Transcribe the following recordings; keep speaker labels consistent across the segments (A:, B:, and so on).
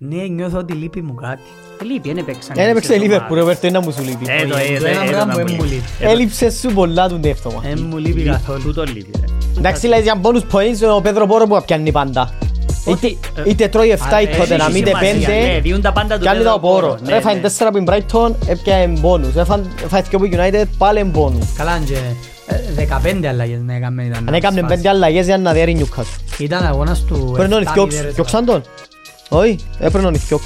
A: Ναι, νιώθω ότι λείπει μου κάτι.
B: Λείπει, δεν έπαιξαν.
C: Δεν έπαιξε η Λίβερπουλ, Ε, ρε Βέρτο, ένα μου σου λείπει.
B: Ε, το ε,
A: Το
B: ε,
A: ένα
B: ε,
A: πράγμα
B: το
A: που
B: να
A: μου
B: μου
A: λείπει.
C: Έλειψε σου πολλά του δεύτερο
A: Δεν Ε, μου λείπει καθόλου.
B: Τούτο λείπει. ρε.
C: Εντάξει, λέει για bonus points ο Πέδρο Πόρο που πιάνει πάντα. Είτε, είτε τρώει 7 η
B: Ε,
C: Tottenham,
B: έχει
C: είτε
B: σημασία, Ναι,
C: 5
B: διούν τα πάντα του.
C: κι άλλοι
B: Pedro
C: τα πόρο.
B: Porro. Ναι,
C: Έφαγε
B: ναι.
C: 4 από την Brighton, έπιανε bonus. Έφαγε και από United, πάλι bonus.
A: Καλά, Άντζε, ε, 15 αλλαγές να έκαμε ήταν.
C: Αν έκαμε
A: ασφάλεια.
C: 5 αλλαγές για να διέρει Newcastle.
A: Ήταν αγώνας του...
C: Πρέπει να είναι
A: 7-0
C: θκιόξ- θκιόξαν τον. Όχι, έπρεπε να είναι θκιόξ.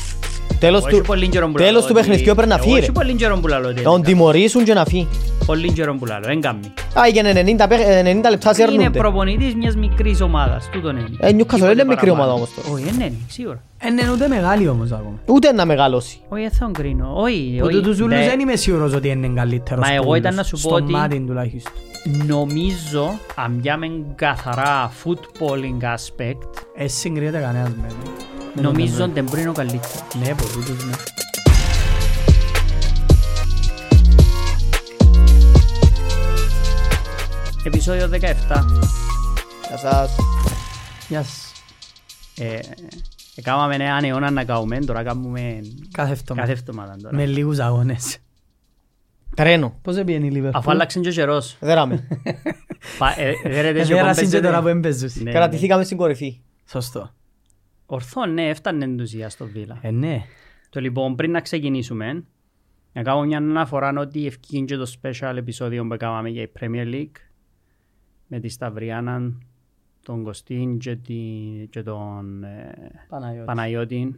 C: Τέλος
B: Όχι
C: του,
B: πολύ καιρό που
C: τέλος
B: λαλώ
C: του
B: ότι-
C: παιχνιδιού έπρεπε να
B: Εγώ
C: φύγει. ρε.
B: Όχι πολύ καιρό που λαλώ ότι
C: Να τον
B: έκαμε.
C: τιμωρήσουν και να φύγει.
B: Πολύ καιρό που λαλώ, έγκαμε.
C: Α, για 90 παίχ- 90 ε, λεπτά σε
B: Είναι
C: αρνούνται.
B: προπονητής μιας μικρής ομάδας, τούτον είναι.
C: Ε, Newcastle δεν
B: Τίποτε
C: είναι μικρή
B: παραπάνω.
C: ομάδα όμως τώρα.
B: Όχι, δεν είναι, σίγουρα.
A: Ε, ναι, ούτε μεγάλη όμως ακόμα.
C: Ούτε να μεγαλώσει.
B: Όχι, δεν θα τον κρίνω. Όχι,
A: Ούτε
B: όχι.
A: τους
B: Ναι.
A: ούλους δεν είμαι σίγουρος ότι είναι καλύτερος.
B: Μα
A: που
B: εγώ
A: ούλους.
B: ήταν να σου πω
A: Στο
B: ότι-
A: μάτι τουλάχιστον.
B: Νομίζω, αν πιάμε καθαρά footballing aspect,
A: Ε, συγκρίνεται κανένας με. τον.
B: νομίζω ότι μπορεί ο καλύτερος.
A: Ναι, από τούτους, ναι.
B: Επισόδιο 17.
C: Γεια σας.
A: Γεια σας.
B: Ε, Εκάμαμε έναν αιώνα να καούμε, τώρα κάνουμε
A: Κάθε εβδομάδα.
B: κάθε εβδομάδα τώρα.
A: Με λίγους αγώνες.
C: Τρένο.
A: Πώς έπιανε η Λίβερπουλ.
B: Αφού άλλαξε και ο καιρός.
C: Δέραμε.
B: Ε, ναι. Πα- ε, ε, ρε, ρε,
A: Ε,
B: και ο
A: Πέρασαν και
B: κόμπες,
A: τώρα
B: ρε.
A: που έμπαιζους.
B: Ναι, ναι.
C: Κρατηθήκαμε στην κορυφή.
A: Σωστό.
B: Ορθό, ναι, έφτανε ενθουσία στο Βίλα.
A: Ε, ναι.
B: Το λοιπόν, πριν να ξεκινήσουμε, να κάνω μια αναφορά ότι ευκήγηκε και το special επεισόδιο που έκαναμε για η Premier League με τη Σταυριάνα, τον Κωστίν και, τη- και τον ε,
A: Παναγιώτη.
B: Παναγιώτη.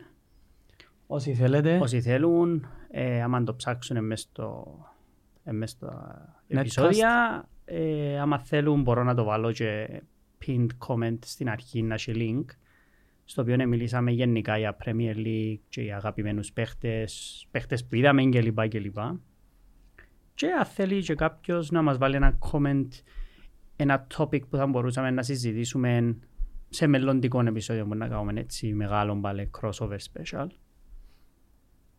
A: Όσοι θέλετε,
B: Όσοι θέλουν, ε, άμα το ψάξουν μέσα στο, ε, μες στα
A: Netcast.
B: επεισόδια, ε, άμα θέλουν μπορώ να το βάλω και pinned comment στην αρχή να έχει link στο οποίο ναι, μιλήσαμε γενικά για Premier League και για αγαπημένους παίχτες, παίχτες που είδαμε και λοιπά και λοιπά. Και αν θέλει και κάποιος να μας βάλει ένα comment, ένα topic που θα μπορούσαμε να συζητήσουμε σε μελλοντικό επεισόδιο που να κάνουμε έτσι μεγάλο πάλι crossover special.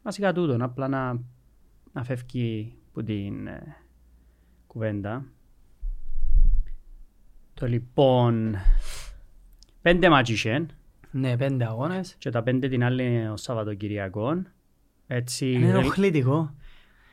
B: Βασικά τούτον, απλά να, να φεύγει που την ε, κουβέντα. Το λοιπόν, πέντε μάτσισεν
A: ναι, πέντε αγώνες.
B: και τα πέντε την άλλη ο Σαββατοκυριακό. Έτσι,
A: Είναι
B: γρή-
A: ενοχλητικό.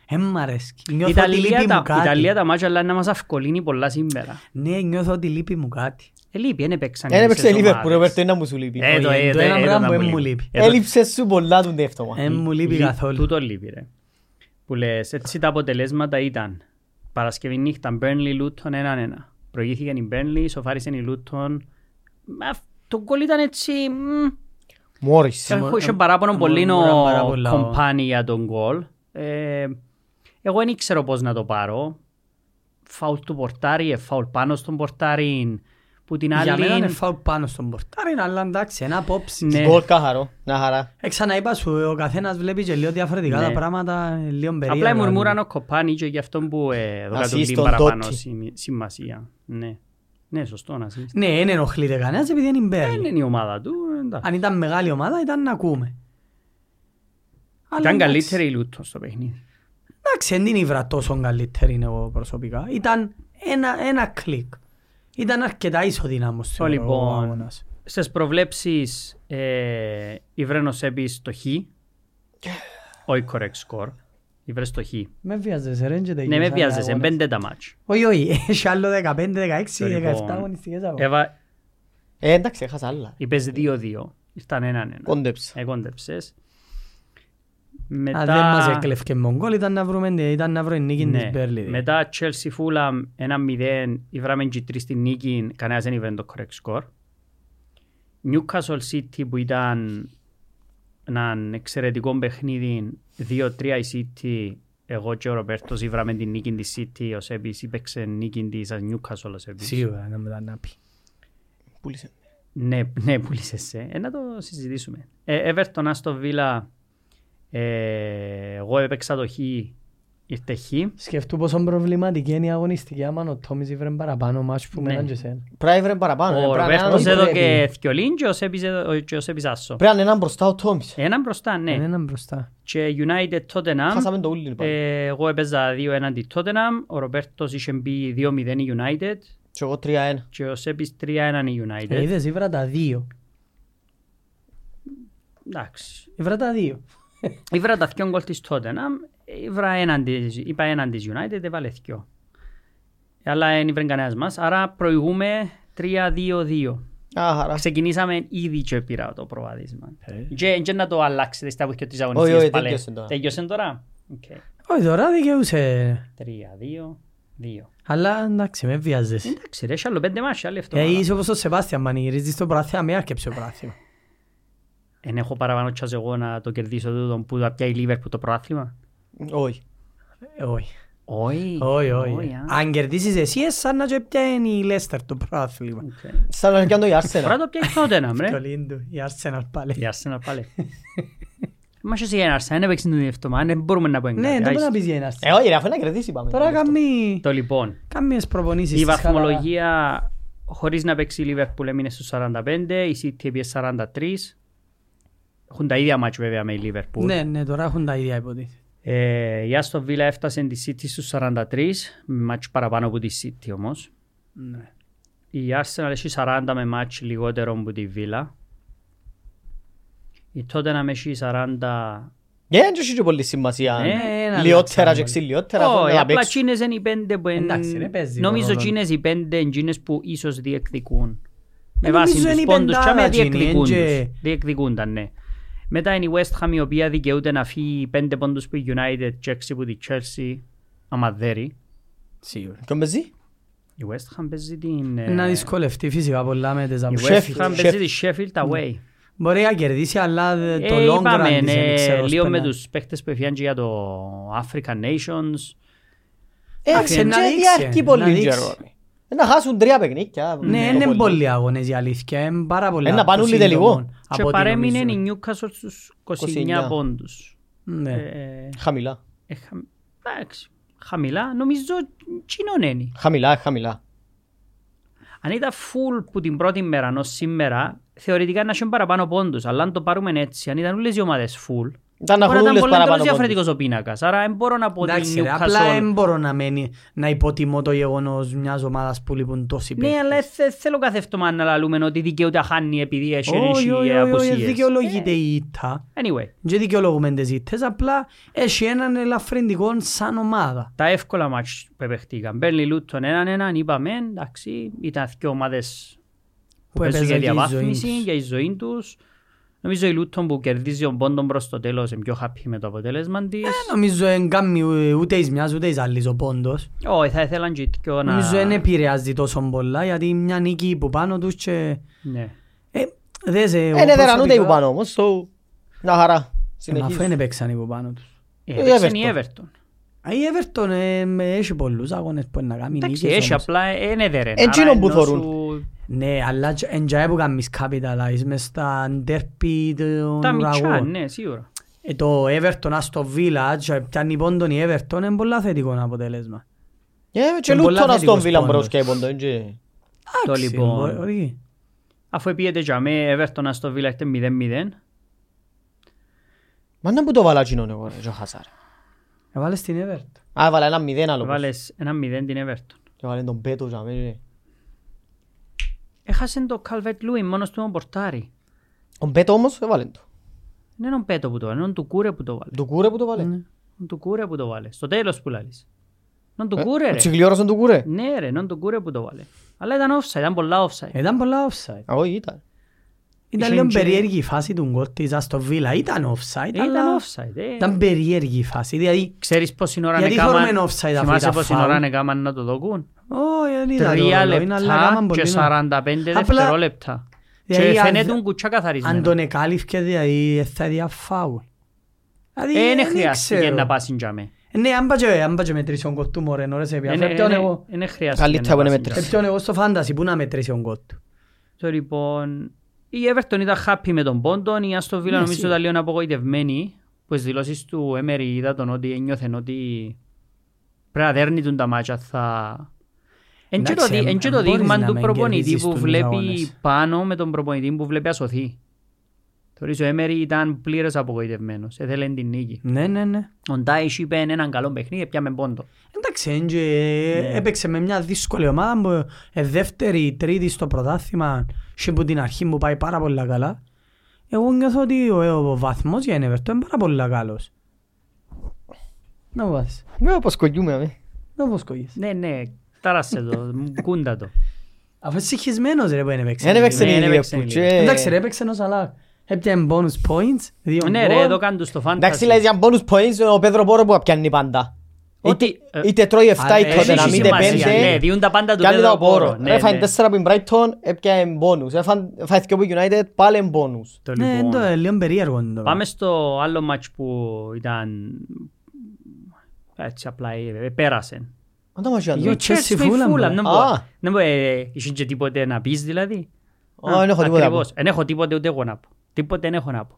A: Ε, μ' αρέσει.
B: η
A: Νιώθω ότι
B: Ιταλία,
A: λείπει μου
B: τα, η Ιταλία
A: κάτι.
B: τα μάτια, αλλά να μας αυκολύνει πολλά σήμερα.
A: Ναι, νιώθω ότι λείπει μου κάτι.
B: Ε, λείπει, δεν έπαιξαν
C: Ένα έπαιξε η
B: ίσες
C: Λίβερπουλ, ρε
B: ομάδες.
C: Βέρτο, ένα μου σου λείπει.
B: Ε, το-
A: Όχι,
B: ε,
A: το
B: το-
A: ένα
B: ε, το
A: πράγμα
B: ήταν
A: που
B: που
A: μου
B: λείπει.
A: λείπει.
B: Ε, το-
C: Έλειψε σου πολλά του δεύτερο.
A: Ε, μου λείπει
B: Λι-
A: καθόλου.
B: Τούτο λείπει ρε. Που λες έτσι τα αποτελέσματα ήταν Παρασκευή νύχτα Μπέρνλι Λούτον 1-1 Προηγήθηκε η Μπέρνλι, σοφάρισε η Λούτον Μα, Το γκολ ήταν έτσι μ,
C: Μόρις.
B: έχω-
A: ε,
B: Είχε παράπονο πολύ
A: μουρμουρά
B: ο
A: πάρα πολλά, ο.
B: κομπάνι για τον γκολ Ε, Εγώ δεν ήξερα πώς να το πάρω Φαουλ του πορτάρι, ε, φαουλ πάνω στον πορτάρι Που την
A: Για μένα είναι
B: άλλη
A: φάουλ πάνω στον πορτάρι, αλλά εντάξει, ένα απόψη.
B: Ναι.
C: Γκολ κάχαρο. Να χαρά.
A: Ε, ξανά είπα σου, ο καθένας βλέπει και λίγο διαφορετικά
B: Ναι.
A: τα πράγματα, ε, λίγο περίεργα.
B: Απλά η μουρμούρα ο Κοπάνι και γι' αυτόν που ε,
C: Assist
B: δώκα του την
C: τον
B: παραπάνω
C: Totti.
B: σημ- σημασία. Ναι, ναι σωστό να σύστη.
A: Ναι, δεν ενοχλείται κανένας επειδή είναι η Μπέρλι.
B: Είναι η ομάδα του, ε, εντάξει.
A: Αν ήταν μεγάλη ομάδα ήταν να ακούμε. Αλλά
B: Ήταν
A: εντάξει.
B: καλύτερη η Λούτον στο παιχνίδι.
A: Εντάξει, δεν είναι τόσο καλύτερη είναι εγώ προσωπικά. Ήταν ένα, ένα κλικ. Ήταν αρκετά ισοδύναμος
B: Το
A: θεωρώ, ο
B: λοιπόν,
A: αγώνας.
B: στις προβλέψεις ε, η Βρένος έπισε το Χ, όχι correct score, η Βρες το Χ.
A: Με βιάζεσαι ρε, και τα
B: Ναι, με
A: γίνεις
B: βιάζεσαι,
A: αγώνας.
B: πέντε τα μάτς.
A: Όχι, όχι, έχει άλλο 15, 16,
B: Το
A: 17
B: λοιπόν,
A: αγωνιστικές αγώνες.
B: Έβα,
C: Ε, εντάξει, έχασα άλλα.
B: είπες δύο-δύο, ήρθαν έναν-έναν.
A: Ε.
C: Κόντεψες.
B: Εκόντεψες.
A: Αν
B: Μετά...
A: δεν μας έκλεφκε με τον κόλ, ήταν να βρούμε, ήταν να βρω η νίκη
B: Ναι.
A: της Μπέρλι.
B: Μετά Chelsea Fulham 1-0, ήβραμε και τρεις στην νίκη, κανένας δεν ήβρε το correct score. Newcastle City που ήταν έναν εξαιρετικό παιχνίδι, 2-3 η City, εγώ και ο Ροπέρτος ήβραμε την νίκη της City, ο Σέμπης ήπαιξε νίκη της Newcastle ο Σέμπης.
A: Σίγουρα, να μετά να πει.
C: Πούλησε.
B: Ναι, ναι πούλησες σε. Ε, να το συζητήσουμε. Ε, Everton, Aston Villa, ε, εγώ έπαιξα το Χ, ήρθε Χ.
A: Σκεφτού πόσο προβληματική είναι η αγωνιστική άμα ο Τόμις ήβρε παραπάνω μάτς που
B: Ναι.
A: μέναν και σένα.
C: Πράιβρε παραπάνω. ε,
B: Ο
C: πρέπει να είναι
B: Ροπέρτος
C: όλοι πρέπει.
B: έδωκε θκιολίν και ο Σέπης έδω- ο- και ο Σέπης άσο.
C: Πρέπει να είναι έναν μπροστά ο
A: Ε,
C: Τόμις.
B: Έναν μπροστά, ναι.
A: Έναν μπροστά.
B: Και United Tottenham.
C: Χάσαμε το ούλι λοιπόν. πάλι.
B: Ε, Εγώ έπαιζα 2 έναντι Tottenham. Ο Ροπέρτος είχε μπει 2-0 η United.
C: Και εγώ 3-1.
B: Eh.
A: Ε, E
B: Και ο Σέπης 3-1 η United.
A: Είδες ήβρα τα δύο.
B: εντάξει.
A: Ήβρα τα δύο.
B: Ήβρα τα δυο γκολ της Tottenham, ήβρα έναν της, είπα έναν της United, έβαλε δυο. Αλλά δεν ήβρε κανένας μας, άρα προηγούμε 3-2-2.
C: Α, χαρά.
B: Ξεκινήσαμε ήδη και πήρα το προβάδισμα.
D: Ε.
B: Και, και να το αλλάξετε στα βουθιά της
C: Όχι,
B: αγωνιστικής
C: όχι,
B: πάλι.
C: τέλειωσε τώρα.
B: Τελειώσε τώρα. Οκ.
A: Όχι τώρα δικαιούσε.
B: 3-2-2.
A: Αλλά εντάξει με βιάζεσαι.
B: Εντάξει ρε, έχει άλλο πέντε μάτς, άλλη
A: Ε,
B: εβδομάδα.
A: είσαι όπως ο Σεβάστιαν, μα γυρίζεις το πράθυμα, με άρκεψε ο πράθυμα.
B: Εν έχω παραπάνω τσάς εγώ να το κερδίσω τούτον που θα πιάει η Λίβερ που το προάθλημα.
C: Όχι.
A: Ε, Όχι.
B: Όχι.
A: Όχι, όχι.
B: α.
A: Αν κερδίσεις εσύ, ε, σαν να και πιάνει η Λέστερ το πράθλημα.
B: Οκ.
C: Σαν να κάνω η Arsenal.
B: Τώρα το πιάει τότε να
A: Το
B: μπρε.
A: Λίντου, η Arsenal πάλι.
B: Η Arsenal πάλι. Μα σε για Arsenal, δεν παίξει την εβδομάδα, δεν μπορούμε να πούμε
A: Ναι,
B: κάτι.
A: δεν μπορεί
B: Άιστε.
A: να πεις για την Arsenal.
C: Ε, όχι ρε, αφού να κερδίσει πάμε.
A: Τώρα κάνει
B: Το λοιπόν,
A: κάποιες προπονήσεις.
B: η
A: της χαλαρά.
B: βαθμολογία χωρίς να παίξει η Liverpool έμεινε στους 45, η City έπιε 43. Έχουν τα ίδια μάτς βέβαια με η Liverpool.
A: Ναι, ναι, τώρα έχουν τα ίδια υποτίθεται.
B: Ε, η Aston Villa έφτασε τη City στους 43, με μάτς παραπάνω από τη City όμως. Η Arsenal έχει 40 με μάτς λιγότερο από τη Villa. Η Tottenham έχει 40...
C: Ε, δεν έχει και πολύ σημασία.
B: Ε,
A: Ναι, ένα
C: Λιότερα
A: λεπτό,
C: και
A: μάλλον.
C: ξυλιότερα. αφού
B: Όχι,
C: να
B: απλά
C: παίξουν.
B: τσίνες είναι οι πέντε που... εν-
A: Εντάξει, ρε, παίζει
B: Νομίζω
A: ρόλο.
B: τσίνες οι πέντε είναι τσίνες που ίσως διεκδικούν. Με
A: Ε, Νομίζω
B: βάση
A: είναι
B: τους
A: η
B: πόντους και
A: πεντάδα
B: με
A: τσίνη,
B: διεκδικούν
A: έτσι.
B: τους. Διεκδικούνταν, ναι. Μετά είναι η West Ham η οποία δικαιούται να φύγει πέντε πόντους που η United και έξι που τη Chelsea άμα δέρει.
A: Σίγουρα.
C: Ποιον παίζει?
B: Η West Ham παίζει την... ε,
A: Να δυσκολευτεί φυσικά πολλά με τις
B: Η
A: απο-
B: West
C: Sheffield,
B: Ham παίζει τη Sheffield away.
A: Μπορεί να κερδίσει, αλλά δε- το
B: Ε,
A: long
B: είπαμε,
A: run της
B: ναι,
A: δεν ξέρω.
B: λίγο με
A: σπένα.
B: τους παίχτες που έφυγαν και για το African Nations.
C: Ε,
A: Εντάξει,
C: και
A: να δείξει,
C: διαρκεί
A: ε, να
C: πολύ
A: δείξει.
C: καιρό, ρε. Ε, Να χάσουν τρία παιχνίκια.
A: Ναι,
C: το
A: είναι πολλοί αγώνες η αλήθεια. Είναι πάρα πολλά.
C: Ε, να πάνε
A: Το
C: όλοι τελικό.
A: σύντομο,
B: Και
A: από ό,τι
B: παρέμεινε
A: νομίζω.
B: η Newcastle στους 29
C: 29
B: πόντους.
A: Ναι.
B: Ε,
C: Χαμηλά.
B: ε, χα- Εντάξει, χαμηλά, νομίζω τσινονένει.
C: Χαμηλά, χαμηλά.
B: Αν ήταν full που την πρώτη μέρα ενώ σήμερα, θεωρητικά να είχε παραπάνω πόντους. Αλλά αν το πάρουμε έτσι, αν ήταν όλες οι ομάδες full,
C: Ήταν να
B: μπορεί
C: έχουν
B: να ήταν
C: όλες
B: πολύ εντελώς
C: παραπάνω πόντους.
B: διαφορετικός ο πίνακας. Άρα δεν μπορώ να πω ότι
A: Εντάξει,
B: η
A: ρε, απλά
B: Newcastle...
A: δεν μπορώ να, μένει, να υποτιμώ το γεγονός μιας ομάδας που λείπουν τόσοι
B: Ναι,
A: παίκτες.
B: αλλά δεν θε- θέλω κάθε εβδομάδα να λαλούμε ότι δικαιούται να χάνει επειδή έχει
A: Όχι, όχι,
B: έχει
A: όχι, όχι,
B: απουσίες. Ε.
A: δικαιολογείται η ήττα.
B: Anyway,
A: Δεν δικαιολογούμε τις ήττες, απλά έχει έναν ελαφρυντικό σαν ομάδα.
B: τα εύκολα μάτς που επεχτήκαν. Μπέρνει Λούτον έναν έναν, είπαμε, εντάξει, ήταν δύο ομάδες που
A: Που
B: παίζουν για
A: έπαιζαν για τη ζωή
B: διαβάθμιση,
A: τους.
B: για τη ζωή τους. Νομίζω η Λούτον που κερδίζει τον πόντο προς το τέλος είναι πιο happy με το αποτέλεσμα της.
A: Δεν νομίζω εν κάνει ου- ούτε εις μιας ούτε εις άλλης ο πόντος.
B: Όχι, θα ήθελαν και οι δυο να...
A: Νομίζω δεν επηρεάζει τόσο πολλά γιατί μια νίκη που πάνω τους και...
B: Ναι.
A: Ε, δες, ε, εγώ
C: Ε, ναι, δεν
A: προσωπικά-
C: ούτε υπό πάνω όμως. so, Να χαρά.
A: Ε, μα αφού
C: Συνεχίζει.
A: δεν παίξαν υπό πάνω τους.
B: Ε,
C: Η
B: έπαιξε η
C: Everton.
B: Everton.
A: Α, Η Everton ε, με- έχει πολλούς αγώνες που είναι να κάνει
B: Εντάξει,
A: νίκες
B: έχει
A: όμως.
B: απλά, ε, είναι δερεν.
C: Εντζίνο
B: Άρα
C: που
B: ενώ
C: θωρούν.
B: σου-
A: Ναι, αλλά τζ- εν τζαέ που κάνεις capitalize μες στα ντέρπι των
B: Τα μητσά,
A: ουραγών.
B: ναι, σίγουρα.
A: Ε, Το Everton ας το Villa, τζ- πιάνει πόντον η Everton, είναι πολλά θετικό αποτέλεσμα.
C: Ε, και
A: Είναι πολλά
C: Λούτονα στον
A: θετικός
C: Βίλα μπορεί να
A: πόντος.
C: σκάει πόντο, έτσι.
B: Το
A: Εντάξει,
B: λοιπόν.
A: μπορεί.
B: Αφού πήγαινε για με Everton στο Villa έχετε 0-0.
C: Μα να που το βάλα εκείνον εγώ ρε, και ο Χασάρ.
A: Έβαλες την Everton.
C: Α, έβαλα ένα μηδέν άλλο.
B: Βάλες ένα 0 την Everton.
C: Και βάλε τον Πέτο για μένα, ρε.
B: Έχασε το Calvert Lewin μόνος του τον πορτάρι.
C: Ο Πέτο όμως έβαλε το.
B: Είναι έναν πέτο που το βάλε, έναν του κούρε που το βάλε.
C: Του κούρε που το βάλε.
B: Έναν του κούρε που το βάλε. Στο τέλος που λάλης. Έναν του
C: Ε,
B: κούρε
C: ο
B: ρε.
C: Τσιγλιόρος του κούρε.
B: Ναι ρε, έναν του κούρε που το βάλε. Αλλά ήταν offside, ήταν πολλά offside.
A: Ήταν πολλά offside.
C: Α, όχι ήταν.
A: Ήταν
B: Ε, Είχε
A: λίγο
B: και-
A: περίεργη η φάση του γκολ της Aston Villa. Ήταν offside,
B: Ήταν
A: αλλά
B: offside. eh. ε.
A: ήταν περίεργη η φάση. Δηλαδή,
B: Ξέρεις πόση ώρα
A: Γιατί
B: έκαμαν-
A: θεωρούμε offside αφού
B: Θυμάσαι
A: ήταν
B: πόση
A: foul.
B: ώρα έκαμαν να το δοκούν.
A: όχι, δεν είδα το
B: Τρία
A: ρολόι, είναι αλλά
B: λεπτά
A: κάμαν
B: και
A: πολύ νωρί.
B: 45
A: Απλά-
B: δευτερόλεπτα. Και
A: Δηλαδή, αν-
B: φαίνεται τον κουτσά
A: Αν
B: καθαρισμένο.
A: τον εκάλυφκε, δηλαδή, ε, θα διά φάουλ. Δηλαδή,
B: Ε, Δεν
A: δεν
B: χρειάστηκε
A: ξέρω.
B: να πάσει τζάμε.
A: Ναι, αν πάω και- αν πάω και μετρήσει τον κόλ του, μωρέ, νωρί σε
B: Ε, E ναι,
A: πια. Ποιον εγώ-
B: Είναι χρειάστηκε.
C: Καλύτερα
B: να
C: που είναι
B: πας
C: μέτρηση.
B: στην
A: ποιον εγώ στο φάντασι, πού να μετρήσει τον κόλ του.
B: Το λοιπόν, η Everton ήταν happy με τον πόντο, η Aston
A: Ναι,
B: Villa νομίζω ήταν λίγο απογοητευμένη, που στις δηλώσεις του Έμερι είδα τον ότι ένιωθεν ότι πρέπει να δέρνει τον τα μάτια θα... Εν και το,
A: Εντάξει,
B: δι-
A: ε,
B: εν και το
A: ε, μπορείς
B: δείγμα
A: να
B: του
A: με
B: προπονητή
A: κερδίζεις
B: που
A: στους
B: βλέπει
A: αγώνες.
B: πάνω με τον προπονητή που βλέπει ασωθεί. Θεωρείς ο Έμερι ήταν πλήρως απογοητευμένος, έθελε την νίκη.
A: Ναι, ναι, ναι.
B: Ο Ντάις είπε «Ναι, έναν καλό παιχνίδι, πιάμε πόντο.
A: Εντάξει, εν και έπαιξε με μια δύσκολη ομάδα που ε, δεύτερη, τρίτη στο πρωτάθλημα και που την αρχή μου πάει πάρα πολύ καλά. Εγώ νιώθω ότι ο, ο βαθμός για την Everton είναι πάρα πολύ καλός. Να βάζεις.
C: Ναι, όπως κολλιούμε, αμέ.
A: Να βοσκογείς.
B: Ναι, ναι, τάρασε το, μ, κούντα το.
A: Αφού είσαι συγχυσμένος ρε που δεν έπαιξε.
C: Δεν έπαιξε ε.
B: ναι,
C: η
B: ναι, έπαιξε
C: Liverpool,
B: η
C: και-
A: Εντάξει ρε, έπαιξε ενός αλλά. Έπιανε bonus points, δύο
B: Ναι
A: γκολ.
B: ρε, εδώ κάνουν τους το φάνταση.
C: Εντάξει, λέει για bonus points ο Πέδρο Πόρο που πιάνει πάντα.
B: Ότι-
C: Είτε- Είτε τρώει 7 η
A: ε,
C: Tottenham,
A: έχει
C: είτε
A: σημασία,
B: ναι,
C: 5.
B: διούν τα πάντα του
C: Κάνει
B: Πέδρο
C: τα πόρο.
B: Πόρο, ναι,
C: Έφαγε
B: ναι.
C: 4 από την Brighton, έπιανε bonus. Ε, Έφαγε και από United, πάλι bonus.
B: Το
A: Ναι,
B: λοιπόν.
A: είναι λίγο περίεργο. είναι το.
B: Πάμε στο άλλο μάτς που ήταν έτσι απλά ε, ε, πέρασε.
C: Αν τα μας
A: Η
C: γιάννω.
A: Chelsea Fulham, ε.
B: δεν
C: Α.
B: μπορώ. Δεν μπορώ, ε, είσαι και τίποτε να πεις δηλαδή.
C: Ω, δεν έχω τίποτα να πω.
B: Ακριβώς. Δεν έχω τίποτε ούτε εγώ να πω. Τίποτε δεν έχω να πω.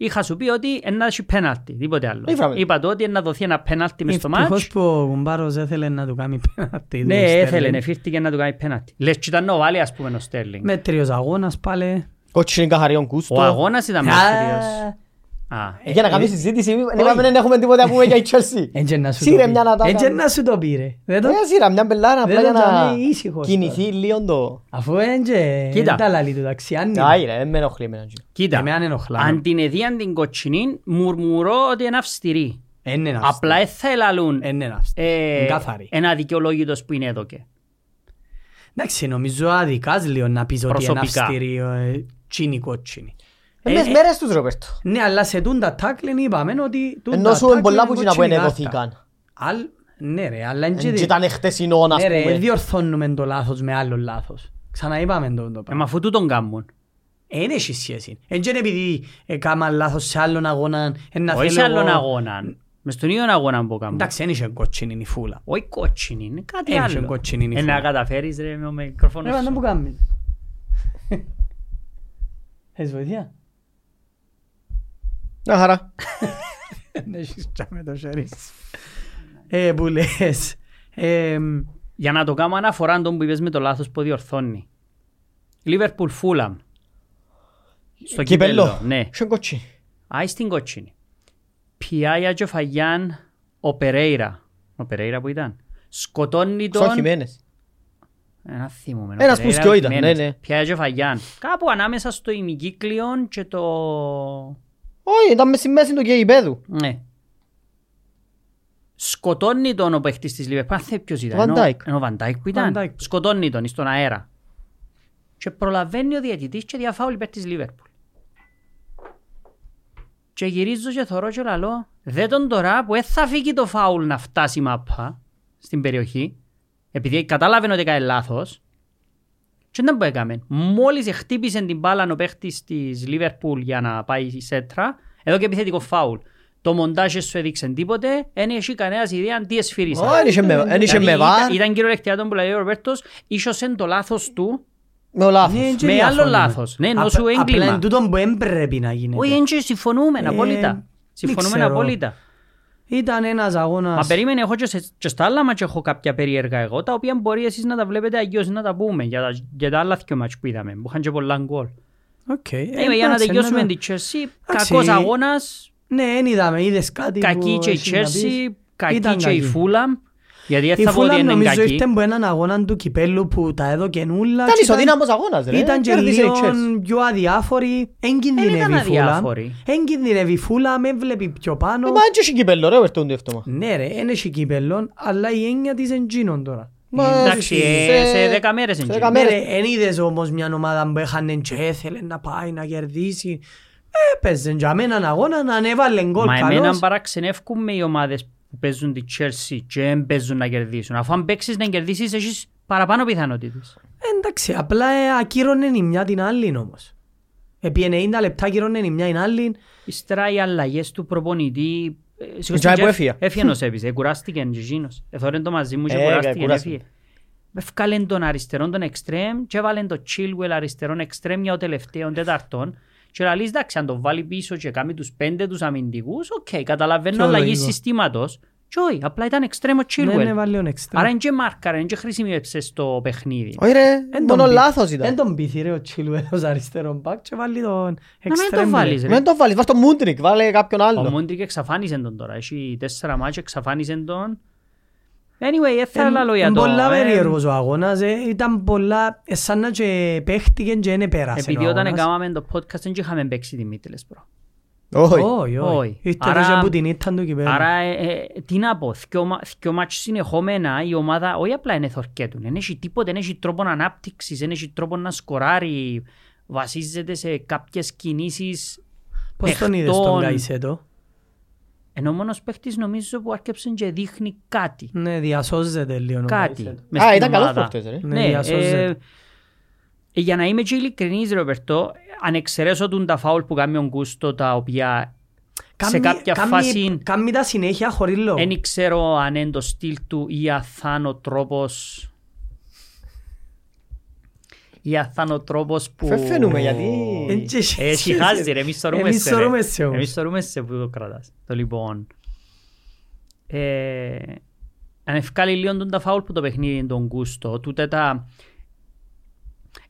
B: Είχα σου πει ότι να έχει πέναλτι, τίποτε άλλο.
C: Ήβραμε.
B: Είπα το ότι να δοθεί ένα πέναλτι μες στο
A: Ευτυχώς
B: μάτς.
A: που ο Γουμπάρος έθελε να του κάνει πέναλτι.
B: Ναι,
A: του
B: έθελε,
A: Sterling.
B: εφήρθηκε να του κάνει πέναλτι. Λες και ήταν ο Βάλε ας πούμε ο Στέρλινγκ.
A: Μέτριος αγώνας πάλι.
C: Κότσινη καθαριόν κούστο. Ε,
B: Ο αγώνας ήταν μέτριος.
A: Α,
B: Α, ε,
C: Για να κάνουμε συζήτηση, είπαμε δεν έχουμε τίποτα να πούμε για η Chelsea.
A: έντζε να σου
C: Σύρε
A: το πει.
C: μια να τα Ε,
A: Έντζε
C: κάνει.
A: να σου το πήρε. Δεν το-
C: Μια σειρά, μια μπελάρα,
A: Δεν
C: απλά για
A: το
C: να
A: κάνει ήσυχος
C: κινηθεί λίγο το...
A: Αφού έντζε,
B: Κοίτα.
A: δεν τα λαλεί του ταξιάννη.
C: Άι ρε, δεν με ενοχλεί εμένα. τζι.
B: Κοίτα,
A: Εμένα ενοχλά.
B: αν την εδίαν την κοτσινή, μουρμουρώ ότι είναι αυστηρή.
A: Είναι ένα
B: Απλά εθελαλούν
A: Είναι ένα αυστηρό.
B: ε,
A: Είναι καθαρή.
B: ένα δικαιολόγητος που είναι εδώ και.
A: Εντάξει, νομίζω αδικάς λίγο να πεις ότι είναι
B: Προσωπικά.
A: αυστηρή ε, τσίνη κότσινη.
C: Ε, μες μέρες τους Ρόπερτο.
A: Ναι, αλλά σε τούντα τάκλιν είπαμε ότι... τούντα
C: Ενώ σου
A: τάκλιν
C: πολλά που
A: κότσινη
C: γίνα που
A: κάρτα.
C: ενεδοθήκαν.
A: Αλ- Ναι ρε, αλλά
C: Εν τζι
A: εντζε...
C: Ήταν χτεσινόν ας
A: Ναι ρε,
C: πούμε.
A: διορθώνουμε το λάθος με άλλο λάθος. Ξαναείπαμε το το
B: Ε,
A: πράγμα.
B: μα αφού τούτον κάνουν.
A: Εν έχει σχέση. Εν και επειδή έκανα λάθος σε άλλον αγώνα. εν να
B: Όχι σε
A: θέλω
B: άλλον
A: εγώ-
B: αγώνα. Μες στον ίδιο αγώνα που κάνουν.
A: Εντάξει, εν είχε κότσινη η φούλα.
B: Όχι κότσινη, είναι κάτι
A: Εν είχε
B: άλλο.
A: κότσινη η
B: Ε, να
A: φούλα.
B: καταφέρεις ρε με το μικρόφωνο
A: Ρε πάντα που
B: σου.
A: κάνεις. Θες βοήθεια.
C: Μια χαρά.
A: Δεν Ναι, έχεις τσάμε το χέρι σου. Ε, που λες. Ε, μ,
B: Για να το κάνω αναφορά τον που είπες με το λάθος που διορθώνει. Λίβερπουλ Φούλαμ. Στο κύπελλο. Ναι.
C: Σον κοτσί.
B: Άι στην κότσινη. Πιάει Ατζοφαγιάν ο Περέιρα. Ο Περέιρα που ήταν. Σκοτώνει
C: Σον
B: τον... Ε,
C: Χιμένες.
B: Ένα θύμο.
C: Ένας που σκιό ήταν, ναι, ναι.
B: Πιάει Ατζοφαγιάν. Κάπου ανάμεσα στο ημικύκλιο και το...
C: Όχι, ήταν μες στη μέση του και υπέδου.
B: Ναι. Σκοτώνει τον ο παίχτης της Λίβερπουλ. Αν θέλει ποιος ήταν.
C: Van
B: ενώ-
C: Dijk.
B: ενώ Van Dijk που
A: Van Dijk.
B: ήταν. Σκοτώνει τον στον αέρα. Και προλαβαίνει ο διαιτητής και διαφάουλ υπέρ της Λίβερπουλ. Και γυρίζω και θωρώ και λαλώ. Δε τον τώρα που δεν θα φύγει το φάουλ να φτάσει η μάπα στην περιοχή. Επειδή κατάλαβε ότι έκανε λάθος. Και δεν που έκαμε. Μόλις χτύπησε την μπάλα ο παίχτης της Λίβερπουλ για να πάει η σέτρα, εδώ και επιθετικό φάουλ. Το μοντάζ σου έδειξε τίποτε, δεν είχε κανένας ιδέα τι εσφύρισε.
C: Ω, εν είχε με- εν είχε με
B: Δηλαδή,
C: βάρ,
B: ήταν- Ήταν κυριολεκτικά τον που λέει ο Ροπέρτος, ίσως το λάθος του,
C: με ο λάθος.
A: ναι, εν και
B: Με άλλο
A: διαφωνούμε.
B: λάθος. Ναι, ενώ
A: Απ-
B: σου έγκλημα.
A: Απλά είναι τούτο που έπρεπε να
C: Ναι,
A: γίνεται.
B: όχι έτσι
C: Ε,
B: συμφωνούμε απόλυτα. Συμφωνούμε
A: ξέρω.
B: απόλυτα.
A: Ήταν ένας αγώνας.
B: Μα περίμενε, έχω και, σε- και στα άλλα μάτια έχω κάποια περίεργα εγώ, τα οποία μπορεί εσείς να τα βλέπετε αγιώς να τα πούμε για τα, για τα άλλα δυο μάτια που είδαμε, που είχαν και πολλά γκολ.
A: Οκ, ε,
B: Ε, για να
A: εντάξει,
B: τελειώσουμε
A: τα-
B: την Chelsea,
A: Εντάξει.
B: κακός αγώνας,
A: Ναι, εν είδαμε, είδες κάτι
B: κακή
A: που
B: και η
A: έχεις να πεις.
B: Chelsea, κακή
A: Ήταν
B: και η
A: κακή.
B: Fulham, γιατί
A: Η
B: δεν θα πω ότι
A: Fulham
B: είναι
A: νομίζω
B: κακή. Ε,
A: ήρθε από έναν αγώνα του κυπέλου που τα έδωκε νουλα.
C: Ήταν
A: και
C: ισοδύναμος αγώνας ρε.
A: Ήταν και
C: Κέρδισε η
A: λίγο
C: Chelsea.
A: πιο αδιάφορη. Εν
B: ήταν
A: κινδυνεύει η Φούλα.
B: αδιάφορη.
A: Εν κινδυνεύει η Φούλα, με βλέπει πιο πάνω.
C: Ε, Μα έτσι κύπελλο ρε, ο Everton του εύτομα.
A: Ναι ρε, δεν έχει κύπελλον, αλλά η έννοια της εν τζίνον τώρα.
C: Μα,
B: Εντάξει, ε, σε δέκα μέρες είναι
C: σε
B: τζίνο.
C: δέκα
A: Ναι
C: μέρες.
A: ρε, εν είδες όμως μια ομάδα που έχανε και έθελε να πάει να κερδίσει. Ε, Έπαιζε για μένα έναν αγώνα να ανέβαλε γκολ
B: Μα εμένα
A: καλός.
B: παραξενεύκουν με οι ομάδες που παίζουν τη Chelsea και δεν παίζουν να κερδίσουν. Αφού αν παίξεις να κερδίσεις, έχεις παραπάνω πιθανότητες.
A: Εντάξει, απλά ε, ακύρωνε η μια την άλλη όμως. Επί 90 λεπτά ακύρωνε η μια την άλλη.
B: Ύστερα οι αλλαγές του προπονητή... ε, σηκώστηκε
C: τζάι που
B: και
C: έφυγε.
B: Έφυγε ο Σέπης, ε, κουράστηκε και εκείνος. Εθώρεν το μαζί μου και
C: Ε,
B: κουράστηκε,
C: κουράστηκε.
B: έφυγε. Έφκαλεν τον αριστερόν τον εξτρέμ και έβαλεν τον Chilwell αριστερόν εξτρέμ για ο τελευταίον τεταρτόν. Και λαλείς, εντάξει, αν τον βάλει πίσω και κάνει τους πέντε τους αμυντικούς, οκ,
A: Πιο
B: καταλαβαίνω αλλαγή
A: λογικό.
B: συστήματος. Και όχι, απλά ήταν εξτρέμ ο
C: Ναι,
A: Δεν
B: Chilwell.
A: έβαλε ο εξτρέμ.
B: Άρα είναι και μάρκαρε, είναι και χρησιμεύσες στο παιχνίδι.
C: Όχι ρε,
A: Εν τον
C: μόνο
A: πεί-
C: λάθος
A: Εν
C: ήταν.
A: τον πείθει ρε ο Τσίλουελ ως αριστερό μπακ και βάλει τον
B: Να μην
A: εξτρέμ,
B: το
A: ρε.
B: βάλεις ρε.
C: Δεν τον βάλεις, βάλεις τον Μούντρικ, βάλε κάποιον
B: Ο
C: άλλο.
B: Μούντρικ εξαφάνισε τον τώρα. Έχει τέσσερα μάτια, εξαφάνισε τον. Anyway,
A: Εν-
B: έθελα λόγια το.
A: Πολλά
B: ε,
A: περίεργος ο αγώνας, ε, ήταν πολλά, ε, σαν να και παίχτηκε και δεν πέρασε
B: Επειδή
A: ο
B: όταν
A: αγώνας.
B: έκαναμε το podcast δεν είχαμε παίξει τη Μίτλεσπρο.
C: Όχι.
A: Όχι,
B: Όχι.
A: όχι. Ήταν
B: Άρα-
A: τόσο από την ήταν του κυπέλλου.
B: Άρα, ε, ε, τι να πω, θκυο μα- θκυο μάτς συνεχόμενα η ομάδα όχι απλά είναι θορκέτουν, δεν έχει τίποτε, δεν έχει τρόπο ανάπτυξης, δεν έχει τρόπο να σκοράρει, βασίζεται σε κάποιες κινήσεις
A: Πώς τον είδες
B: παιχτών.
A: τον Καϊσέτο.
B: Ενώ ο μόνος παίχτης νομίζω που άρχεψε και δείχνει κάτι.
A: Ναι, διασώζεται λίγο. ο
B: Κάτι.
A: Καϊσέτο.
B: μες
C: Α,
B: στην
C: ήταν καλός
B: ομάδα.
C: παίχτης, ρε.
A: Ναι,
B: Ναι,
A: διασώζεται.
B: ε, ε, για να είμαι και ειλικρινής, Ροπερτό, αν εξαιρέσω τον τα φάουλ που κάνει ο Γκούστο, τα οποία σε
A: Κάμνη-
B: κάποια
A: κάμνη-
B: φάση
A: Κάμνη τα συνέχεια χωρίς λόγο.
B: δεν ξέρω αν είναι το στυλ του ή αθάνο τρόπος ή αθάνο τρόπος που...
C: Φε- φαίνουμε, γιατί-
A: Εν και
B: Ε,
A: σχέση.
B: σιχάζει ρε, εμείς σωρούμε
A: Εμείς
B: σε ρε.
A: σωρούμε σε όμως.
B: Εμείς σωρούμε σε που το κρατάς. Το λοιπόν... Ε, αν ευκάλει λίγο τον τα φάουλ που το παιχνίδι τον Γκούστο, τούτα τα...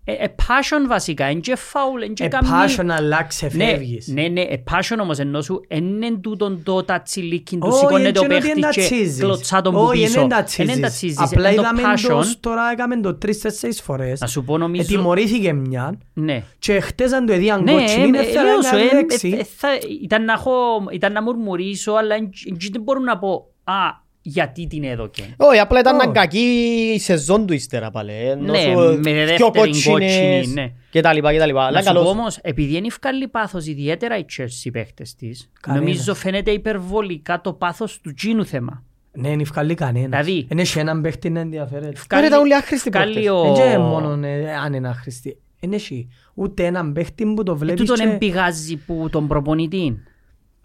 B: Ε, ε, passion βασικά, εν και φάουλ, εν και
A: Ε,
B: καμνή-
A: passion αλλάξε,
B: ναι,
A: φεύγεις.
B: ναι, ναι, ε, passion όμως ενώ σου είναι τούτον το τατσιλίκι του
A: Όχι,
B: σηκώνε
A: εν
B: το
A: τζ' είναι ότι εν τα
B: παίχτης και
A: τσίζεις.
B: κλωτσά τον που
A: Όχι, εν
B: πίσω.
A: εν τα
B: Εν εν τα
A: τσίζεις.
B: τσίζεις,
A: Απλά
B: εν το
A: είδαμε
B: passion.
A: το τώρα, έκαμε το τρεις-τέσσερις φορές.
B: Να σου πω
A: Ε,
B: νομίζω...
A: τιμωρήθηκε μια
B: Ναι.
A: και χτες αν του έδιαν
B: Ναι,
A: κότσινη,
B: ε,
A: δεν
B: ε,
A: θέλω
B: λέω σου,
A: να
B: ε,
A: αλλάξει.
B: ε, ε, θα- ήταν να έχω- ήταν να μουρμουρίσω, αλλά εν- εν τζ' δεν μπορώ να πω «Α, γιατί την έδωκε».
C: Όχι, απλά ήταν
A: Όχι.
C: κακή σεζόν του ύστερα πάλι.
B: Ναι, με δεύτερη κότσινη, ναι.
C: Και τα λοιπά, και τα λοιπά.
B: Να
C: Αλλά
B: σου πω
C: καλός.
B: όμως, επειδή είναι ευκάλλει πάθος ιδιαίτερα οι Chelsea παίχτες της,
A: Κανένας.
B: νομίζω φαίνεται υπερβολικά το πάθος του τζίνου θέμα.
A: Ναι, είναι ευκαλή κανένας.
B: Δηλαδή-
A: Είναι σε έναν παίχτη να ενδιαφέρεται.
C: Ρε,
B: Ευκάλλει-
C: ήταν όλοι άχρηστοι
B: ευκάλλει
C: παίχτες.
B: ο-
A: Δεν και μόνο ε, αν είναι άχρηστη. Είναι εσύ. Ούτε έναν παίχτη που το
B: Ε,
A: βλέπεις
B: τούτον
A: και...
B: εμπηγάζει που τον προπονητή.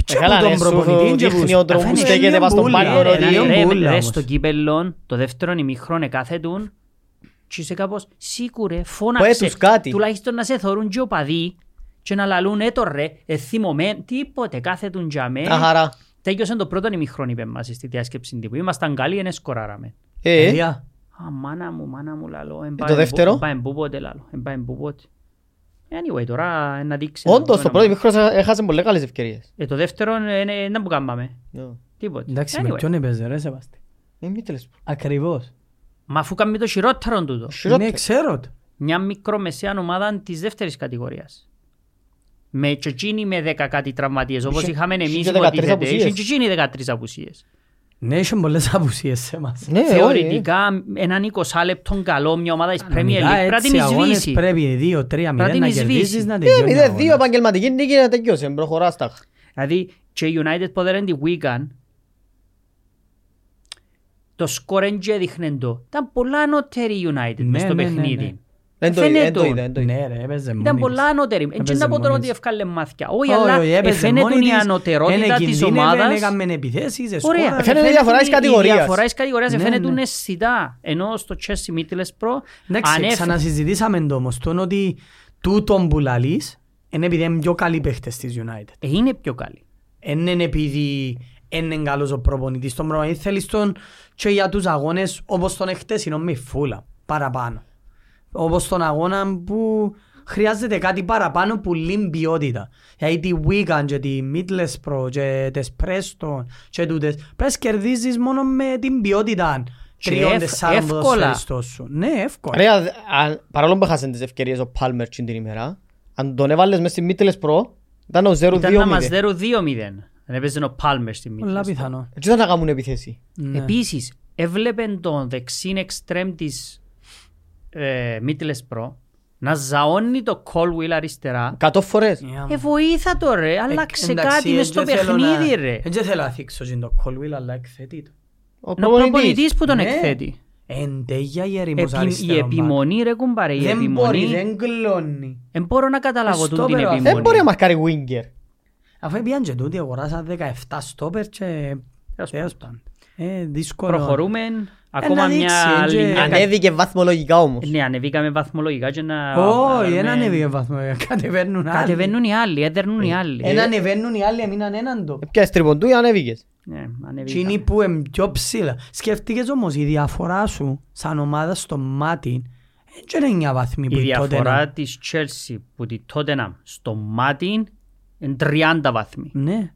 A: και
C: Ε, καλά,
A: που
C: ναι,
A: τον
C: σου
A: προπονητή και
C: δείχνει
A: που-
C: ο τρόπος
A: Αφού
C: που
A: είναι
C: στέκεται
A: μια
C: βast στον
A: μπουλα,
C: πάγκο,
A: ρε,
C: ρε,
A: είναι μια
B: Ρε,
A: μπουλα
B: Ρε
A: όμως.
B: στο κύπελλον, το δεύτερον ημίχρον εκάθετουν και είσαι κάπως σίγουρε, φώναξε.
C: Πέτους κάτι.
B: Τουλάχιστον να σε θωρούν και οπαδοί και να λαλούν έτο ρε, εθυμωμέν, τίποτε, κάθετουν για μέ.
C: Τα χαρά.
B: Τέγιωσε το πρώτο ημίχρον είπες μας στη διάσκεψη τύπου. Ήμασταν καλοί, δεν σκοράραμε.
C: Ε,
A: Παιδιά,
B: Α, μάνα μου, μάνα μου λαλό. εν
C: το
B: πάει
C: δεύτερο?
B: μπο- εν πάει μπούπότε λαλό, εν πάει μπούπότε. Anyway, τώρα ε, να δείξει.
C: Όντως, το
B: να-
C: πρώτο μικρός έχασε πολλές καλές ευκαιρίες.
B: Ε, το δεύτερο είναι να που κάμαμε.
C: Ναι.
B: Τίποτε.
A: εντάξει,
B: Anyway.
A: με ποιον έπαιζε ρε Σεβάστη.
C: Ε, μη τέλος.
A: Ακριβώς.
B: Μα αφού κάνουμε το χειρότερο τούτο.
A: Ναι,
C: Χειρότερο.
A: ξέρω το.
B: Μια μικρομεσαία ομάδα της δεύτερης κατηγορίας. Με τσοτσίνι με 10 κάτι τραυματίες, όπως
C: Είχε-
B: είχαμε
C: είχε
B: εμείς
C: και 13
B: υποτίθεται.
C: απουσίες.
B: Είχε τσοτσίνι 13 απουσίες.
A: Ναι, είχε πολλές απουσίες σε εμάς.
C: Ναι, όχι.
B: Θεωρητικά έναν 20 λεπτόν καλό μια ομάδα της Premier
A: Κανονικά,
B: League πρέπει
A: ε. έτσι,
B: να την
A: αγώνες
B: εισβήσει.
A: Πρέπει 2-3-0
B: Πρέπει να
A: να
B: την εισβήσει.
A: κερδίσεις να
C: Ε,
A: τελειώνει. ο
C: μηδέ, δύο
A: αγώνας.
C: επαγγελματική νίκη να τελειώσει, προχωράς τα.
B: Δηλαδή και η United που έδεραν τη Wigan το σκορ εν και έδειχνε το. Ήταν πολλά ανώτερη η United
A: Ναι,
B: μες στο
A: ναι, ναι, ναι.
B: παιχνίδι.
C: Δεν το
B: Φαίνεται
C: είδα, δεν το
B: ότι-
C: είδα, δεν το είδα.
A: Ναι, ρε, έπαιζε μόνη
B: Ήταν
A: της.
B: πολλά ανώτερη. Εν και
A: Έπαιζε
B: να πω τώρα
A: μόνη
B: ότι
A: της.
B: ευκάλε μάθια. Όχι,
A: Όχι, όχι,
B: αλλά
A: έπαιζε
B: φαίνεται
A: μόνη
B: η
A: της.
B: ανωτερότητα
A: Ένε
B: της
A: κινδύνευε,
B: ομάδας.
A: έκαμε επιθέσεις, εσκόρα.
B: Ωραία. Ε,
C: Φαίνεται η διαφορά της κατηγορίας.
B: Η διαφορά της κατηγορίας
A: Ναι,
B: φαίνεται
A: ναι.
B: αισθητά. Ενώ στο Chelsea Middlesbrough
A: Εντάξει,
B: ανέφ-
A: ξανασυζητήσαμε το όμως τον ότι τούτον που λαλείς είναι επειδή είναι πιο καλοί παίχτες της United.
B: ε, είναι πιο καλή.
A: Εν είναι επειδή εν είναι καλός ο προπονητής. Τον προπονητή θέλεις τον και για τους αγώνες όπως τον εχθές είναι με φούλα παραπάνω. Όπως τον αγώνα που χρειάζεται κάτι παραπάνω που λύνει ποιότητα. Γιατί τη Wigan και τη Middlesbrough και τις Preston και τούτες πρέπει να τις κερδίζεις μόνο με την ποιότητα
B: Και
A: τριών
B: εύ-
A: τεσσάρων
B: εύκολα.
A: ποδοσφαιριστών σου. Ναι, εύκολα.
C: Ρε, αν- αν- παρόλο που έχασαν τις ευκαιρίες ο Πάλμερ την ημέρα, αν τον έβαλες μες στη Μίτλες Προ, ήταν ο 0
B: Ήταν να μας δέρουν 2-0. Δεν έπαιζε ο Palmer στη
A: Πολλά
B: Middlesbrough.
A: πιθανό.
C: Έτσι θα να κάνουν επιθέση.
A: Ναι.
B: Επίσης, έβλεπε τον δεξίν εξτρέμ της ε, Middlesbrough να ζαώνει το Colwell αριστερά.
C: Εκατό φορές.
A: Yeah.
B: Ε, βοήθα το ρε, άλλαξε κάτι μες στο παιχνίδι ρε.
A: Δεν θέλω να θίξω και το Colwell, αλλά εκθέτει το.
C: Ο
B: Είναι ο
C: προπονητής.
B: προπονητής που τον
A: Ναι.
B: εκθέτει.
A: Εν τέγια γερήμος
B: Επι- Η
A: αριστερό μπακ.
B: επιμονή ρε κουμπάρε, η
A: Δεν μπορεί,
B: επιμονή.
A: δεν κλώνει.
B: Δεν μπορώ να καταλάβω
A: Ε,
B: τούτη
A: στο
B: την
A: πέρα,
B: επιμονή.
C: Δεν μπορεί να μαρκάρει Winger.
A: Αφού έπιαν και τούτοι αγοράσα 17 στόπερ και
B: Τέλος
A: τέλος πάντων. Ε, δύσκολο.
B: Προχωρούμε. Ακόμα
A: δείξει,
B: μια
A: εν και-
B: άλλη.
C: Ανέβηκε βαθμολογικά όμως.
B: Ναι, ανεβήκαμε βαθμολογικά και να...
A: Όχι,
B: να-
A: δεν
B: να-
A: ανέβηκε Ε, βαθμό. ε, Κατεβαίνουν άλλοι.
B: Κατεβαίνουν οι άλλοι, έδερνουν οι άλλοι.
A: Εν ανεβαίνουν οι άλλοι, έμειναν έναν το.
C: Έπιασες τριποντού ή ανέβηκες.
B: Ναι, ανεβήκαμε.
A: Εκείνοι που είναι πιο ψηλά. Σκέφτηκες όμως η διαφορά σου σαν ομάδα στο μάτι. Δεν ξέρω εννιά βαθμοί που
B: Η
A: η
B: διαφορά
A: Tottenham.
B: της Chelsea που τη Tottenham στο Μάτιν είναι 30 βαθμοί.
A: Ναι.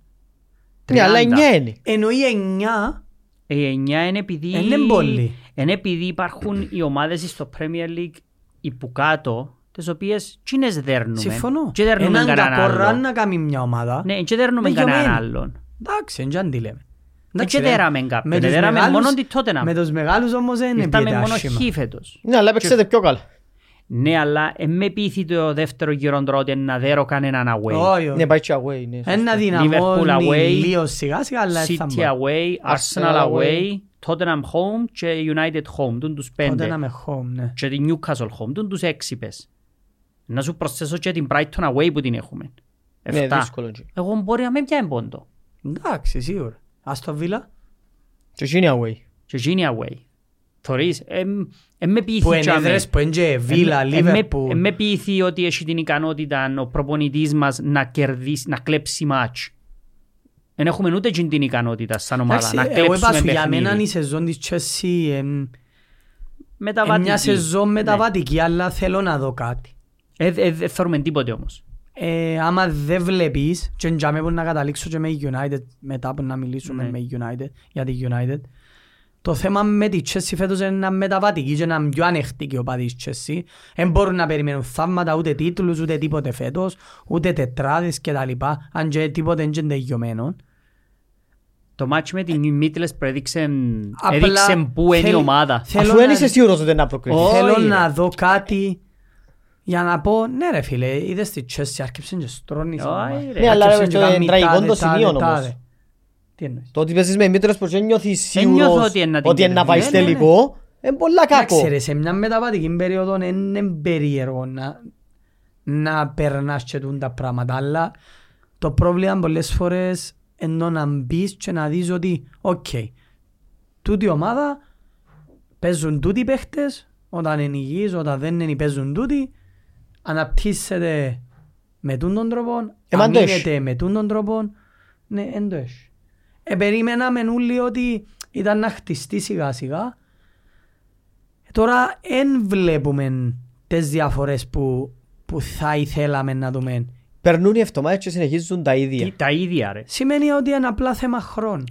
C: Ναι, αλλά
B: 30.
C: εννιά είναι.
A: Εννοεί εννιά
B: Η Ε, εννιά είναι επειδή...
A: Είναι πολλοί.
B: Είναι επειδή υπάρχουν οι ομάδες στο Premier League υπού κάτω, τις οποίες τσίνες δέρνουμε.
A: Συμφωνώ.
B: Και δέρνουμε
A: Έναν
B: κανέναν
A: κακό ραν
B: άλλον.
A: να κάνει μια ομάδα.
B: Ναι, και δέρνουμε
A: Λεγιωμένοι.
B: κανέναν άλλον.
A: Εντάξει, δεν τζάντι λέμε.
B: και δέραμε κάποιον,
A: Με τους
B: δέραμε
A: μεγάλους-
B: μόνο τη Tottenham.
A: Με τους μεγάλους όμως δεν είναι
B: Ήρθαμε
A: πιέτα
B: μόνο
A: Ναι, άσχημα.
B: χι φέτος.
C: Ναι, αλλά έπαιξετε πιο καλά.
B: Ναι, αλλά ε, με πείθει το δεύτερο γύρο τώρα ότι να δέρω κανέναν away.
A: Όχι, όχι.
C: Ναι, πάει και away. ναι, σωστά.
A: Ένα
B: Liverpool
A: δυναμώνει
B: away,
A: ε, λίγο σιγά σιγά, αλλά έτσι θα
B: City
A: μπορεί.
B: away, Arsenal
C: Arsenal
B: away, Tottenham home και United home. Τούν τους
A: Τότε να
B: πέντε.
A: με χώμ, ναι.
B: Και τη Newcastle home. Τούν τους έξι πες. Να σου προσθέσω και την Brighton away που την έχουμε.
C: Ναι,
B: Εφτά.
C: δύσκολο. τζι.
B: Εγώ μπορεί να μην πιάνε πόντο.
A: Εντάξει, σίγουρα. Ας το βίλα.
C: Και εκείνη away.
B: Και γίνει away. Θωρείς, εμ εμ με πείθει
A: Που
B: τζάμε. Ε,
A: ενέδρες, που είναι βίλα,
B: Εμ- εμ-
A: Λίβερπουλ.
B: εμ με πείθει ότι έχει την ικανότητα ο προπονητής μας να κερδίσει, να κλέψει μάτς. Εν έχουμε ούτε τζιν την ικανότητα σαν ομάδα, ε, να
A: εγώ είπα
B: κλέψουμε
A: σου, ε, για μένα η
B: παιχνίδι.
A: σεζόν της Chelsea εμ, εμ,
B: Μεταβατική.
A: μια σεζόν
B: Ναι.
A: μεταβατική, αλλά θέλω να δω κάτι.
B: Ε, ε, Δεν θέλουμε τίποτε όμως.
A: Ε, άμα δεν βλέπεις, και για μένα να καταλήξω και με η United, μετά που να μιλήσουμε
B: Ναι.
A: με η United, για τη United, το θέμα με τη Chelsea φέτος είναι να μεταβατική και να είναι πιο ανοιχτή και ο παδί της Chelsea. Δεν μπορούν να περιμένουν θαύματα, ούτε τίτλους, ούτε τίποτε φέτος, ούτε τετράδες κτλ. Αν και τίποτε δεν είναι τελειωμένο.
B: Το μάτς με την Μίτλες προέδειξε
A: Απλά
B: έδειξε πού είναι η
A: θέλει-
B: ομάδα.
A: θέλει- Θέλω
C: Αφού
A: να-
C: δεν είσαι σίγουρος ότι να προκριθεί.
B: Ω.
A: Θέλω
B: Όχι,
A: να
B: ρε.
A: δω κάτι για να πω, ναι ρε φίλε, είδες τη Chelsea, άρχισε και στρώνει.
B: Όχι,
A: σώμα.
B: ρε.
A: Άρχιψε
C: Ναι, αλλά ρε,
A: και
C: το
A: κάνει
C: είναι τραγικό
A: τάδε,
C: το
A: τάδε,
C: σημείο όμως.
A: τάδε. Τι εννοείς.
C: Το ότι παίζεις με μήτρες που δεν νιώθεις
B: Δεν νιώθω
C: σίγουρος
B: ότι είναι να την
C: ότι είναι να πάει
B: κερδίσει.
A: Ναι, ναι, ναι.
C: τελικό, είναι πολλά
A: Εντάξει
C: κακό.
A: ρε, σε μια μεταβατική περίοδο είναι περίεργο να, να περνάς και τούν τα πράγματα, αλλά το πρόβλημα πολλές φορές ενώ να μπεις και να δεις ότι, οκ, τούτη η ομάδα παίζουν τούτοι οι παίχτες, όταν είναι υγιείς, όταν δεν είναι παίζουν τούτοι, αναπτύσσεται με τούν τον τρόπο,
C: Ε, μα το έχει.
A: αμήνεται με τούν τον τρόπο, ναι, εν το έχεις. Ε, περίμεναμε όλοι ότι ήταν να χτιστεί σιγά σιγά, Ε, Τώρα δεν βλέπουμε τις διαφορές που, που θα ήθελαμε να δούμε.
C: Περνούν οι εβδομάδες και συνεχίζουν τα ίδια.
B: Τι- Τα ίδια ρε.
A: Σημαίνει ότι είναι απλά θέμα χρόνου.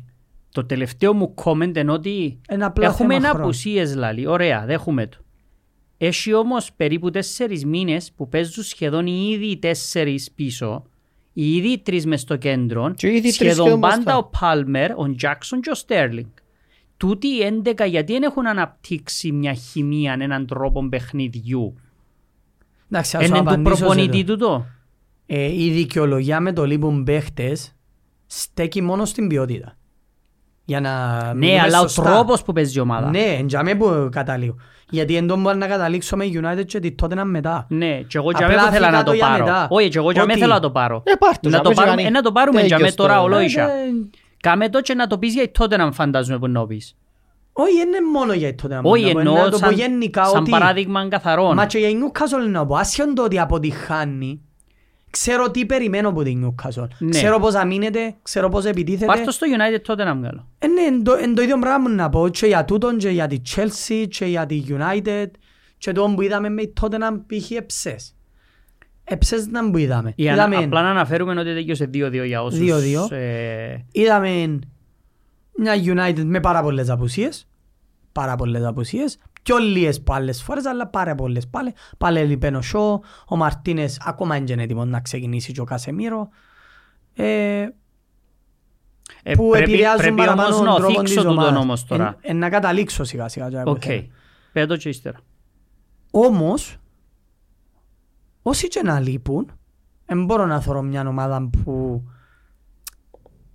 B: Το τελευταίο μου comment είναι ότι
A: Είναι απλά θέμα
B: Έχουμε ένα
A: χρόνου.
B: απουσίες λαλή. Ωραία, δέχομαι το. Έχει όμως περίπου τέσσερις μήνες που παίζουν σχεδόν οι ήδη οι τέσσερις πίσω, οι ήδη οι τρεις μες στο κέντρο,
C: Και οι ήδη οι τρεις
B: σχεδόν
C: σχεδόν
B: πάντα
C: μπροστά.
B: ο Πάλμερ, ο Τζάκσον και ο Στέρλινγκ. Τούτοι οι 11 γιατί δεν έχουν αναπτύξει μια χημεία, έναν τρόπο παιχνιδιού.
A: Εντάξει, ας σου
B: Είναι του
A: απαντήσω σε
B: προπονητή
A: το.
B: τούτο.
A: Ε, η δικαιολογία με το λείπουν παίχτες στέκει μόνο στην ποιότητα. Για να
B: Ναι,
A: μιλούμε
B: αλλά ο
A: σωστά.
B: τρόπος που παίζει η ομάδα.
A: Ναι, εν τζαμέ που καταλήγω. Γιατί εν τω μπορώ να καταλήξω με United και τη Tottenham μετά.
B: Ναι, και εγώ για
A: Απλά
B: μένα ήθελα
A: θήκα
B: να
A: το
B: το
A: για
B: πάρω.
A: μετά.
B: Όχι, και εγώ για μένα
A: Ότι-
B: ήθελα να το πάρω.
C: Ε, πάρ' το,
B: Να
C: για
B: το
C: μένα
B: πάρουμε-
C: κάνει
B: ε, να το πάρουμε για
C: τέλειος
B: μένα τώρα
C: τώρα.
B: ολόισα.
A: Ε, δεν-
B: Κάμε το και να το πεις για η τότε να φαντάζομαι που να πεις.
A: Όχι, είναι μόνο για τη Tottenham.
B: Όχι
A: να πω,
B: εννοώ
A: να το πω
B: σαν,
A: γενικά
B: σαν
A: ότι-
B: παράδειγμα καθαρόν.
A: Μα και για η Newcastle να πω, άσχον το ότι αποτυχάνει, ξέρω τι περιμένω από την Newcastle.
B: Ναι.
A: Ξέρω πώς αμήνεται, ξέρω πώς
B: Πάρ'
A: επιτίθεται.
B: το στο United τότε να βγάλω.
A: Ε, ναι, εν το, εν το ίδιο πράγμα να πω και για τούτον και για τη Chelsea και για τη United και το που είδαμε με τότε να π.χ. εψές. Εψές να που είδαμε.
B: Ή αν-
A: Είδαμε,
B: Απλά να αναφέρουμε ότι τελειωσε 2-2 για όσους...
A: 2-2.
B: ε,
A: είδαμε μια United με πάρα πολλές απουσίες. Πάρα πολλές απουσίες. Πιο λίγες που άλλες φορές, αλλά πάρα πολλές πάλι. Πάλι λείπει ο Σο, ο Μαρτίνες ακόμα δεν είναι έτοιμος να ξεκινήσει και ο Κασεμίρο. Ε,
B: ε,
A: που
B: πρέπει,
A: επηρεάζουν
B: πρέπει
A: παραπάνω
B: όμως
A: τον
B: να
A: τρόπο της
B: θίξω τούτον
A: ομάδας.
B: όμως τώρα.
A: Ε, ε, να καταλήξω σιγά σιγά. και να
B: Οκ.
A: θέλω.
B: Πέτω και ύστερα.
A: Όμως, όσοι και να λείπουν, δεν μπορώ να θωρώ μια ομάδα που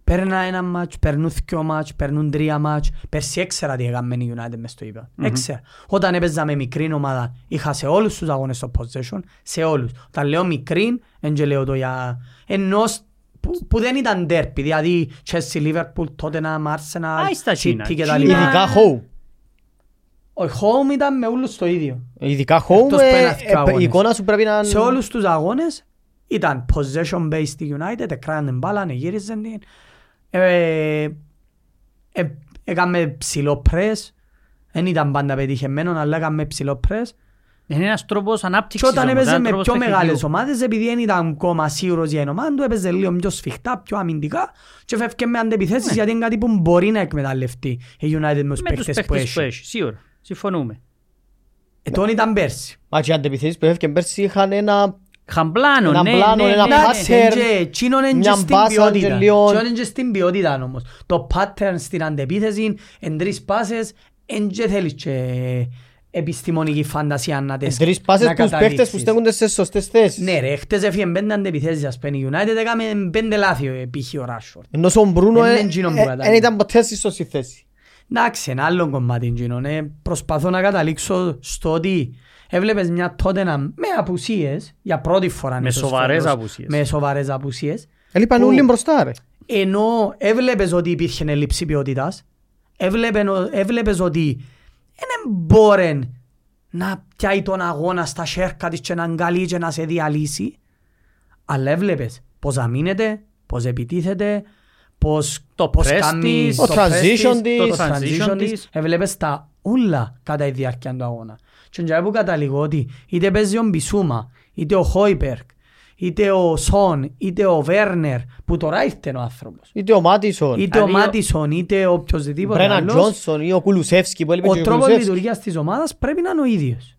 A: παίρνα ένα μάτς, περνούν δυο μάτς, περνούν τρία μάτς. Πέρσι έξερα τι έκαμε η United μες στο ηπεδο Έξερα. Όταν έπαιζα με μικρή ομάδα, είχα σε όλους τους αγώνες το possession, σε όλους. Όταν λέω μικρή, δεν και λέω το για... Ενώ σ- που, που δεν ήταν τέρπι, δηλαδή Chelsea, Liverpool, Tottenham, Arsenal,
B: Α, εις τα Κίνα.
A: City και τα
B: Κίνα.
A: λοιπά.
C: Ειδικά home.
A: Ο home ήταν με όλους το ίδιο.
C: Ειδικά
A: Εκτός
C: home,
A: που
C: ε,
A: ένα
C: ε,
A: δυο αγώνες.
C: η εικόνα σου πρέπει να είναι...
A: σε όλους τους αγώνες ήταν possession based η United, έκαναν την μπάλα, γύριζαν την. Ε, ε, έκαμε ψηλό press, δεν ήταν πάντα πετυχεμένο, αλλά έκαμε ψηλό press.
B: Είναι ένας τρόπος
A: Και
B: ανάπτυξης.
A: όταν
B: όμως,
A: έπαιζε
B: έναν
A: με
B: τρόπος
A: πιο
B: παιχνιδιού.
A: μεγάλες ομάδες, επειδή δεν ήταν ακόμα σίγουρος για η ομάδα του, έπαιζε λίγο πιο σφιχτά, πιο αμυντικά και φεύγε με αντεπιθέσεις γιατί είναι κάτι που μπορεί να εκμεταλλευτεί η United με τους
B: Ναι. Με τους
A: παίχτες που
B: παίχτες που
A: έχει.
B: έχει, σίγουρα. Συμφωνούμε.
A: Ε, Τον ήταν πέρσι.
C: Μα και οι αντεπιθέσεις που έφυγαν πέρσι είχαν ένα...
B: Χαμπλάνο,
C: Ένα
B: ναι,
C: πλάνο,
B: ναι,
C: ένα
B: ναι, ναι.
C: pattern.
A: Εντάξει, εν και- Τσίνον εν και
C: Μια
A: στην
C: μπάσα
A: ποιότητα.
C: τελείων.
A: Τσίνον εν και στην ποιότητα είναι όμως. Το pattern στην αντεπίθεση, εν τρεις πάσες, εν και θέλεις και επιστημονική φαντασία να τις
C: Τρεις πάσες
A: να
C: που παίχτες που
A: καταλήξεις.
C: στέκονται σε σωστές θέσεις.
A: Ναι ρε, χτες έφυγε πέντε αντεπιθέσεις ας πούμε. Η United έκαμε πέντε λάθη ε, π.χ. ο Rashford.
C: Ενώ στον Μπρούνο
A: Δεν
C: ε,
A: είναι εκείνο που
C: ε,
A: καταλήγει.
C: δεν ήταν ποτέ στη σωστή θέση.
A: Εντάξει, ένα άλλο κομμάτι εκείνον. ε. Προσπαθώ να καταλήξω στο ότι έβλεπες μια τότε να με απουσίες, για πρώτη φορά.
B: Με
A: ίσως
B: σοβαρές
A: φέτος,
B: απουσίες.
A: Με σοβαρές απουσίες.
C: Έλειπαν
A: Πού?
C: Ε, όλοι μπροστά ρε.
A: ενώ έβλεπες ότι υπήρχε έλλειψη ποιότητας, έβλεπεν ο- έβλεπες ότι δεν μπόρεν να πιάει τον αγώνα στα σέρκα της και να αγκαλεί και να σε διαλύσει, αλλά έβλεπες πώς αμήνεται, πώς επιτίθεται, πώς,
B: Το
A: πώς
B: press
A: κάνει
B: της,
A: το
C: το
A: press
C: transition
A: της,
C: της.
A: το transition
B: transition
A: της.
B: της.
A: Έβλεπες τα όλα κατά τη διάρκεια του αγώνα. Και για που καταλήγω ότι είτε παίζει ο Μπισούμα, είτε ο Χόιπερκ, είτε ο Σον, είτε ο Βέρνερ, που τώρα ήρθε ο άνθρωπος.
C: Είτε ο Μάτισον,
A: Είτε ο
B: Δηλαδή, ο-
A: Μάτισον, είτε
C: ο
A: οποιοδήποτε
C: Μπρέναν
A: άλλος.
C: Τζόνσον ή ο Κουλουσεύσκι που έλειπε και
A: Ο
C: ο
A: τρόπος
C: Κουλουσεύσκι.
A: λειτουργίας της ομάδας πρέπει να είναι ο ίδιος.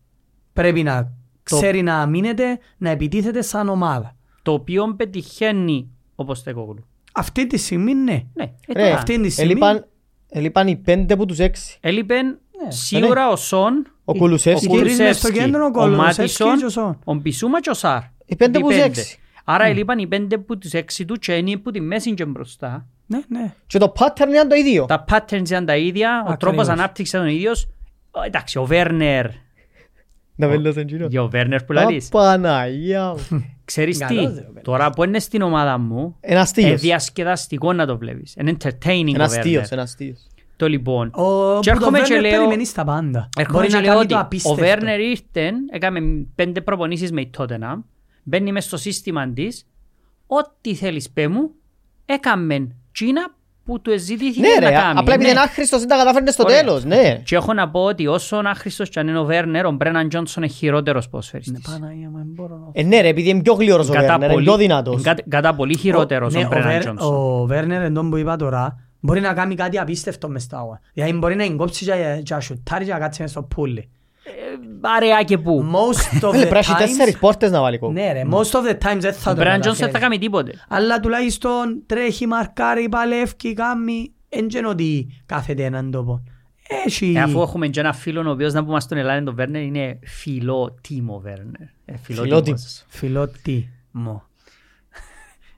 A: Πρέπει να ξέρει να αμήνεται, να επιτίθεται σαν ομάδα.
B: Το οποίο πετυχαίνει ο Ποστεκόγλου.
A: Αυτή τη στιγμή ναι.
B: Ναι, ε,
C: Ρε,
B: τώρα.
A: αυτή είναι η στιγμή.
C: έλειπαν- Έλειπαν οι πέντε από τους έξι.
B: Έλειπε
A: Ναι.
B: σίγουρα ο Σον,
C: Ο
A: Οι-
C: Κουλουσεύσκι.
A: οι τρεις μες στο
B: Κουλουσεύσκι,
A: κέντρο, ο
B: ο
A: Κολοσεύσκι
B: Μάτισον.
A: και ο Σον.
B: ο Μπισούμα και ο Σαρ.
C: Οι πέντε
B: Οι
C: που τους
B: πέντε.
C: έξι.
A: Ναι.
B: Άρα έλειπαν οι πέντε που τους έξι του και είναι που τη μέση και μπροστά.
A: Ναι, ναι.
C: Και το pattern ήταν το ίδιο.
B: Τα patterns ήταν τα ίδια, ο
A: Ακριβώς.
B: τρόπος ανάπτυξης ήταν ο ίδιος. Ο, Εντάξει, ο Βέρνερ.
C: Να βελώς τον κύριο.
B: Για ο Βέρνερ που
C: Τα
B: λαλείς.
C: Παναγία μου.
B: Ξέρεις τι,
A: Καλός, ρε, ο Βέρνερ.
B: τώρα που είναι στην ομάδα μου,
C: Ένας
B: είναι
C: αστείος.
B: Ε, διασκεδαστικό να το βλέπεις. Είναι entertaining
C: Ένας
B: ο Βέρνερ.
C: αστείος, ένα αστείος.
B: Το λοιπόν.
A: Ο
B: Και έρχομαι
A: Μπουδοβέρνερ
B: και λέω-
A: περιμένεις στα πάντα.
B: Έρχομαι
A: Μπορεί
B: και
A: να
B: λέω
A: κάνει το
B: ότι ο
A: απίστευτο.
B: Βέρνερ ήρθε, έκαμε πέντε προπονήσεις με η Tottenham, μπαίνει μες στο σύστημα της, ό,τι θέλεις πέ μου, έκαμε Κίνα που του ζητήθηκε
C: Ναι
B: να
C: ρε,
B: κάνει.
C: απλά επειδή
B: ναι.
C: είναι άχρηστος δεν τα καταφέρνε στο
B: Ωραία.
C: τέλος, ναι.
B: Και έχω να πω ότι όσο άχρηστος και αν είναι ο Βέρνερ, ο Μπρέναν Τζόνσον είναι χειρότερος ποσφαιριστής.
A: Ναι, Παναγία μου, δεν μπορώ να-
C: Ε, ναι ρε, επειδή είναι πιο γλυόρος ο Βέρνερ, είναι πιο δυνατός.
B: Κατά, κατά πολύ χειρότερος
A: Ο- ναι,
B: ο Μπρέναν
A: Βέρ-
B: Τζόνσον.
A: Ο Βέρνερ, εντόν που είπα τώρα, μπορεί να κάνει κάτι απίστευτο μες στα αγώνα. Δηλαδή μπορεί να εγκόψει και- και να σουτάρει και να κάτσει μες στο πουλί.
B: Άρα Ε, και πού.
A: Most of
C: Ρε,
A: the
C: Πρέπει να έχεις τέσσερις
A: times...
C: πόρτες να βάλει κόκκι.
A: Ναι ρε, most of the times δεν
B: Ο
A: θα το
B: Μπρέναν Τζόνσον δεν θα
A: καταφέρει.
B: κάνει τίποτε.
A: Αλλά τουλάχιστον τρέχει, μαρκάρει, παλεύει, κάνει... Εν και είναι ότι κάθεται έναν τόπο. Έχει...
B: Ε, αφού έχουμε και ένα φίλο ο οποίος να πούμε στον Ελλάδα τον Βέρνερ είναι φιλότιμο Βέρνερ. Ε, Φιλότιμος.
A: Φιλότιμο.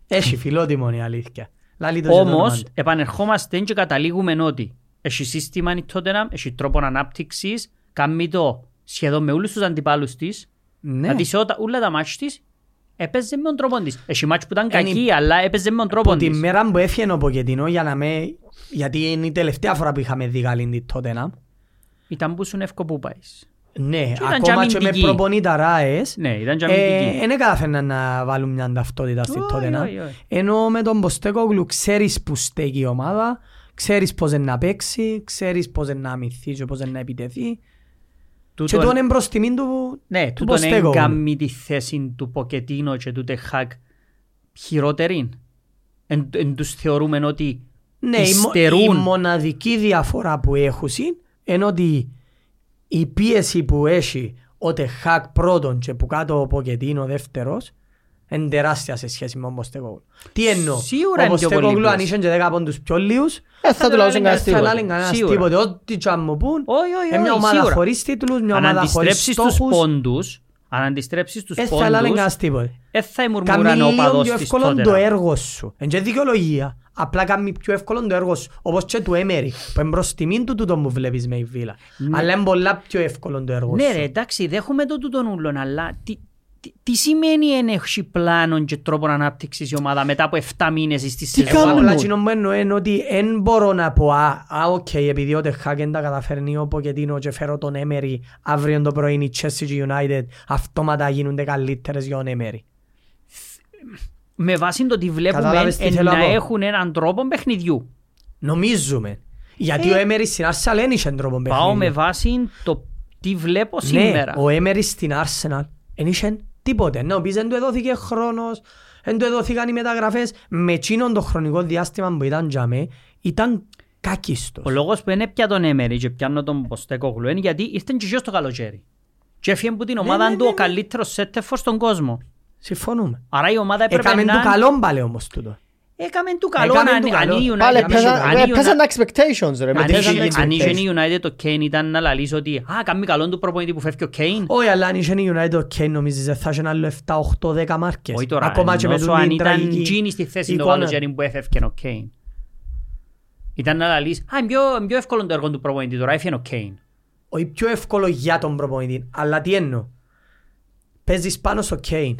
A: Έχει φιλότιμο είναι η αλήθεια. Λάλη το
B: Όμως,
A: ζητώνουμε.
B: επανερχόμαστε και καταλήγουμε ότι έχει σύστημα η Tottenham, έχει τρόπο ανάπτυξης, κάνει το σχεδόν με όλους τους αντιπάλους της.
A: Ναι.
B: Δηλαδή σε όλα- όλα τα μάτς της έπαιζε με τον τρόπο της. Έχει μάτς που ήταν
A: Είναι-
B: κακή, αλλά έπαιζε με τον τρόπο
A: Από τη
B: της.
A: μέρα που έφυγε ο Ποκετίνο για να με... Γιατί είναι η τελευταία φορά που είχαμε δει καλή τότε να.
B: Ήταν που σου εύκολο που πάεις.
A: Ναι,
B: ήταν και
A: ακόμα και με
B: αμυντική.
A: προπονεί τα ράες.
B: Ναι, ήταν και αμυντική.
A: Δεν καταφέρναν να βάλουν μια ταυτότητα στην
B: Όχι,
A: τότε
B: όχι, όχι.
A: Ενώ με τον Ποστέκογλου ξέρεις που στέκει η ομάδα, ξέρεις πώς είναι να παίξει, ξέρεις πώς είναι να αμυθεί και πώς είναι να επιτεθεί. Και
B: Τούτον-
A: τον εμπροστιμήν του
B: Ναι,
A: του
B: τούτον
A: Ποστέκογλου.
B: έγκαμει τη θέση του Ποκετίνο και του Τεχάκ χειρότερη. Εν, εν τους θεωρούμε ότι
A: Ναι, η, μο- η
B: υστερούν.
A: μοναδική διαφορά που έχουν είναι ότι η πίεση που έχει ο Τεχάκ πρώτον και που κάτω ο Ποκετίνο δεύτερος είναι τεράστια σε σχέση με τον Ποστεκόγλου. Τι εννοώ,
B: Σίγουρα
A: ο
B: είναι πιο πολύ
A: Ποστεκόγλου αν
B: πίεση.
A: είχε και δέκα πόντους πιο λίγους
C: Ε, θα του λαούσαν κανένας
A: δεν θα
C: τίποτα.
A: λάλλει κανένας
B: Σίγουρα.
A: τίποτε, ό,τι και αν μου πούν.
B: Όχι, όχι,
A: Είναι μια
B: όχι,
A: ομάδα
B: σίγουρα.
A: χωρίς τίτλους, μια
B: αν
A: ομάδα χωρίς
B: αντιστρέψεις τους
A: στόχους,
B: πόντους, αν αντιστρέψεις τους
A: δεν θα λάλλει
B: πόντους,
A: κανένας τίποτε.
B: δεν θα
A: Κάνει
B: μουρμουράν ο
A: λίγο
B: οπαδός
A: πιο
B: της
A: εύκολο το
B: τότε.
A: έργο σου. Εν και δικαιολογία. Απλά κάνει πιο εύκολο το έργο σου. Όπως και του Έμερι, που είναι προς τιμήν του τούτο που βλέπεις με η Βίλα. Αλλά είναι πολλά πιο εύκολο το έργο
B: Ναι
A: σου.
B: ρε, εντάξει, δέχομαι το τούτον ούλον, αλλά τι, τι, τι σημαίνει εν έχεις πλάνον και τρόπο ανάπτυξης η ομάδα μετά από 7 μήνες στη
A: Εγώ
C: κάνουμε.
B: σεζόν.
A: απλά κοινό που εννοώ είναι ότι δεν μπορώ να πω «Α, α, οκ, επειδή ο Τεχάκ δεν τα καταφέρνει ο Ποκετίνο και φέρω τον Έμερι αύριο το πρωί η Chelsea και η United αυτόματα γίνονται καλύτερες για τον Έμερι».
B: Με βάση το τι βλέπουμε,
A: Κατάλαβες τι
B: εν
A: θέλω
B: να
A: να πω.
B: έχουν έναν τρόπο παιχνιδιού.
A: Νομίζουμε. Γιατί ο Έμερι στην Άρσαλ δεν είχε τρόπο
B: Ε, Πάω
A: παιχνίδι.
B: με βάση το τι βλέπω σήμερα.
A: Ναι, ο Έμερι στην Arsenal δεν είχε τίποτε. Ναι, ο οποίος δεν του έδωθηκε χρόνος, δεν του έδωθηκαν οι μεταγραφές. Με εκείνον το χρονικό διάστημα που ήταν για μέ, ήταν κάκιστος.
B: Ο λόγος που είναι πια τον Έμερι και πιάνω τον Ποστέκογλου είναι γιατί ήρθαν και γιος το καλοκαίρι. Και έφυγε από την ομάδα
A: ναι,
B: του
A: ναι,
B: ο
A: ναι.
B: καλύτερος σέτεφος στον κόσμο.
A: Συμφωνούμε.
B: Άρα η ομάδα έπρεπε
A: Έκαμε
B: να...
A: του καλό πάλι όμως τούτο.
B: Έκαμε του καλό.
A: Έκαμε
B: αν-
A: του
B: αν
A: καλό. ε,
B: η United-
C: Πάλι
B: αν η United-
C: πέσαν- πέσαν τα expectations ρε. με
B: αν
C: την
B: είχε-
C: United
B: Αν είχε
C: expectations.
B: η United το Kane ήταν να λαλείς ότι «Α, κάνει καλό του προπονητή που φεύγει ο Kane».
A: Όχι, αλλά αν είχε η United ο Kane νομίζεις ότι θα είχε άλλο 7, 8, 10 μάρκες.
B: Όχι τώρα,
A: Ακόμα και με
B: εννοώ
A: τούτη
B: αν
A: την
B: ήταν
A: τραγική
B: Τζίνι στη θέση του
A: εικόνα.
B: Βαλοτζέρι που έφευκε ο Κέιν. Ήταν να λαλείς, α, είναι πιο, είναι πιο εύκολο το έργο του προπονητή τώρα, έφυγε ο Κέιν.
A: Όχι πιο εύκολο για τον προπονητή. Αλλά τι εννοώ. Παίζεις πάνω στο Κέιν.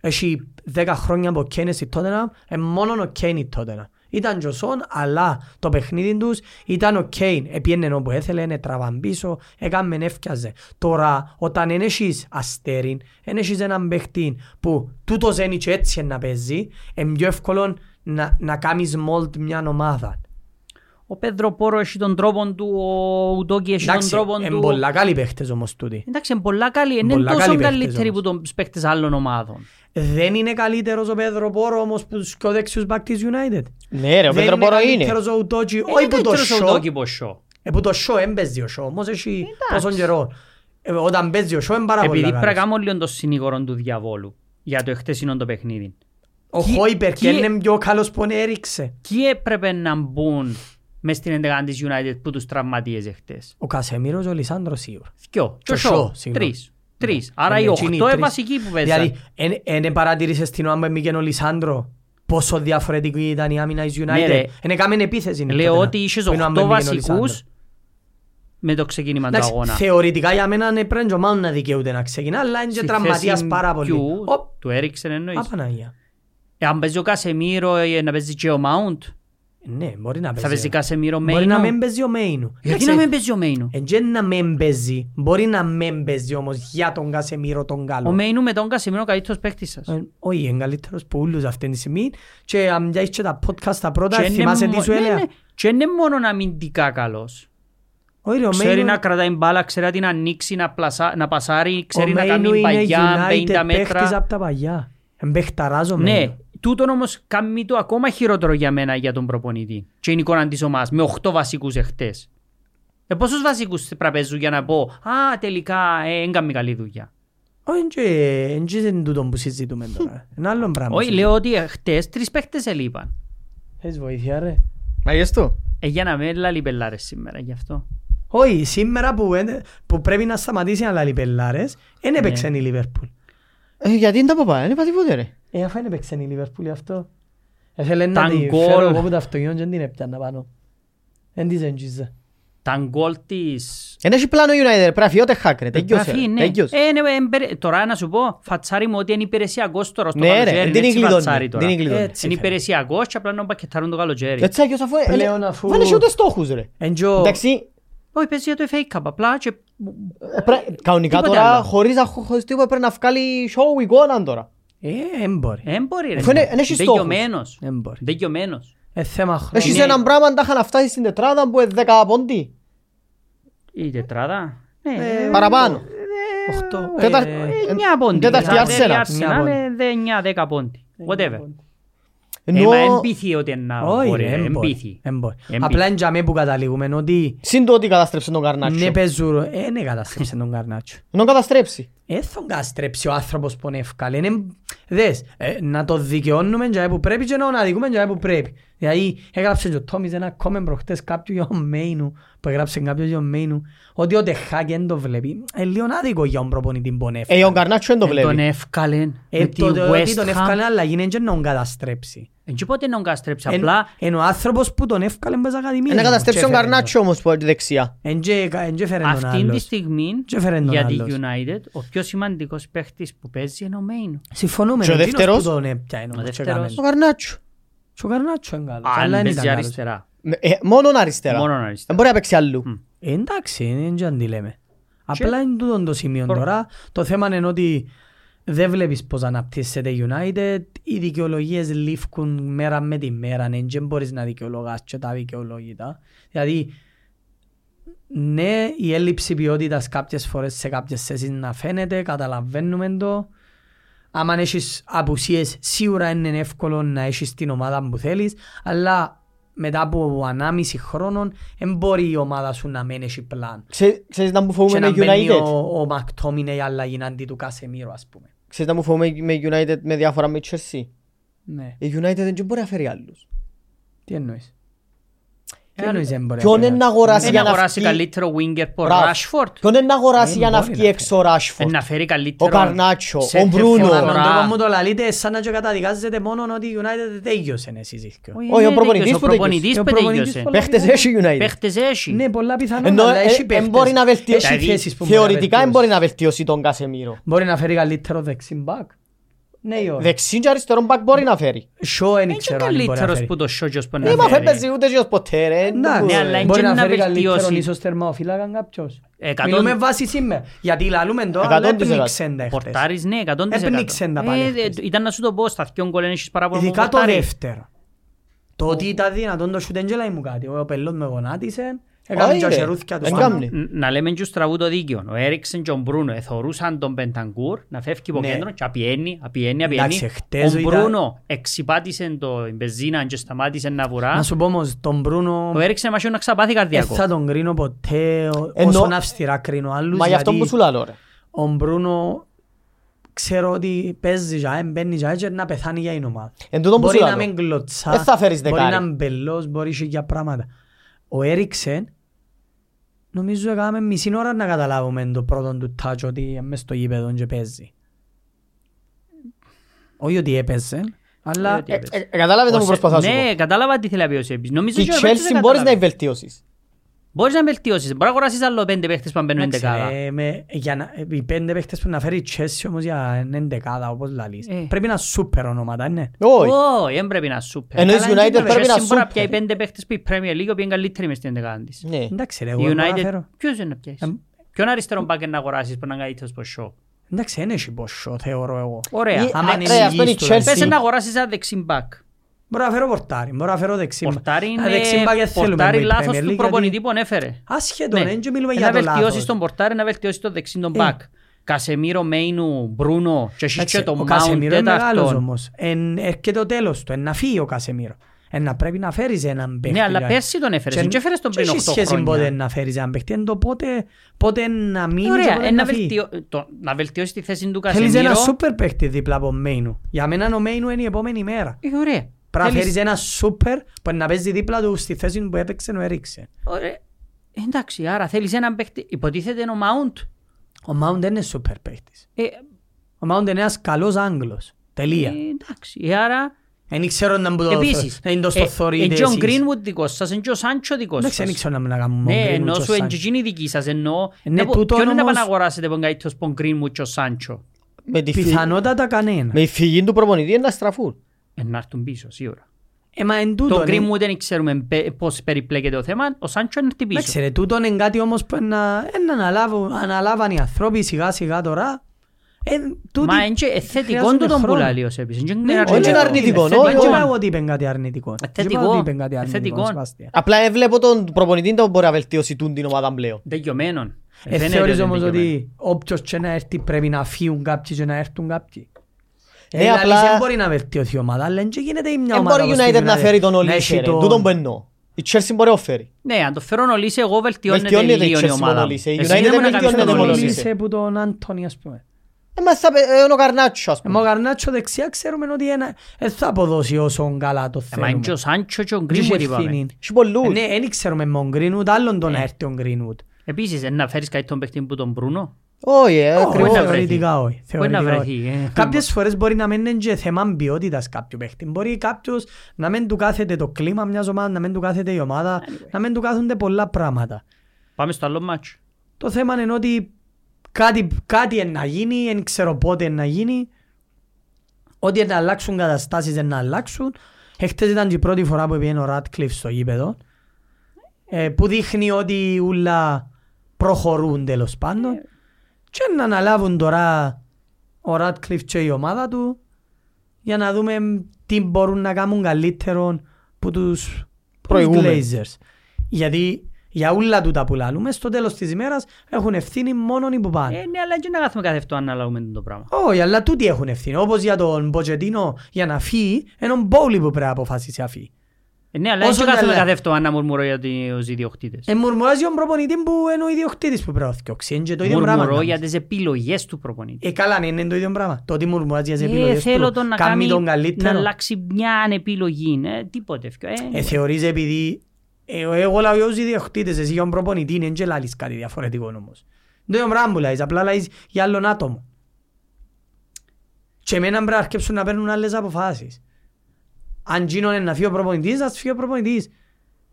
A: Έχει 10 χρόνια από Κέιν στη Τότεναμ. Ε, μόνον ο Κέιν η Τότεναμ. Ήταν και ο Σον, αλλά το παιχνίδι τους ήταν ο Κέιν. Επιένε όπου έθελε, είναι τραβαν πίσω, έκαμε νεύκιαζε. Τώρα, όταν δεν έχεις αστέριν, δεν έχεις έναν παίχτη που τούτος είναι και έτσι να παίζει, είναι πιο εύκολο να, να κάνεις mold μια ομάδα.
B: Ο Πέδρο Πόρο έχει τον τρόπο του, ο Ουντόκι έχει τον
A: Εντάξει,
B: τρόπο
A: είναι
B: του.
A: πολλά καλοί παίχτες όμως τούτοι.
B: Εντάξει, είναι πολλά καλή, είναι
A: πολλά
B: τόσο
A: καλοί παίχτες
B: καλύτεροι
A: όμως.
B: που τον παίχτες άλλων ομάδων.
A: Δεν είναι καλύτερος ο Πέδρο Πόρο όμως που τους πιο δεξιούς back της United.
C: Ναι ρε, ο Πέτρο Πόρο
A: Δεν είναι
C: είναι.
A: καλύτερος ο Ουτότσι, Ε,
B: Ε,
A: όχι που το σο.
B: Ουντόκι ποσό.
A: Ε, που το σο έμπαιζε ο σο, όμως έχει πόσον καιρό. Ε, Όταν παίζει ο σο είναι πάρα πολύ
B: Επειδή πρέπει να
A: καλός.
B: κάνω λίγο τον συνήγορο του διαβόλου για το εχθεσινό το παιχνίδι.
A: Ο
B: Κι-
A: Χόιπερ
B: κι-
A: και είναι πιο καλός που είναι έριξε.
B: Ποιοι έπρεπε να μπουν μες στην 11 της United που τους τραυματίες εχθές.
A: Ο Κασεμίρος, ο Λισάνδρος σίγουρα.
B: Δυο. Και
A: ο
B: ο Σο.
A: Σο, συγγνώμη.
B: Τρεις. Τρεις. Άρα οι
A: Είναι εκείνοι οι
B: οχτώ είναι
A: τρεις.
B: βασικοί που παίζαν.
A: Δηλαδή, εν- εν παρατηρήσες την ώρα που μπήκε ο Λισάνδρο πόσο διαφορετική ήταν η άμυνα της
B: Ναι, ρε.
A: United. Εν έκαμε επίθεση.
B: Λέω ότι είχες
A: που είναι ο
B: οχτώ
A: Άμπε μπήκε ο
B: βασικούς
A: Λισάνδρο.
B: με το ξεκίνημα του
A: Εντάξει,
B: αγώνα.
A: Θεωρητικά για μένα είναι πρέπει και ο Μάουν να δικαιούται να ξεκινά, αλλά είναι και
B: Στη
A: τραυματίας
B: θέση
A: πάρα πολύ.
B: ποιου,
A: Οπ,
B: Του έριξε εννοείς.
A: Απαναγία.
B: Ε, Αν παίζει ο Κασεμίρο ε, να παίζει και ο Μάουντ.
A: Ναι, μπορεί να παίζει.
B: Θα παίζει Κασεμίρο
A: Μπορεί να μην Ε,
B: Μέινο. Ε,
A: παίζει ο Μέινου.
B: Γιατί να μην παίζει ο Μέινο.
A: παίζει. να μην παίζει. Μπορεί να μην παίζει όμως για τον Κασεμίρο τον
B: Ο
A: καλό.
B: Μέινο με τον Κασεμίρο ο καλύτερος παίκτης σας.
A: Ε, Όχι, είναι καλύτερος που ούλους αυτήν τη στιγμή. Και αν πιάσεις και τα podcast τα πρώτα,
B: Και είναι
A: θυμάσαι τι
B: μο-
A: σου
B: ναι, ναι.
A: έλεγα.
B: Και είναι μόνο αμυντικά καλός.
A: Όχι, ρε, ο
B: Ξέρει
A: Μέινου-
B: να κρατάει μπάλα, ξέρει να την ανοίξει, να, πλασά, να πασάρει,
A: ο
B: ξέρει να
A: Μέινου
B: κάνει
A: είναι
B: παγιά,
A: United
B: 50
A: παίχτης
B: μέτρα.
A: απ' τα παγιά. Εν παίχταρας ο
B: Ναι,
A: Μέινου.
B: τούτον όμως κάνει το ακόμα χειρότερο για μένα για τον προπονητή. Και είναι η εικόνα της ομάδας, με 8 βασικούς εχθές. Ε, πόσους βασικούς πρέπει να παίζουν για να πω «Α, τελικά, ε, έκαμε καλή δουλειά».
A: Όχι, εν και- εν και είναι τούτο που συζητούμε τώρα. Ένα άλλο πράγμα.
B: Όχι, λέω ότι εχθές τρεις παίχτες ελείπαν.
A: Θες βοήθεια, ρε.
C: Μα είδες του.
B: Ε, για να με λαλεί πελάρες σήμερα γι' αυτό.
A: Όχι, σήμερα που, εν- που πρέπει να σταματήσει να λαλεί πελάρες, δεν έπαιξε η Λίβερπουλ.
C: Ε, Γιατί είναι τα παπά, δεν είπα τίποτε ρε.
A: Ε, αφού δεν έπαιξε η Λίβερπουλ γι' αυτό. Έθελε
B: Τα
A: να τη
B: γκολ.
A: φέρω εγώ που το αυτοκίνητο και δεν την έπιανα πάνω. Δεν της εγγύζα.
B: Τα γκολ της...
C: Εν έχει πλάνο η United, πρέπει να φύγει ο Τεχάκ, ρε. Τέγιος,
B: Γραφή,
C: ρε,
B: ναι.
C: τέγιος.
B: Ε, ναι, ε, εμπερι- Τώρα να σου πω, φατσάρι μου ότι είναι υπηρεσιακός τώρα στο
C: Ναι
B: καλοκαίρι,
C: ρε,
B: είναι
C: δεν
B: έτσι φατσάρι
C: εγκλειδώνει.
B: τώρα.
C: Δεν εγκλειδώνει.
A: Έτσι
B: Είναι
A: φαίνεται.
B: υπηρεσιακός και απλά να μπακετάρουν το καλοκαίρι.
C: Έτσι αγιώς αφού...
A: Πλέον
C: ε,
A: αφού-
C: Δεν έχει ούτε στόχους ρε.
A: Εν και ο-
C: Εντάξει,
B: Όχι, παίζει για το FA Cup απλά και
C: ε, πρέ- κανονικά
B: Τίποτε
C: τώρα
B: άλλο.
C: χωρίς να- χωρίς τίποτα πρέπει να βγάλει show εικόνα τώρα.
A: Ε, εν μπορεί.
B: Δεν μπορεί ρε. ναι.
C: Αφού είναι- είναι έχει στόχους.
B: Δεγιωμένος.
A: Ε, Εν μπορεί.
B: Δεγιωμένος.
A: Ε, θέμα χρόνου.
C: Έχεις
B: είναι-
C: έναν πράγμα τάχα να φτάσεις στην τετράδα που είναι 10 πόντι.
B: Η τετράδα. Ναι.
A: Ε,
C: Παραπάνω.
A: Οχτώ.
C: τέταρ-
A: Ε,
C: ε,
B: 9 πόντι.
C: τέταρτη Arsenal.
B: Αν δεν είναι η
A: Μια
B: Arsenal.
A: πόντι.
B: είναι 9-10 πόντι. Whatever.
C: Ενώ
B: Έμα εμπίθη ότι είναι να
A: Όχι,
B: μπορεί.
A: ρε, ε, εν μπορεί.
B: Εμπίθη.
A: Εν μπορεί.
B: Εμπίθη.
A: Απλά είναι για μέ που καταλήγουμε ότι
C: συν το ότι καταστρέψε τον Καρνάτσο.
A: ναι παίζουν, ε, δεν εγκαταστρέψε τον Καρνάτσο.
C: Ενώ καταστρέψει.
A: Ε, θα τον καστρέψει ο άνθρωπος που είναι εύκολο. Είναι, δες, ε, να το δικαιώνουμε για που πρέπει και να τον αδικούμε για που πρέπει. Δηλαδή, έγραψε και ο Τόμις ένα comment προχτές κάποιου για ο Μέινου, που έγραψε κάποιος για ο Μέινου, ότι ο Τεχάκ δεν το βλέπει. Ε, λίγο άδικο για τον προπονητή που είναι
C: Ε, ο
A: εύκολο.
C: Καρνάτσο δεν το
B: Ε, Τον
C: βλέπει.
B: εύκαλεν.
A: Ε,
B: με τη
A: το το ότι τον
B: West Ham.
A: εύκολο αλλά γίνεται και να τον καταστρέψει.
B: Εν και πότε να τον καστρέψει.
A: Εν-
B: Απλά
A: Εν ο άνθρωπος που τον εύκολο μπες ακαδημία.
C: Ένα Ε, καταστρέψει ο Καρνάτσο όμως που είναι δεξιά.
A: Εν και εν και φέρε τον
B: αυτή τη
A: άλλος.
B: στιγμή
A: Και φέρε τον
B: για τη
A: άλλος.
B: United ο πιο σημαντικός παίχτης που παίζει είναι ο Μέινο.
A: Συμφωνούμε.
C: Και ο
A: εκείνος που
C: δεύτερος?
A: τον έπιανε, όμως,
B: Ο
A: και
B: δεύτερος.
A: έκαμε.
C: Ο Καρνάτσο.
A: Και ο Καρνάτσο είναι καλός,
B: Αν
A: αλλά δεν
B: παίζει
A: ήταν καλός.
B: αριστερά.
C: Ε, Μόνον αριστερά.
B: Μόνο
C: Δεν
B: αριστερά.
C: μπορεί να παίξει αλλού.
A: Ε, Εντάξει, δεν και αν τη λέμε. Απλά είναι τούτο το σημείο
B: Τώρα-
A: τώρα. Το θέμα είναι ότι δεν βλέπεις πώς αναπτύσσεται η United. Οι δικαιολογίες λήφκουν μέρα με τη μέρα. ναι, Δεν μπορείς να δικαιολογάς και τα δικαιολόγητα. Δηλαδή, ναι, η έλλειψη ποιότητας κάποιες φορές σε κάποιες θέσεις να φαίνεται, καταλαβαίνουμε το. Άμα έχεις απουσίες, σίγουρα είναι εύκολο να έχεις την ομάδα που θέλεις, αλλά μετά από 1,5 χρόνο, δεν μπορεί η ομάδα σου να μην έχει πλάν.
C: Ξέ- Ξέρεις να μου
A: Και
C: φοβούμαι
A: να
C: με
A: μπαίνει
C: e United.
A: ο, ο Μακτόμινε η αλλαγή αντί του Κασεμίρου, ας πούμε.
C: Ξέρεις να μου φοβούμαι με United με διάφορα με Chelsea.
A: Ναι.
C: Η United δεν μπορεί να φέρει άλλους.
A: Τι εννοείς. Τι εννοείς δεν μπορεί.
C: Ποιον είναι να αγοράσει
B: Δεν
C: για να
B: αγοράσει
C: φύγει.
B: καλύτερο winger από
C: Μπράβο.
B: Ράσφορτ.
C: Ποιον είναι να αγοράσει
A: Δεν
C: για να
A: μπορεί
C: φύγει
A: να
C: έξω ο
B: Ε,
C: Rashford.
B: Να φέρει
C: Ο
B: καλύτερο.
C: Καρνάτσο,
B: σε
C: ο Μπρούνο.
B: διαφορά.
A: Τον
B: Τώρα-
A: τρόπο μου το λαλείτε σαν να και καταδικάζετε μόνο ότι η United δεν τέγιωσε εσείς δίκιο.
B: Όχι,
C: ο
B: δεν
C: προπονητής που
B: τέγιωσε, Ο
C: τέγιωσε.
B: προπονητής
A: Ο
B: που
A: προπονητής
B: τέγιωσε.
A: πολλά-
C: Παίχτες έχει η United.
B: Παίχτες έχει.
A: Ναι, πολλά πιθανόν,
C: Ενώ
A: αλλά
C: ε,
A: έχει
C: ε,
A: παίχτες.
C: μπορεί να βελτιώσει.
A: Έχει
B: Δηλαδή,
A: θέσεις που μπορεί να
C: Θεωρητικά δεν
A: βελτιώσει.
C: μπορεί να βελτιώσει τον Κασεμίρο.
B: Ναι.
A: Μπορεί να φέρει καλύτερο δεξιμπακ. Ναι, ή όχι.
C: Δεξί και αριστερό μπακ μπορεί να φέρει.
A: Σο δεν
B: Είναι και
A: ξέρω αν μπορεί να
B: καλύτερος
A: φέρει. Ναι,
B: που το Σόγιος που
C: Δεν
B: να
C: μα
B: φέρει.
C: φέμπαιζε ούτε γιος ποτέ ρε.
A: Εντάξει,
B: Ναι, αλλά είναι
A: μπορεί
B: και
A: να
B: να
A: φέρει
B: βελτιώσει.
A: καλύτερον ίσως θερμαοφύλακαν κάποιος.
B: Εκατόν-
A: Μιλούμε βάση σήμερα. Γιατί λαλούμε τώρα, αλλά
C: 100%.
A: έπνιξεν τα
B: Ο
A: χτες.
B: Πορτάρης, ναι, 100%.
A: Έπνιξεν τα πάλι
B: Ε,
A: χτες.
B: ε, Ήταν να σου το πω, στα δυο γκολ έχεις παράπονο από
A: Ειδικά
B: τον
A: το
B: Πορτάρη.
A: δεύτερο. Το ότι ήταν δυνατόν το shoot δεν μου κάτι. Ο πελός με γονάτισε, έκανε και ασερούθκια του στόμα.
C: Εγκάμνη.
B: Ν- Να λέμε και στραβού το δίκαιο. Ο Έριξεν και ο Μπρούνο εθωρούσαν τον Πενταγκούρ να φεύγει από
A: Ναι.
B: κέντρο και απιένει, απιένει,
A: Εντάξει,
B: απιένει.
A: χτες
B: Ο
A: ήταν-
B: Μπρούνο εξυπάτησε το η μπεζίνα και σταμάτησε να
A: Να
B: βουρά.
A: σου πω όμως, τον Μπρούνο
B: Ο Έριξεν μας είχε να ξαπάθει
A: δεν
B: καρδιακό.
A: θα τον κρίνω ποτέ ο-
C: Ενώ-
A: όσον αυστηρά κρίνω άλλους.
C: Μα γι' αυτό
A: γιατί
B: δηλαδή.
C: που σου λέω ρε.
A: Ο Μπρούνο ξέρω ότι παίζει για έμ, μπαίνει για έτσι να πεθάνει για την ομάδα.
C: Εν τούτο Ε, που
A: Μπορεί
C: σου
A: να μην
C: λέω.
A: κλωτσά,
C: Δεν θα φέρεις
A: μπορεί
C: δεκάρι.
A: να είναι μπελός, μπορεί και για πράγματα. Ο Έριξεν, νομίζω έκαναμε μισή ώρα να καταλάβουμε το πρώτο του τάτσο ότι είναι μες στο γήπεδο και παίζει. Όχι ότι έπαιζε, αλλά...
B: Ε,
C: Ε, ε, Κατάλαβες να μου προσπαθώ να σου πω.
B: Ναι, κατάλαβα τι θέλει να πει ο Σέμπης. Νομίζω
C: Τη
B: και ο Ρότσος δεν
C: Chelsea μπορείς να
B: κατάλαβε.
C: βελτιώσεις.
B: Μπορείς να βελτιώσεις. Μπορεί να αγοράσεις άλλο πέντε παίχτες που αν μπαίνουν
A: Εντάξει,
B: εντεκάδα.
A: ε, με- για να- Οι πέντε παίχτες που να φέρει η Chelsea όμως για έναν δεκάδα όπως λαλείς.
B: Ε.
A: Πρέπει να σούπερ ονόματα, ναι.
C: Όχι.
B: Όχι, δεν πρέπει να
A: Ε,
B: σούπερ.
C: Ενώ η
B: Καλά,
C: United
B: είναι το
C: πρέπει να
B: Chelsea μπορεί
C: σούπερ.
B: πιάει πέντε παίχτες που η Premier League που είναι καλύτερη μες στην εντεκάδα της.
C: Ναι.
A: Εντάξει ρε,
B: Η
A: εγώ μπορώ να
B: United,
A: φέρω.
B: ποιος είναι να πιάσεις.
A: Εμ.
B: Ποιον αριστερό μπακ να αγοράσεις που να είναι καλύτερος από Shaw.
A: Εντάξει, δεν έχει πόσο θεωρώ εγώ.
B: Ωραία.
C: Ε,
A: Άμα
C: ε,
A: είναι
C: ρε,
A: η
C: αυτό
A: γης
C: είναι η
A: του, δηλαδή.
B: Πες
C: Chelsea.
B: να αγοράσεις ένα δεξιμπακ.
A: Μπορώ να φέρω πορτάρι, μπορώ να φέρω δεξί.
B: Πορτάρι
A: Α, δεξί μπακ
B: είναι
A: δεν θέλουμε
B: πορτάρι
A: εμείς, Premier
B: λάθος
A: League,
B: του
A: γιατί-
B: προπονητή που ανέφερε.
A: Άσχετο,
B: Ναι.
A: δεν και μιλούμε
B: Ε,
A: για το
B: να βελτιώσεις
A: λάθος. Ε.
B: τον πορτάρι, να βελτιώσεις το δεξινό μπακ. Κασεμίρο, Μέινου, Μπρούνο και έχεις
A: Εντάξει,
B: και τον
A: Ο
B: Μάουν
A: Κασεμίρο είναι μεγάλος
B: τέταρτον.
A: όμως. Εν- Έρχεται το τέλος του, εν να φύγει ο Κασεμίρο. Εν να πρέπει να φέρεις έναν παίχτη.
B: Ναι, αλλά
A: δηλαδή.
B: πέρσι τον έφερες.
A: Και-
B: Δεν έφερες τον
A: και
B: πριν
A: έχει
B: 8
A: σχέση πότε
B: χρόνια.
A: να φέρεις έναν παίχτη, εν το πότε- πότε να μείνει και
B: Ωραία,
A: πότε
B: ε,
A: να
B: να,
A: φύγει.
B: βελτιώ, το, να βελτιώσει τη θέση του
A: Θέλεις ένα
B: Κασεμίρο.
A: σούπερ παίχτη δίπλα από Μέινου. Για μένα ο Μέινου είναι η επόμενη μέρα.
B: Ε, ωραία.
A: Πρέπει να
B: Θέλεις-
A: φέρεις ένα σούπερ που να παίζει δίπλα του στη θέση που έπαιξε ο Ερίξεν.
B: Ωραία. Ε, Εντάξει, άρα θέλεις έναν παίχτη. Υποτίθεται είναι ο Μάουντ.
A: Ο Μάουντ δεν είναι σούπερ παίχτης.
B: Ε,
A: Ο Μάουντ είναι ένας καλός Άγγλος. Τελεία.
B: ε, εντάξει, ε, άρα...
A: Δεν ξέρω να μου το
B: Επίσης,
A: να είναι το στο θωρείτε
B: και ο
A: εσείς.
B: Greenwood δικός σας, είναι και ο Σάντσο δικός σας.
A: Εντάξει, δεν ξέρω να μην κάνουμε
B: Ναι,
A: ο Greenwood
B: ενώ
A: και ο
B: σου είναι
A: Sancho.
B: και εκείνη η δική σας, ενώ...
A: Ναι,
B: Να πω,
A: τούτον
B: Ποιον είναι να
A: όμως-
B: πάνε να αγοράσετε τον καλύτερος τον Greenwood και ο Σάντσο.
C: Με τη φυ-
A: Πιθανότατα κανένα.
C: με η φυγή του προπονητή είναι να στραφούν.
B: Ε, να έρθουν πίσω, σίγουρα.
A: Ε, μα εν τούτον,
B: Το
A: ε,
B: Greenwood δεν ξέρουμε πε- πώς περιπλέκεται το θέμα, ο Σάντσο είναι έρθει πίσω.
A: εντάξει ρε, τούτον είναι κάτι όμως που να- ε, να αναλάβουν- αναλάβαν οι άνθρωποι σιγά σιγά τώρα. Ε, τούτοι-
B: Μα είναι και ε, θετικό
A: χρειάζονται
B: του τον
A: χρόνο.
B: πουλάλι ο Σέπης. Είναι και
A: Ναι,
B: αρνητικό. Ε,
C: όχι είναι αρνητικό,
A: θετικό.
C: όχι,
A: Δεν
C: όχι.
A: είπα ότι είπε κάτι αρνητικό. Δεν είπα
B: Θετικό.
A: ότι είπε κάτι αρνητικό,
B: Θετικό.
A: Σεβάστια.
C: Απλά ε, βλέπω τον προπονητή να μπορεί να βελτιώσει τούν την ομάδα πλέον.
B: Δικαιωμένον. Ε,
A: Ε,
B: φαίνεται
A: θεωρείς
B: ότι είναι
A: όμως
B: δικαιωμένο.
A: ότι όποιος και να έρθει πρέπει να φύγουν κάποιοι και να έρθουν κάποιοι.
C: Ναι,
A: Ε,
C: απλά-
A: απλά... Δεν μπορεί να βελτιωθεί η ομάδα, αλλά και γίνεται η μια
C: Δεν
A: ομάδα.
C: μπορεί η
A: όπως τη
C: United να φέρει τον Ολίσε,
A: έχει
C: ρε.
A: τον-
C: Τούτον που εννοώ. Η Chelsea μπορεί να φέρει.
B: Ναι, αν το φέρω ο Λύση, εγώ βελτιώνεται
C: Βελτιώνεται η
B: λίγο
C: Chelsea
B: η ομάδα.
C: μόνο
B: μου.
C: Λύση.
B: Εσύ
C: Η
B: δεν
C: United
B: μπορεί
C: δεν
B: να
A: τον
B: κάνεις
C: βελτιώνεται
B: τον
C: μόνο
B: Λύση.
C: Λύση.
A: Ολίσε που τον Άντωνη, ας πούμε.
C: Ε, μας θα πε- ε, είναι ο Καρνάτσο, ας
A: Ε, μα
C: πούμε.
A: ο Γαρνάτσο δεξιά ξέρουμε ότι ένα- ε, θα αποδώσει όσο καλά το
B: Ε, Μα είναι
A: θέλουμε.
B: και ο Σάντσο και ο
A: Και
B: Greenwood
A: έχει
B: είπαμε.
A: ευθύνη.
C: Έχει πολλούς. Ε.
A: Ε, Ναι, δεν ξέρουμε με τον Greenwood, άλλον τον να έρθει ο Greenwood.
B: Επίσης, ε, να φέρεις κάτι τον παίχτη που τον Μπρούνο.
C: Όχι, ε,
A: Όχι,
C: ακριβώς.
B: μπορεί να βρεθεί.
A: Θεωρητικά όχι.
B: Μπορεί να
A: θεωρητικά
B: βρεθεί,
A: όχι.
B: ε.
A: Κάποιες φορές μπορεί να μην είναι και θέμα ποιότητας κάποιου παίχτη. Μπορεί κάποιος να μην του κάθεται το κλίμα μιας ομάδας, να μην του κάθεται η ομάδα, να μην του κάθονται πολλά πράγματα.
B: Πάμε στο άλλο μάτσο.
A: Το θέμα είναι ότι κάτι, κάτι εν να γίνει, δεν ξέρω πότε εν να γίνει. Ό,τι εν να αλλάξουν καταστάσεις εν να αλλάξουν. Εχθές ήταν και η πρώτη φορά που πήγαινε ο Ράτκλιφ στο γήπεδο. Ε, που δείχνει ότι ούλα προχωρούν τέλος πάντων. Και να αναλάβουν τώρα ο Ράτκλιφ και η ομάδα του για να δούμε τι μπορούν να κάνουν καλύτερο που τους, που τους
C: Προηγούμενοι.
A: Glazers. Γιατί για όλα τούτα που λαλούμε, στο τέλος της ημέρας έχουν ευθύνη μόνο οι που πάνε.
B: Ε, ναι, αλλά και να κάθουμε κάθε αυτό αν λαλούμε το πράγμα.
A: Όχι, αλλά τούτοι έχουν ευθύνη. Όπως για τον Ποτσετίνο για να φύγει, έναν μπόλι που πρέπει να αποφασίσει να φύγει.
B: Ε, ναι, αλλά
A: Όσο
B: και
A: και
B: κάθομαι
A: λέμε.
B: κάθε αυτό αν να μουρμουρώ για τους ιδιοκτήτες.
A: Ε, μουρμουράζει ο προπονητής που είναι ο ιδιοκτήτης που πρέπει να θυκιώξει. Είναι και το ίδιο πράγμα.
B: Μουρμουρώ
A: να
B: για
A: μας.
B: τις επιλογές του προπονητή.
A: Ε, καλά, ναι, είναι το ίδιο πράγμα. Το ότι μουρμουράζει για τις
B: Ε,
A: επιλογές
B: θέλω
A: του,
B: τον να
A: κάνει
B: κάνει,
A: τον
B: να
A: καλύτερο.
B: αλλάξει μια ανεπιλογή. Ε, τίποτε. ευκαι-
A: Ε,
B: Ε,
A: θεωρείς επειδή ε, ο- εγώ λάβει ως ιδιοκτήτες, εσύ για τον προπονητή είναι και λάλλεις κάτι διαφορετικό όμως. Δεν είναι πράγμα που λάλλεις, απλά λάλλεις για άλλον άτομο. Και εμένα πρέπει να αρκέψουν να παίρνουν άλλες αποφάσεις. Αν γίνονται να φύγει ο προπονητής, ας φύγει ο προπονητής.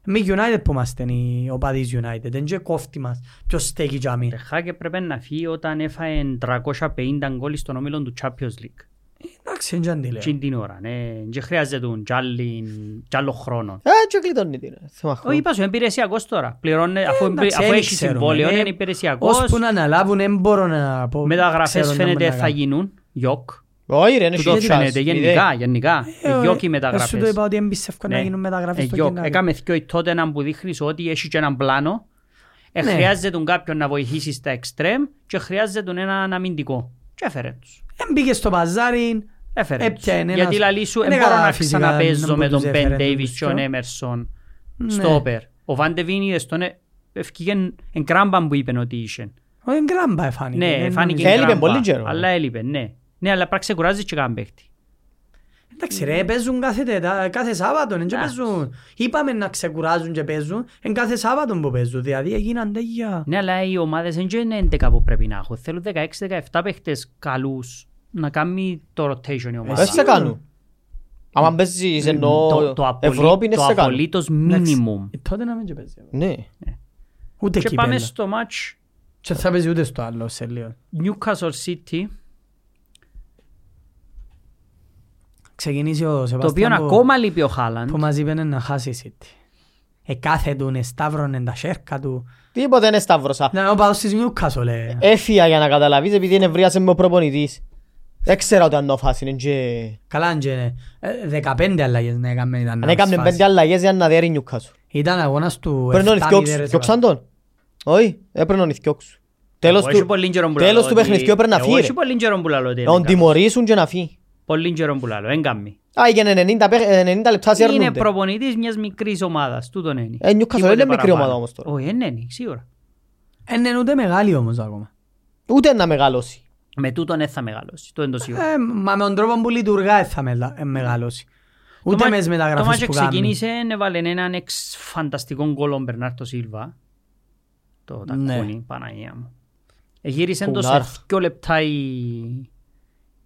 A: Μη United που είμαστε οι οπαδείς United, δεν και κόφτη μας. Ποιος στέκει για μη.
B: Ten Hag έπρεπε να φύγει όταν έφαγε 350 γκολ στον όμιλο του Champions League.
A: Εντάξει, δεν τι λέω.
B: Τι την ώρα, ναι. Και χρειάζεται τον τζάλι, τζάλο χρόνο.
C: Ε, και κλειτώνει την. ε, Θέμα
B: Όχι,
C: χρόνου.
B: είπα σου, είναι υπηρεσιακός τώρα. Πληρώνε, αφού,
A: Ε, Εντάξει,
B: αφού
A: δεν
B: έχεις
A: ξέρουμε,
B: συμβόλαιο,
A: ναι.
B: είναι υπηρεσιακός.
A: Ώσπου να αναλάβουν, δεν μπορώ να πω.
B: Μεταγραφές
A: Ξέρω ναι, να
B: φαίνεται
A: μην
B: θα
A: κάνω.
B: γίνουν. Γιόκ.
C: Όχι ρε, είναι
B: Του το
C: short chance.
B: φαίνεται γενικά,
C: Μηδέν.
B: γενικά.
A: Ε,
B: Ε,
A: ε,
B: Γιόκ οι
A: Σου το
B: μεταγραφές.
A: είπα ότι εμπιστεύω να
B: Ναι.
A: γίνουν
B: Ε,
A: μεταγραφές στο
B: Γιόκ.
A: κοινάρι.
B: Έκαμε δυο η τότε να που δείχνεις ότι έχει και έναν πλάνο. Ε,
A: Ναι.
B: Χρειάζεται τον κάποιον να βοηθήσεις στα εξτρέμ και χρειάζεται τον έναν αμυντικό. Και έφερε τους.
A: Εν πήγε Ε, στο παζάρι,
B: Έφερε τους.
A: Έπιανε ένας-
B: Γιατί λαλή σου,
A: Ε, Είναι
B: δεν μπορώ
A: καλά
B: να
A: φυσικά,
B: ξαναπέζω
A: να
B: με
A: μου
B: τον
A: τους
B: Μπεν
A: έφερε
B: Ντέιβις
A: τους
B: και τον
A: πιο.
B: Έμερσον
A: Ναι.
B: στο όπερ. Ο Βαν Ντεβίν είδες τον ε, ευκήγεν εν κράμπαν που είπαν ότι είχε.
A: ο Εγκράμπα Ε, εφάνηκε.
B: Ναι,
A: Δεν-
B: φάνηκε
C: Και
B: εν
C: έλειπε
B: κράμπα,
C: πολύ καιρό.
B: Αλλά έλειπε, ναι. Ναι, αλλά πρέπει να ξεκουράζεις και καν παίχτη.
A: Εντάξει ρε, παίζουν κάθε, τετά- κάθε Σάββατο, δεν
B: Εντάξει.
A: παίζουν. Είπαμε να ξεκουράζουν και παίζουν, εν κάθε Σάββατο που παίζουν, δηλαδή έγιναν τέτοια.
B: Ναι, αλλά οι ομάδες δεν είναι 11 που πρέπει να έχουν. Θέλουν 16-17 παίχτες καλούς να κάνει το rotation η ομάδα.
C: Δεν Ε, σε κάνουν. Άμα παίζεις εννοώ
B: Το- το απολύ-
C: Ευρώπη, δεν
B: το
C: σε κάνουν.
B: απολύτως
A: Εντάξει.
B: minimum.
A: Ε, Τότε να μην και παίζει.
C: Ναι.
A: Ούτε
B: Και πάμε
A: κύπελλα.
B: στο match
A: Και θα παίζει ούτε στο άλλο σε λίγο.
B: Newcastle City,
A: Ξεκινήσει ο
B: το οποίο
A: Σεβαστιάν που,
B: ακόμα λείπει ο Χάλαντ.
A: που μας είπε να χάσει η City. Ε, κάθε του, ε, σταύρωνε τα σέρκα του.
C: Τίποτε είναι σταύρωσα.
A: Να πάω στις Newcastle, ε.
C: Έφυγα για να καταλάβεις επειδή νευρίασε με ο προπονητής. Δεν ξέρω ότι αν ο Φάσιν είναι και...
A: Καλά είναι. ε, 15 αλλαγές να έκαμε ήταν
C: Αν
B: Ναι,
C: έκαμε
A: ασφάλιση.
C: πέντε αλλαγές για να διέρει η Νιούκασου.
A: Ήταν αγώνας του
C: Πρέπει να
A: 7-0 ρε,
C: νηθιώξουν. Διώξαν τον. Όχι, έπρεπε να νηθιώξουν. Τέλος
B: Εγώ έχει
C: του,
B: πολύ καιρό που
C: τέλος
B: λαλώ
C: του
B: ότι-
C: παιχνιδιού πρέπει να
B: Εγώ
C: φύγει.
B: έχει
C: ρε.
B: πολύ καιρό που λαλώ ότι
C: Να τον
B: δεν κάνει.
C: τιμωρήσουν και να φύγει.
B: Πολύ καιρό που λαλώ, δεν κάνει.
C: Α, για 90, παίχ- 90 ε, λεπτά σε
B: Είναι
C: αρνούνται.
B: προπονητής μιας μικρής ομάδας, τούτον είναι.
C: Ε, Newcastle δεν
B: Τίποτε
C: είναι μικρή
B: παραπάνω.
C: ομάδα όμως τώρα.
B: Όχι, δεν είναι, σίγουρα.
A: Εν εν Ε, ναι, ούτε μεγάλη όμως ακόμα.
C: Ούτε να μεγαλώσει.
B: Με τούτον δεν θα μεγαλώσει, το είναι το σίγουρο.
A: Ε, μα με τον τρόπο που λειτουργά ε, θα μετα- ε, μεγαλώσει. Ούτε με τις μεταγραφές που
B: Το μάτς
A: κάνει.
B: ξεκίνησε, έβαλε έναν εξ φανταστικό γκολ ο Μπερνάρτο Σίλβα. Το
A: Ναι.
B: τακούνι, Παναγία μου. Ε, Γύρισε το σε
C: Κουλάρ.
B: δύο λεπτά η,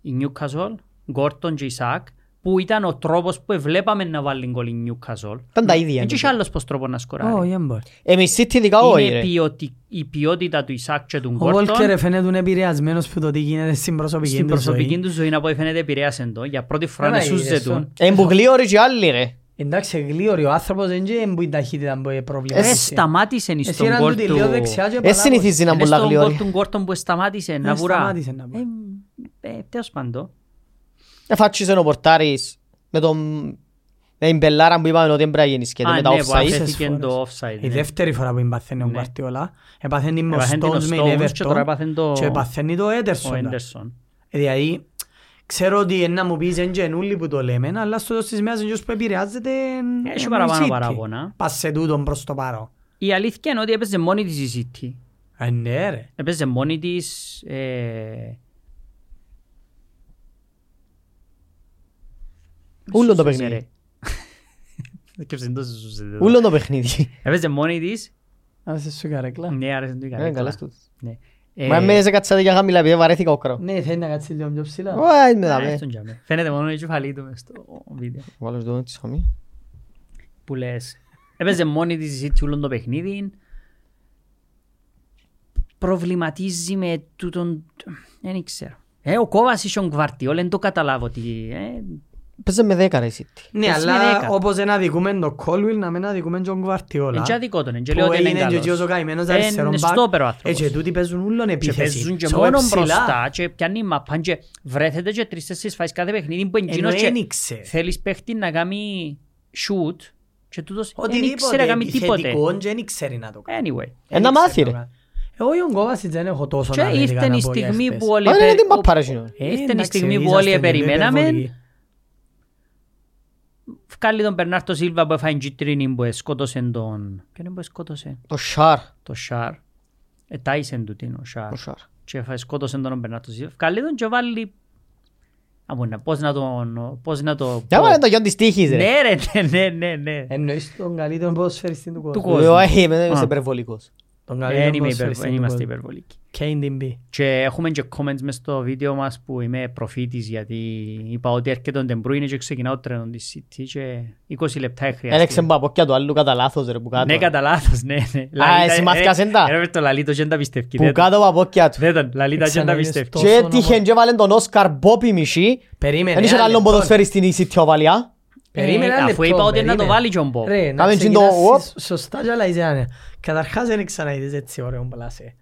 B: η Newcastle, Γκόρτον και Ισακ, που ήταν ο τρόπος που βλέπαμε να βάλει γκολ η Newcastle.
C: Ήταν τα ίδια.
B: Δεν είχε άλλος πως τρόπο να σκοράρει.
A: Όχι, δεν μπορεί.
C: Εμείς City δικά όχι
B: Είναι
C: ρε.
B: ποιοτι- η ποιότητα του Ισακ και του
A: Ο Βόλκερ
B: Γκόρτον
A: ε, φαίνεται είναι επηρεασμένος που το τι γίνεται στην προσωπική
B: στην
A: του
B: προσωπική
A: ζωή.
B: του ζωή να πω φαίνεται επηρέασε το. Για πρώτη φορά
A: Έλα,
B: να σούζε
A: είδες
B: του.
A: τον.
C: Εμπουγλίωροι Ε, και άλλοι ρε.
A: Εντάξει, γλίωρη, ο άνθρωπος δεν είναι που η ταχύτητα που είναι πρόβλημα.
B: Ε, Σταμάτησε
A: Εσύ
B: στον
A: έναν
B: γκολ
A: του τη λέω
B: του.
A: δεξιά και
C: Ε,
A: παράγω.
C: συνηθίζεις να
B: Είναι
C: πουλά
B: στον γκολ
C: γλίωροι.
B: του Γκόρτον που σταμάτησε να
A: Ε,
B: βουρά.
A: σταμάτησε να βουρά.
B: Ε, ε, τέλος πάντων.
C: Εφάτσισε Ε, ο Πορτάρης με τον... Με την πελάρα που είπαμε ότι δεν πρέπει να γίνει σκέτη
B: Α,
C: με τα
B: ναι, που
C: offside.
A: άφησε.
B: αφέθηκε
A: φορές.
B: το offside.
A: Η
B: ναι.
A: δεύτερη φορά που εμπαθαίνει ο
B: Ναι.
A: Γκουαρτιόλα, εμπαθαίνει με ο
B: Έπαθεν την ο
A: Stones με
B: Stones
A: την
B: και τώρα
A: Everton
B: έπαθεν το-
A: και εμπαθαίνει το
B: Ο
A: Ederson.
B: Έντερσον.
A: Ε, Δηλαδή, ξέρω ότι ένα μου πεις εν γενούλη που το λέμε, αλλά στο τέλος της μέρας είναι που επηρεάζεται εν-
B: Έχει
A: εν
B: παραπάνω
A: η City.
B: παράπονα.
A: Πας σε τούτον προς το παρό.
B: Η αλήθεια είναι ότι έπαιζε μόνη της η City.
A: Ε, ναι ρε.
B: Έπαιζε μόνη της... ε,
C: Ούλο το
B: σούσε,
C: παιχνίδι.
B: ρε. Δεν κέψε, δεν το σούσε, δεν το-
C: Ούλο το παιχνίδι.
B: Έπαιζε μόνη της.
A: Άρεσε σου καρέκλα.
B: Ναι, άρεσε το
C: Ε,
B: ικανή.
C: καλά στο-
B: Ναι.
C: Μα
B: Ε,
C: με σε κατσάτε για χαμηλά επειδή βαρέθηκα ο κράου.
A: Ναι, θέλει να κάτσεις λίγο πιο ψηλά.
C: Ωα, είμαι
B: α,
C: δαμέ.
B: έστω κι αμέ. ε, Φαίνεται μόνο η κεφαλή του μες στο βίντεο.
C: Βάλω στο δόντι σαμί.
B: που λες. Έπαιζε μόνη της η City όλο το παιχνίδι. Προβληματίζει με τούτον... Δεν ξέρω. Ε, ο Κόβας είσαι ο Γκβαρτιόλ, δεν το καταλάβω τι... Ε,
C: Παίζε με δέκα ρε η City.
A: Ναι,
B: Πες με
A: αλλά
B: δέκα.
A: όπως ένα δικούμε το Colwell, να μην αδικούμε τον Γκουαρτιόλα.
B: εν και αδικό τον, εν και
A: Που
B: λέω ότι δεν
A: έγινε
B: είναι
A: και ο γιος ο
B: καλός.
A: καημένος
B: Ε,
A: αριστερόν
B: είναι
A: back.
B: στόπερ ο άνθρωπος.
A: Ε, και τούτοι παίζουν ούλον
B: Και
A: επίθεση.
B: παίζουν και
A: So
B: μόνο
A: ψηλά.
B: μπροστά και πιάνει μαπάν και βρέθεται και τρεις τέσσερις φάσεις κάθε παιχνίδι που
A: Ε, Ενώ
B: εγκίνος και
A: ένιξε.
B: θέλεις παίχτη να κάνει shoot Και τούτος δεν ήξερε
A: Οτιδήποτε
B: να κάνει τίποτε.
A: επιθετικό δεν ξέρει να το κάνει.
B: Anyway.
A: Δεν
C: Ε,
A: ήξερε
C: να
A: Ε,
C: μάθει,
A: να
C: ρε.
A: κάνει. Εγώ Ιον Κόβασιτς δεν έχω τόσο
B: Και
A: να δει
B: ήρθε η
A: κανένα
B: στιγμή
A: πολύ
B: που
A: εχθές.
B: όλοι...
C: Μα
B: επε-
C: ναι, δεν ναι. την
B: ο-
C: παπάρα σύνο.
B: Ήρθε η
A: Ε, Εντάξει,
B: στιγμή που
A: ήσασταν
B: όλοι
A: και πιο
B: περιμέναμε.
A: υπερβολικοί.
B: Βγάλει τον Μπερνάρτο Σίλβα που έφαγε τζιτρίνη που ε, σκότωσε τον... Ποιον είναι που σκότωσε
C: Το Σαρ.
B: το Σάρ. Ετάισε του την ο Σάρ.
C: Το Σαρ.
B: Και έφαγε- σκότωσε τον ο Μπερνάρτο Σίλβα. Βγάλει τον και βάλει... Α, μπορεί να- Πώς να τον... Πώς να το...
C: Για
B: πω.
C: βάλε το Γιάννη στίχης ρε.
B: Ναι ρε, ναι, ναι, ναι, ναι.
A: Εννοείς τον καλύτερο ποδοσφαιριστή του κόσμου.
B: Του κόσμου.
C: Ε, όχι, είμαι-
B: Α. Ε,
C: Είσαι υπερβολικός.
A: Τον
B: Δεν
A: καλύτερο
B: είμαι υπερβο-
A: ποδοσφαιριστή
B: δεν
A: του
B: είμαστε
A: κόσμου.
B: υπερβολικοί.
A: Kane την πει.
B: Και έχουμε και comments μες στο βίντεο μας που είμαι προφήτης γιατί είπα ότι έρχεται ο Ντεμπρούινε και ξεκινάω τρένο της City και 20 λεπτά
C: Έλεξε
B: χρειάστηκε.
C: μπαπόκια του άλλου κατά λάθος ρε που κάτω.
B: Ναι, κατά λάθος, ναι, ναι. Λαλίτα-
C: εσύ μας
B: ε,
C: κασέντα.
B: ε, ρε, το Λαλίτο δεν τα πιστεύει.
C: Που
B: δεν τα-
C: κάτω μπαπόκια του.
B: Δεν τα- Λαλίτα δεν τα
A: Ξαναλέγες
B: πιστεύει.
A: το.
C: Και
A: Τόσο
C: τύχεν
A: όνομα.
C: και βάλε τον Όσκαρ Μπόπι μισή.
A: Περίμενε.
C: Δεν είχε
B: ναι,
A: ένα
B: λοιπόν.
C: άλλον
A: λεπτό.
C: ποδοσφαιριστή η Σιτιοβαλιά.
A: Περίμενε
B: Ε,
A: ένα
B: Αφού
A: λεπτό,
B: είπα ότι να το
A: περίμενε.
B: βάλει και ο Μπο.
A: Ρε, να
C: Κάμε τζιν το
A: ξεκινάσεις
C: whoop.
A: σωστά και άλλα ιδέα. Καταρχάς δεν ξαναείδες έτσι ωραίο μπλασέ.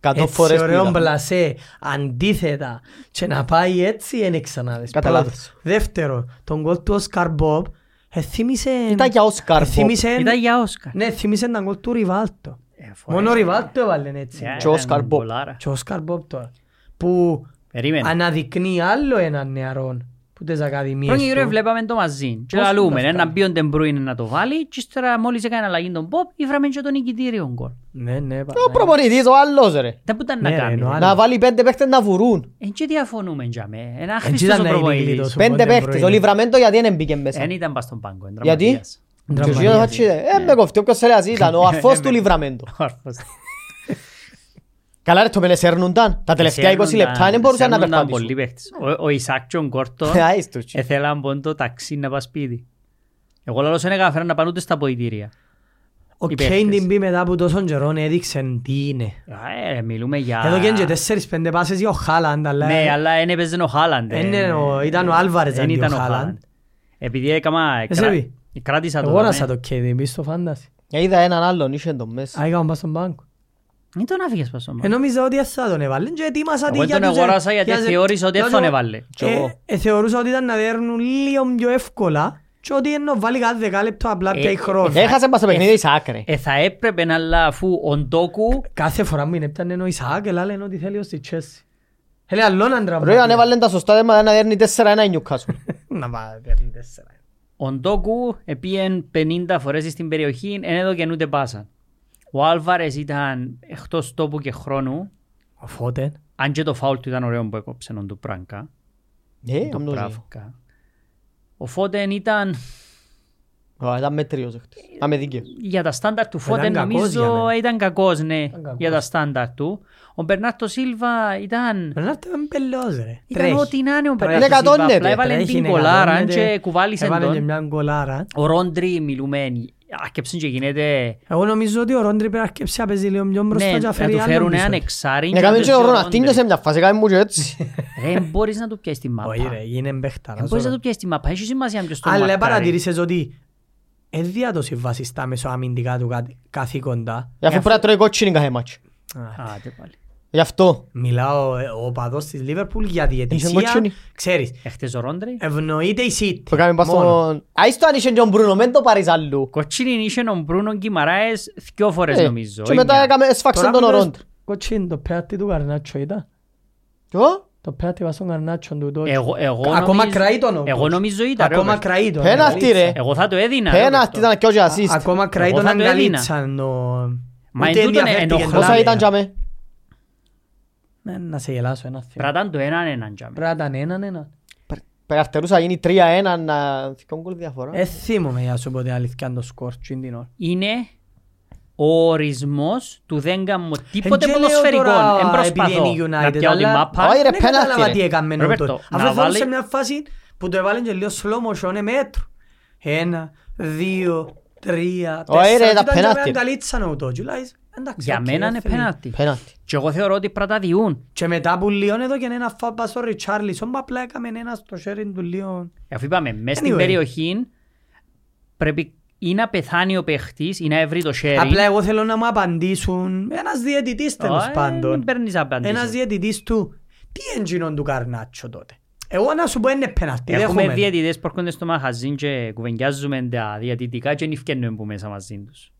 C: Κατώ
A: Έτσι
C: φορές που
A: ωραίο
C: είδα.
A: μπλασέ, αντίθετα. Και να πάει έτσι δεν ξαναείδες.
C: Κατά
A: Πρώτο.
C: λάθος.
A: Δεύτερο, τον κόλ του Όσκαρ Μπόπ, ε, θύμισε...
C: Ήταν για Όσκαρ
A: ε,
C: Μπόπ.
A: θύμισε-
B: Ήταν για Όσκαρ.
A: Ναι, θύμισε τον κόλ του Ριβάλτο.
B: Ε, φορέ.
A: Μόνο ο Ριβάλτο έβαλε έτσι.
B: Ε,
C: Και ο Όσκαρ
B: ήταν
C: Μπόπ.
B: μπολάρα.
A: Και ο Όσκαρ Μπόπ τώρα. Που
B: Περίμενε.
A: αναδεικνύει άλλο έναν νεαρό που τις
B: Πρώτον
A: ακαδημίες
B: γύρω
A: του.
B: βλέπαμε το μαζί. Και
A: Πώς
B: λαλούμε,
A: είναι
B: ε,
A: αυτά.
B: να μπει ο Ντεμπρούινε να το βάλει και ύστερα μόλις έκανε αλλαγή τον Μπόπ, ήβραμε και τον νικητήριο γκολ.
A: Ναι, ναι, πα-
C: Ο προπονητής ο άλλος ρε.
B: Δεν που ήταν
A: Ναι,
B: να
A: ρε,
B: κάνει.
A: εννοώ
B: ρε.
C: Να βάλει πέντε παίχτες να βουρούν.
B: Εν και διαφωνούμε για με. Ένα
A: Εν και
B: χρήστος
A: ήταν
B: ο
A: να είναι
B: προπονητής.
A: κλείτος.
C: Πέντε
A: Μπρόινε.
C: παίχτες. Ο Λιβραμέντο γιατί δεν μπήκε μέσα.
B: Δεν ήταν πας στον πάγκο. εν
C: Γιατί?
B: τραυματίας.
C: Και ο
A: Τραυματίας.
C: Γιώργος Χατζη, Ε, με κοφτεί, όποιος θέλει ας ήταν. Ο αρφός του Λιβραμέντο.
B: Ο αρφός.
C: Καλά ρε το μελεσέρνονταν. Τα τελευταία 20 λεπτά δεν μπορούσαν να
B: Σέρνονταν
C: περπατήσουν.
B: πολλοί παίχτες. Ο- Ο Ισάκ και ο Γκόρτον
C: Ε, άιστος, τσι.
B: έθελαν πόντο ταξί να πας σπίτι. Εγώ λαλώς δεν έκαναν να πάνε ούτε στα ποητήρια.
A: Ο
B: Οι
A: Κέιν
B: παίχτες.
A: την πει μετά από τόσον καιρόν έδειξε τι είναι.
B: Ε, ρε, Μιλούμε για...
A: Εδώ και τέσσερις πέντε πάσες για ο Χάλαντ, αλλά...
B: Ναι, αλλά δεν έπαιζε ο Χάλαντ.
A: Εν
B: ε.
A: είναι ναι, ο- ήταν ο Άλβαρες
B: Δεν
A: αντί ο
B: ήταν ο
A: Χάλαντ.
B: Χάλαντ. Επειδή έκαμα...
A: Εσύ
B: κρα-
A: πει.
B: Κράτησα το. ναι.
A: Εγώ να
B: δαμέ.
A: σα το Κέιν την πει στο φάνταση.
C: Ε, Είδα έναν άλλον, είχε τον μέσα.
A: Α, είχαμε πάει στον πάγκο.
B: Μην τον άφηγες πας στον
A: Ε, νόμιζα ότι ας θα τον έβαλε και ετοίμασα
B: Εγώ
A: τη για
B: τον
A: τους...
B: αγοράσα γιατί
A: για τους-
B: θεώρησα ότι δεν
A: Λέω,
B: τον έβαλε.
C: Κι εγώ.
A: Ε, ε, θεωρούσα ότι ήταν να δέρνουν λίγο πιο εύκολα και ότι ενώ βάλει κάθε δεκάλεπτο απλά
B: Ε,
A: πιάει χρόνο.
C: Έχασε μας το παιχνίδι εις άκρη.
B: Ε, θα έπρεπε να αλλά αφού ο Ντόκου
A: Κάθε φορά μου είναι έπτανε ο Ισαάκ, αλλά λένε ότι θέλει ως τη Τσέση. Θέλει αλλόν να
C: Ρε, αν
A: τραυματίσει.
C: έβαλαν τα σωστά δέρματα να δέρνει 4-1 η Newcastle.
A: Να πάει, παίρνει τέσσερα.
B: Ο Ντόκου επίεν 50 φορές στην περιοχή, εν έδωκεν ούτε πάσα. Ο Άλβαρες ήταν εκτός τόπου και χρόνου,
A: Οπότε,
B: αν και το φάουλ του ήταν ωραίο που έκοψε τον του Πράνκα.
C: Ε,
B: του
C: αμνούζι.
B: Πράβκα. Ο Φώτεν ήταν,
C: Ω, Ήταν μέτριος ο χτες. Πάμε δίκαιο.
B: για τα στάνταρ του Φώτεν
A: κακός για
B: νομίζω
A: μένα.
B: ήταν κακός, ναι,
A: κακός.
B: για τα στάνταρ του. Ο Μπερνάρτο Σίλβα ήταν...
A: πρέπει να είστε πελός ρε.
B: Ήταν ό,τι να είναι ο
A: Τρέχει.
B: Μπερνάρτο Σίλβα,
C: Εκατόνεται.
B: απλά έβαλε
A: Τρέχει,
B: την
A: ναι,
B: κολάρα
A: κατώνεται.
B: και κουβάλισε
A: Έβαλε και
B: τον.
A: μια γκολάρα.
B: Ο Ρόντρι μιλούμε, άκεψε και γίνεται
A: Εγώ νομίζω ότι ο Ρόντρι πρέπει να αρκεψεί να παίζει λίγο πιο μπροστά
B: Ναι,
A: και να
B: να
A: φέρει
B: του
A: άλλον
B: φέρουν
A: πίσω.
B: έναν εξάρι.
C: Να κάνουμε και ο Ροναλντίνιο σε μια φάση, κάνουμε μου και έτσι.
B: Δεν μπορείς να του πιάσεις τη μάπα.
A: Όχι ρε, είναι μπέχταρας.
B: Δεν μπορείς να του πιάσεις τη μάπα. Έχει σημασία ποιος το
A: Αλλά
B: μαρκάρει.
A: παρατηρήσεις ότι δεν διάδοση βασιστά μέσω αμυντικά του κα- καθήκοντα.
C: Γι' αυτό πρέπει να τρώει κότσινη κάθε μάτσο.
A: Α,
B: Άντε πάλι.
C: Γι' αυτό.
A: Μιλάω ε, ο παδός της Λίβερπουλ για
C: Είσαι
A: διαιτησία.
C: κότσινη.
A: Ξέρεις,
B: Εχθές ο Ρόντρι.
A: ευνοείται η
C: Το
A: City.
C: κάνουμε πας
A: Μόνο.
C: στον... Άιστο αν είσαι και ο Μπρούνο, μεν το πάρεις αλλού.
B: Κοτσίνη είχε ο Μπρούνο Γκυμαράες δυο φορές
C: Ε,
B: νομίζω.
C: Και μετά
B: Εννιά.
C: έκαμε,
A: Τώρα
C: έσφαξε τον
A: που λες,
C: Ρόντ.
A: Κότσιν, το πέρατη του Καρνάτσο ήταν.
C: Ω,
A: Το πέρατη βάζει τον Καρνάτσο του τότε.
B: Εγώ- εγώ
A: Ακόμα
B: νομίζω-
A: κραεί τον ο
B: Εγώ
A: Κότσιν.
B: νομίζω ήταν. ρε, ο
A: Ακόμα
B: Κοτσίνης.
A: κραεί τον.
C: Πέναλτι ρε.
B: Εγώ θα το έδινα. ρε,
C: Πέναλτι
B: Κωστό.
C: ήταν και όχι assist.
A: Ακόμα κραεί
B: Εγώ
A: τον
B: θα το έδινα.
A: αγκαλίτσαν.
B: Μα εν τούτον ενοχλάμε.
C: Πόσα ήταν για με.
A: Ναι, να σε γελάσω ένα θέμα.
B: Πράταν το έναν έναν τζάμε.
A: Πράταν έναν έναν.
C: Περαρτερούσα γίνει 3-1 να δικαιώνουν κόλ διαφορά.
A: Ε, θύμομαι για σου ποτέ αλήθεια το σκορ τσιν την ώρα.
B: Είναι ο ορισμός του δεν κάνω
A: Εν Ε, και
B: τίποτε
A: λέω
B: ποδοσφαιρικό.
A: τώρα,
B: Εν προσπαθώ
A: επειδή είναι η
B: να
A: United,
B: πιάω τη
A: αλλά-
B: μάπα.
C: Όχι, ρε,
A: Δεν
C: πέναλτι,
A: κατάλαβα
C: ρε.
A: τι έκαμε με
B: Ρομπέρτο,
A: τούτο.
B: να
A: Αφού θέλω
B: βάλει-
A: σε μια φάση που το έβαλε και λίγο slow motion, ε, μέτρο. Ένα, δύο, τρία,
C: Ωραία,
A: τέσσερα.
C: ρε,
A: Και
C: τα
A: ήταν και με
C: πέναλτι.
A: αγκαλίτσαν ο Τότζι. Λες, εντάξει,
B: Για
A: οκ,
B: μένα
A: δεν
B: είναι
A: θέλει.
B: πέναλτι.
C: Πέναλτι.
B: Και εγώ θεωρώ ότι πρέπει να διούν.
A: Και μετά που λιώνε εδώ και ένα φάπα στο Ριτσάρλισον, μα απλά έκαμε ένα στο sharing του λιών.
B: Αφού είπαμε, μέσα στην
A: Anyway.
B: περιοχή πρέπει ή να πεθάνει ο παίχτης ή να βρει το sharing.
A: Απλά εγώ θέλω να μου απαντήσουν ένας διαιτητής τέλος
B: Ω, ε, Μην
A: πάντων.
B: παίρνεις απάντηση.
A: Ένας διαιτητής του. Τι έγινε του Καρνάτσο τότε. Εγώ να σου πω είναι πέναλτι.
B: Έχουμε
A: δέχομαι.
B: διαιτητές που έρχονται στο μαχαζίν και κουβεντιάζουμε τα διαιτητικά και δεν φτιάχνουμε που μέσα μαζί τους.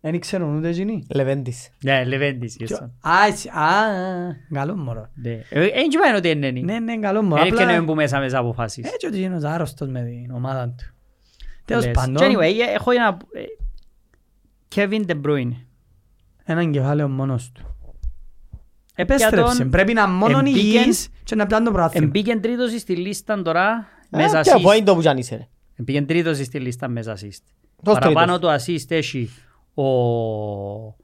A: Δεν ξέρουν ούτε εκείνοι.
C: Λεβέντης.
B: Ναι, λεβέντης. γι' αυτό.
A: Α, έτσι, α, α, καλό μωρό.
B: Ναι. Ε, ε, Δεν σημαίνει ότι είναι.
A: Ναι, ναι, καλό μωρό.
B: Δεν
A: Απλά
B: φτιάχνουμε που μέσα μέσα αποφάσεις.
A: έτσι ότι γίνονται άρρωστος με την ομάδα του. Τέλος
B: Λες.
A: πάντων,
B: Και Anyway, ε, έχω ένα... ε, Kevin De Bruyne.
A: έναν κεφάλαιο μόνος του.
B: Για
A: Επέστρεψε.
B: τον-
A: Πρέπει να μόνον
B: εμπήκεν-
A: υγιής και να πιάνει το πράθυμα.
B: Εμπήκε τρίτος στη λίστα τώρα με
C: Ε, Και από
B: assist.
C: έντο που κι αν είσαι. ρε.
B: Πήγαινε τρίτος στη λίστα με assist.
C: Ποιος
B: Παραπάνω
C: τρίτος?
B: το assist έχει ο,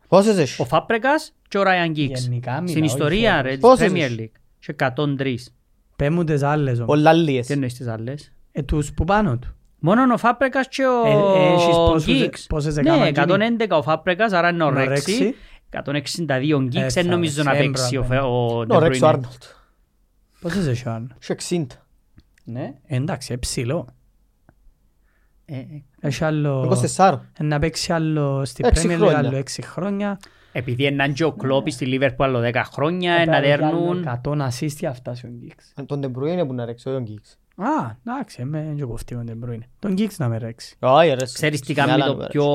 C: Πόσες
B: ο
C: έχεις.
B: Φάπρεκας και ο Ryan Giggs.
A: Γενικά μιλάω,
B: Στην ιστορία
A: όχι
B: ρε, της
C: Πόσες
B: Premier
C: είσαι?
B: League. Και 103.
A: Πες μου τις άλλες όμως.
C: Πολλά λίες.
B: Τι εννοείς τις άλλες.
A: Ε, τους που πάνω του.
B: Μόνο ο Φάπρεκας και ο
A: Ε, ε, έχεις πόσους-
B: Giggs.
A: πόσες
B: Ναι,
A: έκαναν
B: 111 ο Φάπρεκας, άρα είναι ο
A: Ο
B: Ρέξι.
A: Ρέξι.
B: 162 ο Giggs,
A: Ε,
B: δεν
A: θα
B: νομίζω να
A: παίξει,
B: παίξει ο
A: έμπρα,
B: Φε- ο
C: Είναι ο
B: De
C: Ρέξ ο
B: Bruyne.
C: Άρνολτ.
A: Πόσες έχει ο Άρνο.
C: Έχει 60.
B: Ναι.
A: Εντάξει, ε, ψηλό.
B: Ε, ε,
A: Έχει άλλο...
C: 24.
A: ε, Να παίξει άλλο στην
C: Έξι
A: Premier League
C: χρόνια.
A: άλλο έξι χρόνια.
B: Επειδή έναν και ο Κλόπ στη Λίβερπουλ άλλο 10 χρόνια, Ε, να
A: Έπαιρνε άλλο
B: δέρνουν.
A: 100 να σύστια αυτά ο Γκίξ.
C: Αν Τον De Bruyne είναι που να ρέξει, όχι ο Giggs.
A: Α, εντάξει, με δεν και κοφτεί με τον Μπρούινε. Τον Γκίξ να με ρέξει.
C: Όχι, ρε,
B: Ξέρεις τι
C: στην
B: κάνει
C: άλλα
B: το
C: νούμερα.
B: πιο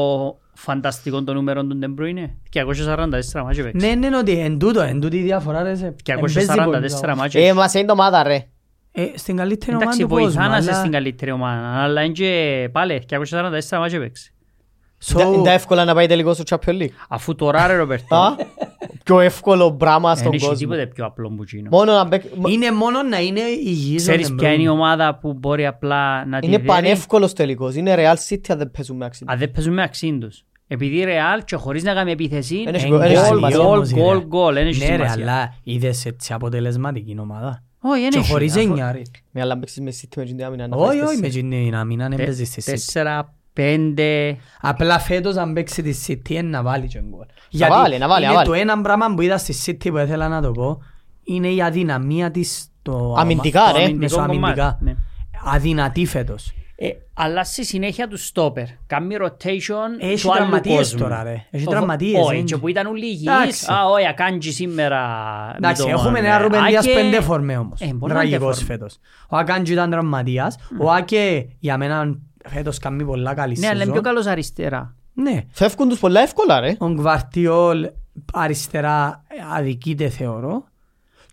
B: φανταστικό των νούμερων του De Bruyne? 244 μάτια παίξει.
A: Ναι, ναι, ότι εν τούτο, εν τούτη η διαφορά ρε. σε- εν παίζει πολύ
B: 244
A: καλά.
C: Ε,
B: μάτια.
C: μας είναι ομάδα ρε.
A: Ε, Στην καλύτερη ομάδα
B: Εντάξει,
A: του κόσμου.
B: βοηθά να είσαι
A: αλλά-
B: στην καλύτερη ομάδα, αλλά είναι και πάλι 244 μάτια παίξει.
A: So,
C: Τα- Είναι τα εύκολα να πάει τελικό στο Champions League.
B: Αφού τώρα ρε
C: Α,
B: Ροπερτό,
C: πιο εύκολο πράγμα
B: Ε. δεν
C: στον
B: έχει
C: κόσμο.
B: τίποτε πιο απλό που γίνω.
C: Μόνο να μπαίκ- μ-
A: Είναι μόνο να είναι υγιής ο
B: Ξέρεις
A: De
B: ποια είναι η
A: Bruyne.
B: ομάδα που μπορεί απλά να τη
C: Είναι
B: δέρει
C: πανεύκολος τελικός. Είναι Real City αν δεν παίζουν με αξίδι.
B: αν δεν παίζουν με αξίν τους. Επειδή η Real και χωρίς να κάνει επίθεση,
C: Εν έχει-
A: Εν
C: εν έχει
A: γκολ,
C: σημασία.
A: γκολ,
B: όμως,
A: γκολ,
B: ρε.
A: γκολ, εν έχει
B: Ναι, ρε,
A: σημασία.
B: αλλά
A: είδες έτσι αποτελεσματική ομάδα.
B: όχι, δεν
A: Και
B: έχει.
A: χωρίς
B: Αφού-
A: εννιά, ρε.
C: Με άλλα παίξεις με City με την άμυνα. να
A: Όχι,
C: φάεις
A: όχι, με
C: τέσσερα.
A: την δυναμία να
B: Τε-
A: παίζεις στη City.
B: Τέσσερα, πέντε.
A: Απλά φέτος αν παίξει τη City είναι να βάλει τον γκολ.
C: βάλει, να βάλει, να
A: είναι
C: βάλει.
A: το ένα πράγμα που είδα στη City που ήθελα να το πω είναι η αδυναμία της στο
C: Αμυντικά,
A: αμα-
C: ρε.
A: αμυντικό Μεσοαμυντικά.
B: κομμάτι, ναι.
A: Αδυνατή φέτος.
B: Ε, αλλά στη συνέχεια του στόπερ. Κάμει rotation
A: Έχει
B: του άλλου
A: τραυματίες
B: κόσμου.
A: τώρα, ρε. Έχει
B: Ο-
A: τραυματίες,
B: Όχι,
A: είναι.
B: και που ήταν όλοι υγιείς.
A: Εντάξει.
B: Α, όχι, ακάντζι σήμερα. με
A: Εντάξει,
B: τον,
A: έχουμε
B: ε,
A: ένα Ρούμπεν
B: Άκε.
A: Δίας πέντε φορμές όμως.
B: Ε, μπορεί να είναι
A: Τραγικός
B: φορμέ.
A: φέτος. Ο Ακάντζι ήταν τραυματίας. Ο Άκε για μένα φέτος κάνει πολλά καλή
B: Ναι, αλλά είναι πιο
A: σεζόν.
B: καλός αριστερά.
A: Ναι.
C: Φεύγουν τους πολλά εύκολα ρε.
A: Ο Γκβαρτιόλ αριστερά ε, αδικείται θεωρώ.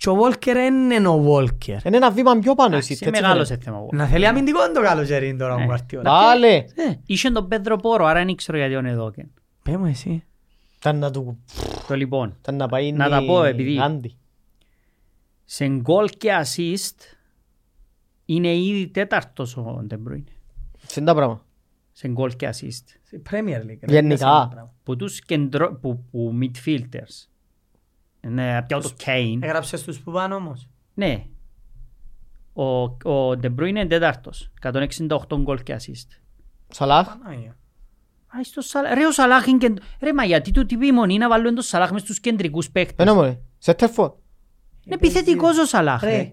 A: Και ο Βόλκερ είναι ο Βόλκερ.
C: Είναι ένα βήμα πιο πάνω η City.
B: Εντάξει,
C: έτσι
B: μεγάλο
C: φαίνεται.
B: σε θέμα. εγώ.
A: Να θέλει αμυντικό είναι το καλό χέρι τώρα ο Γκουαρτιόλ.
C: Βάλε.
B: Ε, Είχε τον Πέδρο Πόρο, άρα δεν ξέρω γιατί είναι εδώ. και.
A: Πες μου εσύ.
C: Ήταν να του...
B: Το λοιπόν,
C: Ήταν να πάει...
B: Να
C: η-
B: τα πω, επειδή-
C: η Άντι.
B: σε γκολ και assist είναι ήδη τέταρτος ο Ντεμπρούιν.
C: Σε τα πράγμα.
B: Σε γκολ και assist.
A: Στη Premier League. ρε.
C: Γενικά.
A: Δεν είναι πράγμα.
B: που τους κεντρο... που, που midfielders. Ναι, πια το Kane.
A: Έγραψες τους που πάνω όμως.
B: Ναι. Ο, ο De Bruyne είναι τέταρτος. 168 γκολ και assist.
C: Σαλάχ.
A: Πανάγια.
B: Α, στο Σαλάχ. Ρε, ο Σαλάχ είναι κεντ... Ρε, μα γιατί του τύπη μονή να βάλουν τον Σαλάχ μες στους κεντρικούς παίκτες.
C: Ένα μόνο. Ε, ναι, Σε τεφό.
B: Είναι επιθετικός ο Σαλάχ.
A: Ρε,
B: Ρε.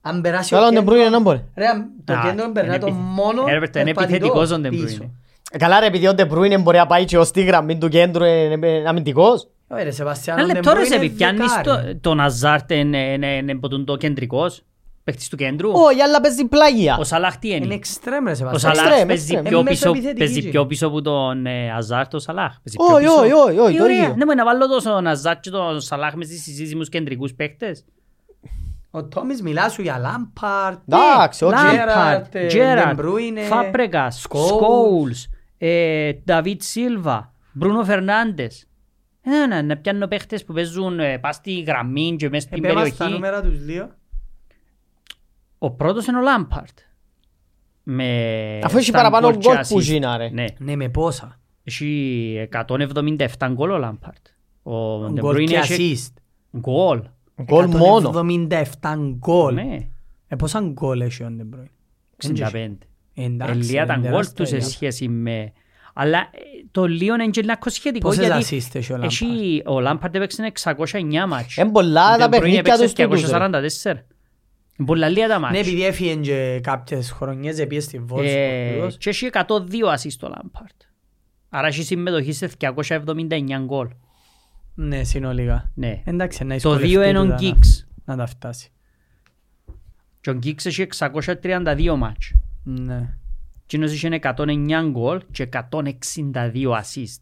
A: αν περάσει ο
C: Καλά ο ναι, De Bruyne
A: κέντρο-
C: έναν μπορεί.
A: Ρε, αν το
B: Α,
A: κέντρο
B: είναι
A: περνά το
B: επιθε-
A: μόνο
B: Herbert, είναι
A: περπατικό
B: επιθετικός ο De Bruyne.
A: πίσω.
C: Ε, Καλά ρε επειδή ο De Bruyne μπορεί να πάει και ως τη γραμμή του κέντρου ε, ε, ε, αμυντικός.
A: Ωραία, ρε, Σεβαστιάνο,
B: Ένα
A: ο De
B: λεπτό ρε,
A: Bruyne
B: σε
A: είναι
B: πιάνεις
A: δεκάρι.
B: το- τον Αζάρτ είναι το κεντρικός. Παίκτης του κέντρου.
C: Όχι αλλά παίζει πλάγια.
B: Ο Σαλάχ τι
A: Είναι
B: είναι.
A: extreme, ρε,
B: Ο
A: Σεβαστιάνο.
B: Σαλάχ
C: Εξτρέμ,
B: παίζει
C: εξτρέμ.
B: πιο
A: Ε, μέσα
B: πίσω,
A: επιθετική.
B: παίζει πιο πίσω από τον ε, Αζάρ το Σαλάχ. Παίζει πιο
C: Όχι,
B: πίσω.
C: όχι, όχι, όχι,
B: Ε,
C: το
B: ωραία.
C: ίδιο.
B: Ναι, μπορεί να βάλω τον Αζάρ και τον Σαλάχ μες στη συζήτηση με τους κεντρικούς παίκτες.
A: Ο Τόμις μιλά σου για Lampard,
C: Εντάξει, ο
A: Lampard,
B: Λάμπαρτ,
A: ε,
B: Τζέραρτ,
A: De Bruyne,
B: Φάπρεγας,
A: Scholes.
B: Σκόουλς, ε, Νταβίτ Σίλβα, Μπρούνο Φερνάντες. Ε, να- Να πιάνω παίχτες που παίζουν ε, πας στη γραμμή και μέσα
A: Ε,
B: στην
A: πες μας τα
B: περιοχή.
A: νούμερα τους δύο.
B: Ο πρώτος είναι ο Λάμπαρτ. Με
C: Αφού έχει
B: εφτά
C: παραπάνω
B: γκολ και
C: γκολ που
B: assist.
C: γίνα, ρε.
B: Ναι.
A: Ναι, με πόσα.
B: Έχει 177 γκολ ο Λάμπαρτ. Ο De
A: Γκολ
B: Bruyne
A: και
B: έχει
A: assist.
B: γκολ.
A: Ναι,
C: Γκολ μόνο.
A: 177 γκολ.
B: Ναι,
A: Ε, πόσα γκολ έχει ο De Bruyne.
B: 65.
A: Εντάξει,
B: Ελία τα
A: είναι
B: γκολ τους σε
A: τεράστια.
B: σχέση με... Αλλά ε, το λίγο είναι και λίγο σχετικός
A: Πόσες
B: γιατί
A: assist έχει ο Lampard. Ναι,
B: έχει ο Λάμπαρτ έπαιξε 609 μάτς.
C: Είναι πολλά τα
B: Ο De Bruyne
C: παιχνίδια
B: έπαιξε
C: τους του τους. ρε.
B: 244. Είναι Πολλά λίγα τα
A: Ναι,
B: μάτς.
A: επειδή έφυγε και κάποιες χρονιές επειδή στη Βόλς.
B: Ε,
A: Πορτογαλός.
B: Και έχει 102 ασίστ ο Λάμπαρτ. Άρα έχει συμμετοχή σε 279 γκολ.
A: Ναι, συνολικά.
B: Ναι.
A: Εντάξει, να
B: Το
A: δυσκολευτεί
B: 2 είναι
A: τούτα
B: ο
A: να-
B: Γκίξ.
A: Να τα φτάσει.
B: Και ο Γκίξ έχει 632 μάτς.
A: Ναι.
B: Εκείνος είχε 109 γκολ και 162 ασίστ.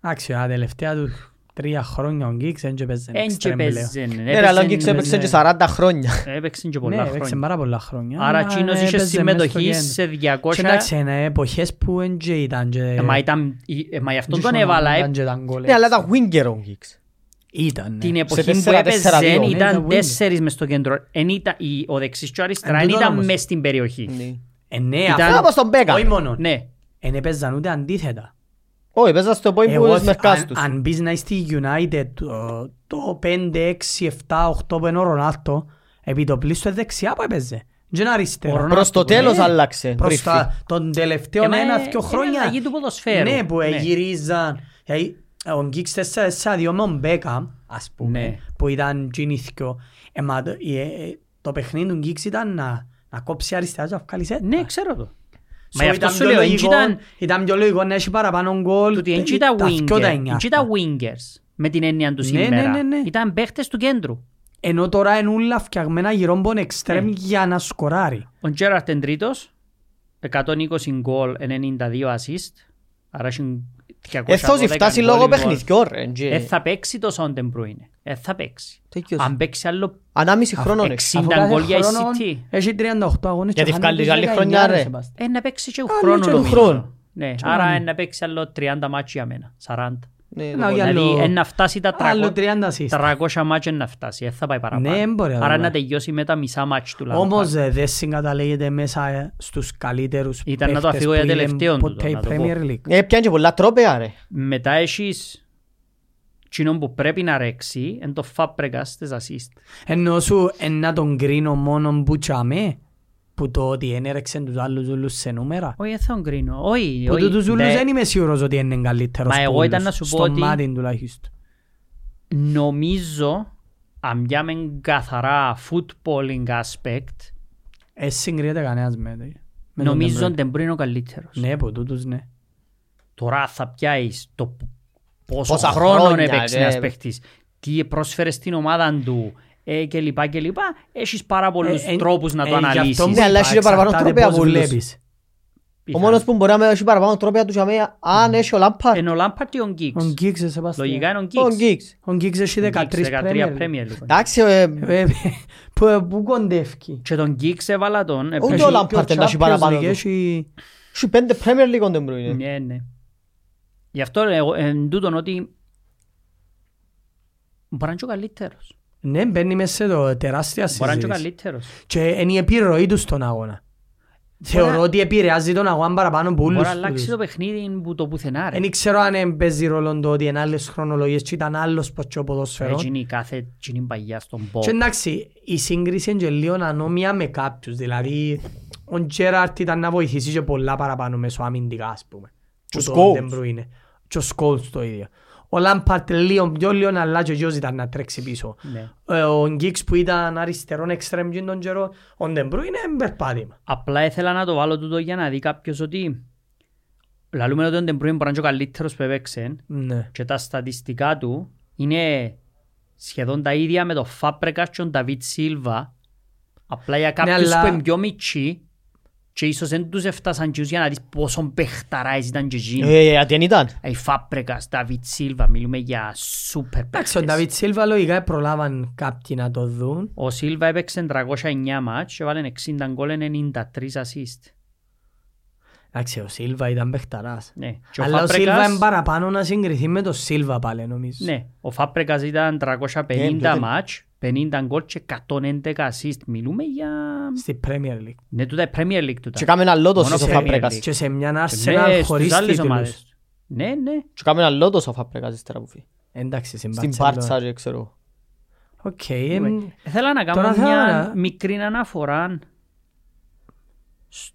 A: Άξιο, τα τελευταία τους τρία χρόνια ο Γκίξ δεν και παίζει
B: Εν και
A: extreme πλέον.
B: παίζεν.
C: Ναι, ρε, αλλά ο Γκίξ
B: έπαιζεν-
C: έπαιξε και 40 χρόνια.
B: Έπαιξε και
A: Ναι,
B: πολλά
A: έπαιξε
B: χρόνια.
A: πάρα πολλά χρόνια.
B: Άρα
A: αλλά,
B: εκείνος
A: ναι,
B: είχε
A: έπαιζε μες στο
B: συμμετοχή
A: κέντρο.
B: σε
A: Και
B: 200...
A: Εντάξει, είναι εποχές που δεν και ήταν και...
B: Ε, Μα ήταν... ε, Μα γι' αυτόν
A: δεν
B: τον
A: και
B: έβαλα. ε,
A: ήταν και τα γκολ,
C: Ναι, αλλά
A: έτσι.
C: ήταν winger ο Γκίξ.
A: Ήταν, ναι.
B: Την εποχή που
C: 4-4-2,
B: έπαιζε
C: ναι,
A: ήταν
B: ήταν
A: winner.
B: τέσσερις μες στο κέντρο. Εν ήταν- η- Ο δεξής και ο αριστερά
A: Εν
B: εν
A: τούτον
B: ήταν
A: όμως.
B: μες στην περιοχή.
A: Ε, ναι,
B: Ήταν-
A: αυτό-
C: Όπως τον Μπέκα.
A: Όχι μόνο.
B: Ναι.
A: Εν έπαιζαν ούτε αντίθετα.
C: Όχι, παίζα στο πόη που
A: Εγώ,
C: είναι
A: αν,
C: τους.
A: αν πεις να είσαι στη United το, το 5, 6, 7, 8 που είναι ο Ρονάλτο, επί το πλήστο δεξιά που έπαιζε. Και είναι αριστερά.
B: Ο Ρονάλτο
C: Προς το
B: που
C: τέλος
A: Ναι.
C: άλλαξε.
A: Προς
C: μπρίφι.
A: τα, τον τελευταίο
B: Ε, μα,
A: ένα,
B: ε,
A: δύο
B: είναι
A: χρόνια.
B: αλλαγή του ποδοσφαίρου.
A: Ναι, που
B: Ναι.
A: γυρίζαν. Δηλαδή, Ο Γκίξ 4-4-2 με τον Μπέκαμ, ας πούμε,
B: Ναι.
A: που ήταν κινήθικο. Ε, μα το- η- ε, το παιχνίδι του Γκίξ ήταν να, να κόψει αριστερά και να βγάλει σέτα.
B: Ναι, ξέρω το.
A: So,
B: Μα γι' αυτό
A: ήταν
B: σου
A: πιο
B: λέω, εν
A: λογικό-
B: ήταν...
A: Ήταν πιο λογικό να έχει παραπάνω γκολ.
B: Τούτοι
A: ε,
B: εν ήταν
A: τα δυο τα
B: winger, εν
A: εννιά.
B: ήταν wingers με την έννοια του
A: Ναι, ναι,
B: σήμερα.
A: ναι, ναι.
B: Ήταν παίχτες του κέντρου.
A: Ενώ τώρα είναι όλα φτιαγμένα γύρω από τον εξτρέμ
B: Ναι.
A: για να σκοράρει.
B: Ο Gerrard είναι τρίτος, 120 γκολ, 92 assist. Άρα έχει 212
C: Ε, θόζει, φτάσει
B: γκολ
C: λόγω
B: in goal.
C: παιχνιδιών, ρε. και-
B: Ε, θα παίξει το Son De Bruyne. Ε, θα παίξει.
C: Τέτοιος.
B: Αν παίξει άλλο
C: Ανάμιση
B: Αφού
C: χρόνων.
B: εξι-
C: ε.
A: Αφού
B: 60
A: κάθε
B: γκολ για η
A: χρόνο
B: City.
A: Έχει 38 αγώνες
C: Γιατί
A: και χάνει
C: βγάλει
A: τους
C: άλλη
A: 19
C: χρονιά, ρε.
A: σεβαστή.
B: Ε, να παίξει και ο
A: Άλλο
B: χρόνου
A: και
C: του
B: νομίζω.
C: χρόνου.
B: Ναι,
A: Και
B: άρα
A: πάλι.
B: ε, να παίξει άλλο 30 μάτσια για μένα, 40.
C: Ναι,
A: Να
C: ναι.
A: βγάλει
B: Δηλαδή
A: άλλο-
B: ε, να φτάσει τα 300
A: Άλλο 30 assist.
B: 300 μάτια να φτάσει, δεν θα πάει παραπάνω.
A: Ναι, δεν μπορεί να
B: Άρα
A: πάει.
B: να τελειώσει με τα μισά μάτια του Λαμπάρτ.
A: Όμως ε, δεν συγκαταλέγεται μέσα ε, στους καλύτερους
B: Ήταν να το
A: παίχτες
B: αφηγώ
A: που
B: για
A: είναι
B: τελευταίον τούτο,
A: ποτέ η
B: να το πω.
A: Premier League.
C: Ε, πιάνει και πολλά τρόπαια, ρε.
B: Μετά έχεις κοινό που πρέπει να ρέξει, εν το Φάπρεγκας στις ασίστ.
A: Ενώ σου ε, να τον κρίνω μόνο που τσάμε, που το ότι ένερεξε τους άλλους όλους σε νούμερα.
B: Όχι, δεν θα τον κρίνω. Όχι,
A: Που
B: όχι.
A: τους
B: Ναι.
A: όλους δεν είμαι σίγουρος ότι είναι καλύτερος
B: Μα
A: που
B: εγώ ήταν
A: όλους,
B: να σου πω
A: στο
B: ότι-
A: μάτι τουλάχιστον.
B: Νομίζω, αν πιάμε καθαρά footballing aspect,
A: Ε, συγκρίνεται κανένας με το- με τον
B: νομίζω
A: De Bruyne.
B: ότι δεν είναι ο καλύτερος.
A: Ναι, που τούτους ναι.
B: Τώρα θα πιάσεις το π- πόσο
C: Πόσα
B: χρόνο
C: χρόνια,
B: έπαιξε
C: ναι.
B: ένας παίχτης, τι πρόσφερες στην ομάδα του, ε, και λοιπά και λοιπά, έχεις πάρα πολλούς
A: Ε, ε,
B: τρόπους να
A: ε,
B: το
A: γι' αυτό
B: αναλύσεις.
A: μου
C: Ναι,
A: είπα,
C: αλλά έχεις και παραπάνω
A: εξαρτάται
C: τρόπια
A: πώς
C: από όλους.
A: βλέπεις.
C: Ο
B: Πιθανό.
C: μόνος που μπορεί να έχει παραπάνω τρόπαια του για μένα, αν έχει ο Λάμπαρτ,
B: Ενώ ο Lampard ή ο Γκίξ.
A: Ο Γκίξ, ε, Σεβαστιάν.
B: Λογικά είναι ο
C: ο
B: Γκίξ.
C: Γκίξ.
A: Ο Γκίξ έχει 13 Premier League.
B: Premier League.
C: Εντάξει, ε,
A: Ε, που- Πού κοντεύκει.
B: Και τον Γκίξ έβαλα τον. ε,
C: Ούτε
B: έπαιξε-
C: ο Lampard δεν τα έχει παραπάνω του.
A: Έχει...
C: Έχει πέντε Premier League ο De Bruyne.
B: Ναι, ναι. Γι' αυτό εγώ εν τούτον ότι μπορεί να είναι και ο καλύτερος.
A: Ναι, μπαίνει μέσα σε το τεράστια
B: Μπορεί να είναι και ο
A: συζήτηση.
B: καλύτερος.
A: Και είναι η επιρροή του στον αγώνα. Θεωρώ ότι επηρεάζει τον αγώνα παραπάνω που
B: Μπορεί
A: όλους
B: να αλλάξει το παιχνίδι που το πουθενά ρε.
A: Δεν ξέρω αν ε, παίζει ρόλο το ότι είναι άλλες χρονολογίες και ήταν άλλος ποτσό ποδοσφαιρό.
B: Έτσι είναι η κάθε κοινή παγιά στον πό.
A: Και εντάξει, η σύγκριση είναι και λίγο ανώμια με κάποιους. Δηλαδή, ο Γκέραρτ ήταν να βοηθήσει και πολλά παραπάνω μέσω αμυντικά, ας πούμε.
C: Και ο
A: Που το
C: Scholes.
A: De Bruyne. Και ο Σκόλς το ίδιο. Ο Λάμπαρτ λίγο πιο λίγο, αλλά και ο γιος ήταν να τρέξει πίσω.
B: Ναι.
A: Ε, Ο Γκίξ που ήταν αριστερόν εξτρέμ και τον καιρό, ο De Bruyne είναι περπάτημα.
B: Απλά ήθελα να το βάλω τούτο για να δει κάποιος ότι λαλούμε ότι ο De Bruyne μπορεί να είναι και ο καλύτερος που έπαιξε
A: Ναι.
B: και τα στατιστικά του είναι σχεδόν τα ίδια με τον Φάπρεκας και τον Νταβίτ Σίλβα. Απλά για κάποιους
A: Ναι, αλλά-
B: που είναι πιο μικροί και ίσως δεν τους έφτασαν και για να δεις πόσο παιχταράες ήταν και εκείνοι.
C: Ε, γιατί δεν ήταν.
B: Οι Φάπρεκας, Νταβίτ Σίλβα, μιλούμε για σούπερ
A: Εντάξει, ο
B: παίχτες.
A: Νταβίτ Σίλβα λογικά προλάβαν κάποιοι να το δουν.
B: Ο Σίλβα έπαιξε 309 μάτς και βάλε 60 γκολ 93 ασίστ.
A: Εντάξει, ο Σίλβα ήταν παιχταράς.
B: Ναι. Και
A: Αλλά ο
B: Φάπρεκας-
A: Σίλβα είναι παραπάνω να συγκριθεί με τον Σίλβα πάλι νομίζω.
B: Ναι, ο Φάπρεκας ήταν 350
A: Ε,
C: τότε.
B: μάτς, 50 γκολ και 111 assist. Μιλούμε για...
A: Στη Premier League.
B: Ναι, τούτα η Premier League τούτα.
C: Και κάμε ένα λότος
B: Μόνο
C: ο
B: Premier
C: Φαπρέκας.
B: League.
A: Και σε μια
B: Ναι,
A: Arsenal
B: στις
A: χωρίς
B: άλλες
A: τίτλους.
B: ομάδες. Ναι, ναι.
C: Και κάμε ένα λότος ο Φαπρέκας ύστερα που φύγει.
A: Εντάξει, στην ναι.
C: Στην
A: Barcelona.
C: Πάρτσα και ξέρω. εγώ.
A: Οκ. ε,
B: Anyway, Θέλω
A: τώρα
B: να κάνω
A: θέλω
B: μια
A: να-
B: μικρή αναφορά σ-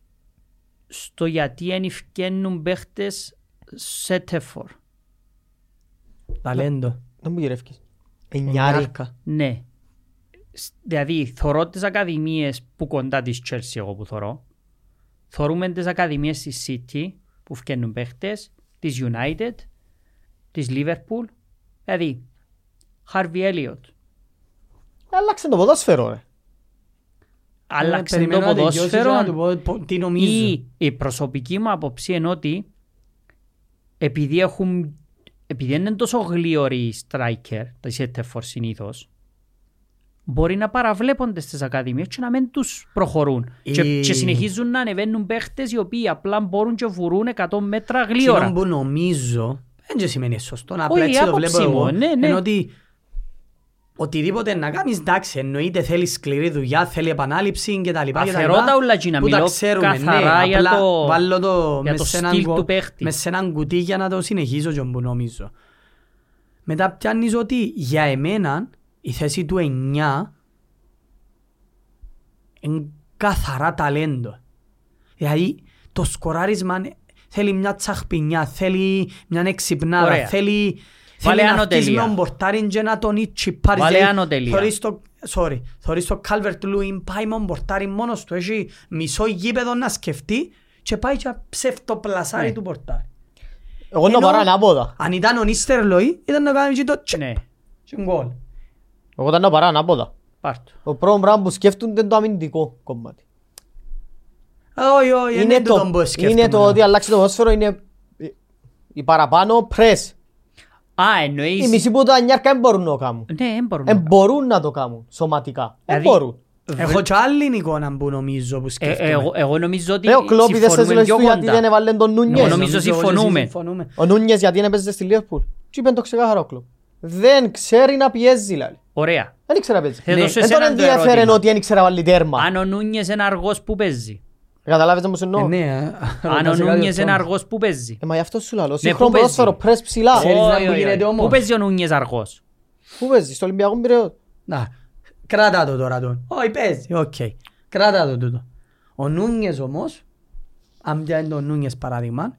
B: στο γιατί δεν ευκαινούν παίχτες σε τεφόρ.
A: Ταλέντο. Ε,
C: Δεν μου γυρεύκεις. Εννιάρη.
B: Ναι. Σ- Δηλαδή, θωρώ τις ακαδημίες που κοντά της Chelsea εγώ που θωρώ. Θωρούμε τις ακαδημίες της City που φκένουν παίχτες, της United, της Liverpool. Δηλαδή, Harvey Elliott.
C: Άλλαξε το ποδόσφαιρο ρε.
B: άλλαξε το
A: Ε, Περιμένω να τελειώσεις
B: ποδόσφαιρο.
A: για να του πω πο- Τι νομίζω.
B: Ή η προσωπική μου άποψη είναι ότι επειδή έχουν επειδή δεν είναι τόσο γλίωροι οι striker, τα σέτεφορ συνήθως, μπορεί να παραβλέπονται στις ακαδημίες και να μην τους προχωρούν. Και,
A: Η-
B: και, συνεχίζουν να ανεβαίνουν παίχτες οι οποίοι απλά μπορούν και βουρούν 100 μέτρα
A: Εκείνο
B: γλίωρα.
A: που νομίζω, δεν και σημαίνει σωστό, απλά
B: Όχι, η
A: έτσι το
B: άποψη
A: βλέπω
B: μου,
A: εγώ,
B: ναι, ναι.
A: είναι ότι οτιδήποτε να κάνεις, εντάξει, εννοείται θέλεις σκληρή δουλειά, θέλει επανάληψη και τα λοιπά. και τα
B: Αφαιρώ
A: λοιπά,
B: τα ούλα, Τζίνα,
A: που τα
B: μιλώ
A: ξέρουμε,
B: καθαρά
A: ναι,
B: για
A: απλά
B: το-
A: βάλω το
B: για
A: μες
B: το
A: σε έναν
B: στυλ
A: κο-
B: του παίχτη.
A: μες σε έναν κουτί για να το συνεχίσω και που νομίζω. Μετά πιάνεις ότι για εμένα η θέση του 9 είναι καθαρά ταλέντο. Δηλαδή το σκοράρισμα είναι- θέλει μια τσαχπινιά, θέλει μια εξυπνάδα,
B: Ωραία.
A: θέλει,
B: Βάλε
A: θέλει να
B: άνω
A: αρκείς με
B: τελεία.
A: τον πορτάριν και να τον ιτσιπάρεις.
B: Βάλε
A: Δηλαδή,
B: άνω τελεία.
A: θωρείς το- Sorry, θωρείς το Calvert Lewin πάει με τον πορτάριν μόνος του, έχει μισό γήπεδο να σκεφτεί και πάει και ψευτοπλασάρει
B: Ναι.
A: του πορτάρι.
C: Εγώ να
A: Ενώ-
C: πάρω ανάποδα.
A: Αν ήταν ο Νίστερ Λοϊ, ήταν να κάνει και το τσεκ
B: Ναι,
A: και γκολ.
C: Εγώ ήταν να πάρω ανάποδα.
B: πάρτο.
C: Το πρώτο πράγμα που σκέφτονται είναι το αμυντικό κομμάτι.
A: Όχι, όχι, δεν
C: Είναι
A: είναι
C: το,
A: τούτο που
C: είναι το ότι
A: σκέφτομαι.
C: αλλάξει το ποδόσφαιρο είναι η- η παραπάνω press.
B: Α,
C: Οι
B: εννοείς...
C: μισοί που τα νιάρκα δεν μπορούν να το κάνουν.
B: Ναι, δεν μπορούμε.
C: Δεν μπορούν να το κάνουν σωματικά. Δεν
B: Δηλαδή-
C: μπορούν.
A: Έχω και άλλη εικόνα που νομίζω που
B: Ε, ε,
A: σκέφτομαι.
B: εγώ, εγώ νομίζω ότι
C: Ε, ο Κλόπ είδες τις
B: συμφωνούμε
C: λόγες
B: πιο
C: του γιατί δεν
B: κοντά.
C: έβαλε τον
B: Εγώ
C: Νούνιες.
B: νομίζω
A: ότι
B: συμφωνούμε.
A: συμφωνούμε.
C: Ο Νούνιες γιατί δεν παίζεται στη Λίverpool. Τι είπε το ξεκάθαρο ο Κλόπ. Δεν ξέρει να πιέζει δηλαδή.
B: Ωραία.
C: Δεν ήξερε να παίζει.
B: Θα
C: Ναι.
B: δώσω
C: Δεν τον
B: εσένα το
C: ενδιαφέρει
B: ερώτημα.
C: ότι δεν ήξερε να βάλει τέρμα.
B: Αν ο Νούνιες είναι αργός που παίζει.
C: Καταλάβετε όμως εννοώ.
A: Ε, ναι, ε,
B: Αν ο
A: ρωτάς κάτι
B: Νούνιες
A: αυτό.
B: είναι αργός που παίζει.
C: Ε, μα γι' αυτό σου λέω.
B: Ναι, πού
C: Σύγχρονο
B: παίζει.
C: ποδόσφαιρο, πρες ψηλά.
A: Ξέρεις να
B: Όχι,
A: που
B: όχι,
A: γίνεται
B: όχι.
A: όμως.
B: Πού παίζει ο Νούνιες αργός.
C: Πού παίζεις, στο Ολυμπιακό Πυραιό.
A: Να, κράτα το τώρα τον. Όχι, παίζει, οκ. Κράτα το τούτο. Ο Νούνιες όμως, αν πιάνει τον Νούνιες παράδειγμα,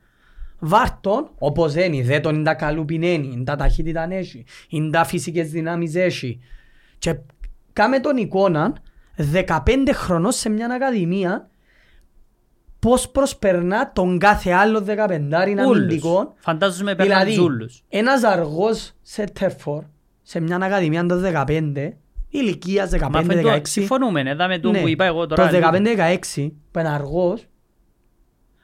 A: βάρ τον, όπως δεν είδε τον, είναι τα καλουπινένη, είναι τα ταχύτητα έχει, είναι τα φυσικές δυνάμεις έχει. Και κάμε τον εικόνα, 15 χρονών σε μια ακαδημία, πώς προσπερνά τον κάθε άλλο 15
B: Ούλους.
A: αμυντικό.
B: Φαντάζομαι πέραν
A: Δηλαδή,
B: ζούλους.
A: ένας αργός σε τεφόρ, σε μια ακαδημία το 15, ηλικίας
B: Μα φέντο,
A: 15-16,
B: συμφωνούμε, έδαμε το
A: ναι,
B: που είπα εγώ
A: το
B: τώρα.
A: 15-16, που είναι αργός,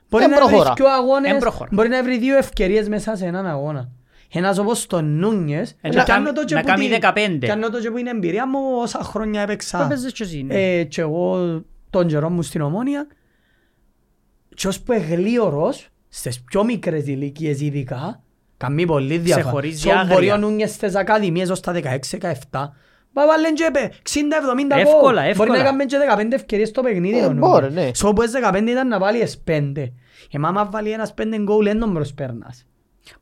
A: μπορεί
C: Δεν
A: να βρεις
C: προχωρά.
A: δύο
B: Δεν
A: αγώνες,
B: προχωρά.
A: μπορεί να βρει δύο ευκαιρίες μέσα σε έναν αγώνα. Ένας όπως τον Νούνιες, και
B: Ε, να
A: κάνω
B: κάνει-
A: το και
B: να
A: που
B: κάνει
A: την-
B: 15.
A: Κάνω το και που είναι εμπειρία μου όσα χρόνια
B: Το
A: έπαιξα
B: παίζεις και εσύ. ναι.
A: ε, και εγώ τον καιρό μου στην Ομόνια και ως που εγλίωρος στις πιο μικρές ηλικίες ειδικά καμί πολύ διαφορά.
B: Ξεχωρίζει
A: Στον
B: άγρια.
A: Μπορεί ο Νούνιες στις ακαδημίες ως τα 16-17 Μα βάλεν και επε- 60-70
B: Εύκολα,
A: γκολ.
B: εύκολα.
A: Μπορεί να έκαμε και 15 ευκαιρίες στο παιχνίδι.
C: Ε,
A: ο Νούνιες.
C: μπορεί, ναι.
A: Σε όπου στις 15 ήταν να βάλεις ες 5. Εμά άμα βάλει ένας 5 γκολ δεν τον προσπέρνας.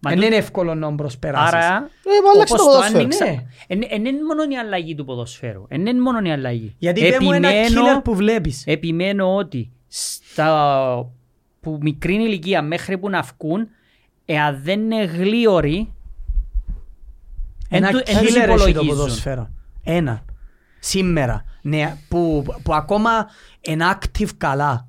B: Μα
A: Δεν
B: το-
A: είναι εύκολο να τον προσπεράσεις.
B: Άρα,
C: Ε, μα άλλαξε το
B: όπως το
C: ποδόσφαιρο.
B: άνοιξα.
A: Ναι.
B: Δεν είναι μόνο η αλλαγή του ποδοσφαίρου. Δεν είναι μόνο η αλλαγή.
A: Γιατί πέ μου ένα killer που βλέπεις.
B: Επιμένω ότι στα που μικρή ηλικία μέχρι που να βγουν, εάν δεν είναι γλίωροι,
A: Ένα
B: εν του- εν τους
A: killer έχει το
B: υπολογίζουν.
A: ποδοσφαίρο. Ένα. Σήμερα. Ναι, που, που ακόμα είναι active καλά.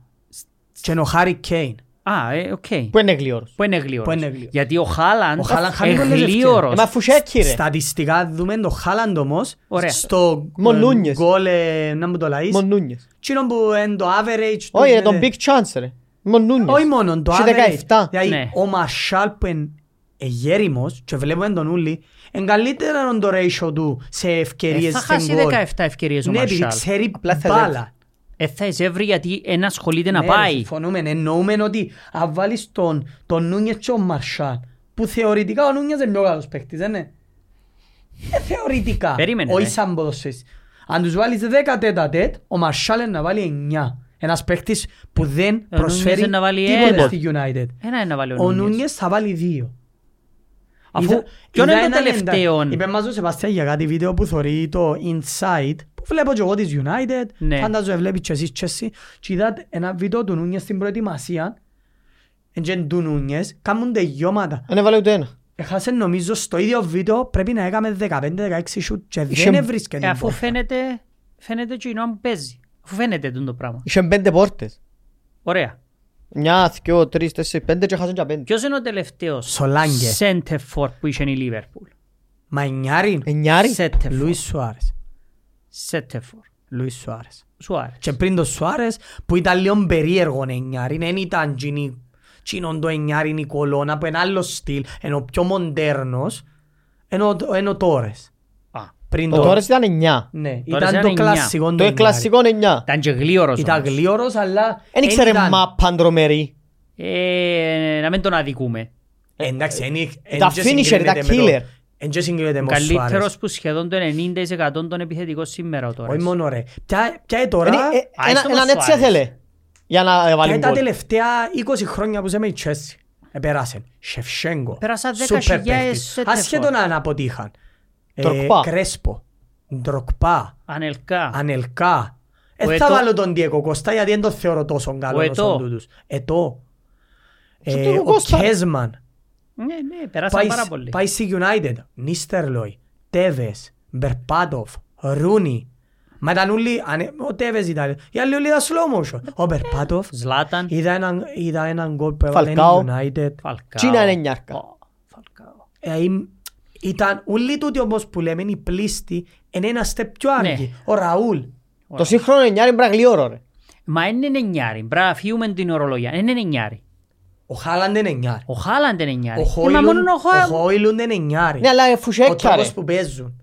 A: Και είναι ο Χάρι Κέιν.
B: Α, ε, οκ.
C: Πού είναι γλυόρος.
B: Που είναι γλίωρος.
A: Που είναι γλίωρος.
B: Γιατί ο Χάλαντ
A: Ο Χάλαντ χάνει
B: είναι
A: πολλές ευκαιρίες.
B: γλίωρος.
C: Ε, μα αφού σέκει ρε.
A: Στατιστικά δούμε το Χάλαντ όμως
B: Ωραία.
A: στο
C: Μο
A: ε,
C: Νούνιες.
A: γκολ ε, να μου το λαείς.
C: Μονούνιες.
A: Εκείνο που είναι το average. του
C: Όχι, ρε, τον
A: γίνεται-
C: big chance ρε. Μονούνιες.
A: Ναι, Όχι μόνο το
C: Είχε
A: average.
C: 17.
A: Δηλαδή
B: Ναι.
A: ο Μασάλ που είναι γέριμος και βλέπουμε τον Ούλη είναι καλύτερα το ratio του σε
B: Ε,
A: ευκαιρίες
B: θα
A: στην
B: χάσει
A: γκολ.
B: 17 ευκαιρίες ο
A: Ναι, επειδή
B: Μαρσάλ.
A: ξέρει
C: Απλά θα
A: μπάλα.
B: Ε, θα εισεύρει γιατί δεν ασχολείται να
A: Ναι, ρε,
B: πάει.
A: Συμφωνούμε. Εννοούμε ότι αν βάλεις τον, τον Νούνιες και τον Μαρσάλ, που θεωρητικά ο Νούνιες είναι πιο καλός παίκτης, δεν είναι. Ε, θεωρητικά.
B: Περίμενε,
A: Όχι
B: ρε.
A: σαν ποδοσφαίρις. Αν τους βάλεις 10 τέτα τέτ, ο Μαρσάλ είναι να βάλει 9. Ένας παίκτης που δεν
B: Νούνιες
A: προσφέρει
B: είναι να βάλει
A: τίποτα
B: ένα.
A: στη United.
B: Ένα είναι να βάλει
A: Ο Νούνιες θα βάλει δύο.
B: Αφού
A: Είδα-
B: ποιον
A: είδα
B: είναι το
A: έναν
B: τελευταίο.
A: εντα- Είπε μας ο Σεβαστιά για κάτι βίντεο που θωρεί το Inside που βλέπω και εγώ της United,
B: Ναι.
A: φαντάζομαι βλέπεις και εσείς και εσύ και είδα ένα βίντεο του Νούνιες στην προετοιμασία εν και του Νούνιες, κάνουν τελειώματα.
C: Δεν έβαλε ούτε ένα.
A: Έχασε νομίζω στο ίδιο βίντεο πρέπει να έκαμε 15-16 σουτ και
C: Είχε-
A: δεν έβρισκε
B: Ε,
A: την
B: αφού
A: πόρτα.
B: φαίνεται, φαίνεται και η νόμη παίζει. Αφού φαίνεται τούτο το πράγμα.
C: Είχε πέντε πόρτες.
B: Ωραία.
C: Μια, δυο, τρεις, τέσσερις, πέντε και χάσαν και πέντε.
B: Ποιος είναι ο τελευταίος
A: Σολάνγκε.
B: center for που είχε η Λίβερπουλ.
A: Μανιάριν,
C: Εννιάρι.
B: Center for.
A: Λουίς Σουάρες.
B: Center for.
A: Λουίς Σουάρες.
B: Σουάρες.
A: Και πριν το Σουάρες που ήταν λίγο περίεργο εννιάρι, δεν ήταν τζινί, τζινόν το εννιάρι Νικολώνα από ένα άλλος στυλ, ενώ πιο μοντέρνος, ενώ, ενώ τόρες.
B: Α,
A: Πριν
C: Το τώρα ήταν 9.
A: Ναι,
B: Τόρες
A: ήταν
B: ήταν
A: το
B: εννιά.
A: κλασικό
C: Το
A: εννιάρι.
C: κλασικό είναι 9.
B: Ήταν και γλίωρος
A: Ήταν
B: όμως.
A: γλίωρος, αλλά...
C: Δεν ήξερε
A: ήταν-
C: μάπα ντρομερή.
B: Ε, να μην τον αδικούμε.
A: Εντάξει, εν- εν-
C: Τα
A: εν-
C: finisher,
A: συγκρίνεται
C: τα
A: με το-
C: killer.
A: εν- και συγκρίνεται με ο Ε, Σουάρες.
B: Καλύτερος που σχεδόν το 90% των επιθετικών σήμερα ο
A: Όχι
B: Τόρες.
A: μόνο ρε. Ποια- Ποια είναι
C: Είναι-
A: τώρα...
C: ε,
B: α,
C: ένα-
B: είσαι
C: Έναν
B: μας
C: έτσι
B: Σουάρες.
C: έθελε. Για να ε,
A: Και
C: βάλει
A: τα
C: γκολ.
A: τελευταία 20 χρόνια που είμαι η Chelsea. Επέρασαν. Σεφσέγκο.
B: Πέρασα δέκα
A: σούπερ
B: χιλιάδες
A: παίκτης.
B: σε
A: Ασχέτω
B: τεφόρ.
A: να αποτύχαν. Ε,
C: Ντροκπά.
A: Κρέσπο. Ντροκπά.
B: Ανελκά.
A: Ανελκά.
B: Ο
A: Ε,
B: Ετώ.
A: θα βάλω τον Διέκο Κωστά γιατί δεν το θεωρώ τόσο καλό
B: Ο
A: όσο
B: Ετώ.
A: τούτους. Ετώ.
C: Στον
A: Ε,
C: Διέκο
A: Ο
C: Κώστα.
A: Κέσμαν.
B: Ναι, ναι, πέρασαν
A: Πάει-
B: πάρα πολύ.
A: Πάει στη United. Νίστερλοι. Τέβες. Μπερπάτοφ. Ρούνι. Μα ήταν όλοι, ανε- ο Τέβες ήταν, οι άλλοι όλοι ήταν slow motion. Ο Μπερπάτοφ
B: Ζλάταν.
A: Mm-hmm. Είδα έναν, είδα έναν γκολ που έβαλε η
C: Φαλκάο.
A: United.
B: Φαλκάο.
C: Τι να είναι νιάρκα.
B: Ω, Φαλκάο.
A: Ε, ή- ήταν όλοι τούτοι όμως που λέμε οι πλήστοι είναι ένα step πιο
B: Ναι.
A: άργοι. Ο Ραούλ.
C: Το σύγχρονο 9 είναι πραγλιόρο ρε.
B: Μα είναι νενιάρι. Μπράβο, αφιούμε την ορολογία. Είναι νενιάρι.
A: Ο Χάλαντ είναι εννιάρι.
B: Ο Χάλαντ είναι
A: Ο
B: νενιάρι. Ε, Μα
A: Χόιλουν,
B: μόνο ο
A: ο
B: Χάλαντ.
A: Χόιλουν είναι εννιάρι.
C: Ναι αλλά ε,
A: Ο
C: φουσέκια ρε.
A: τρόπος που παίζουν.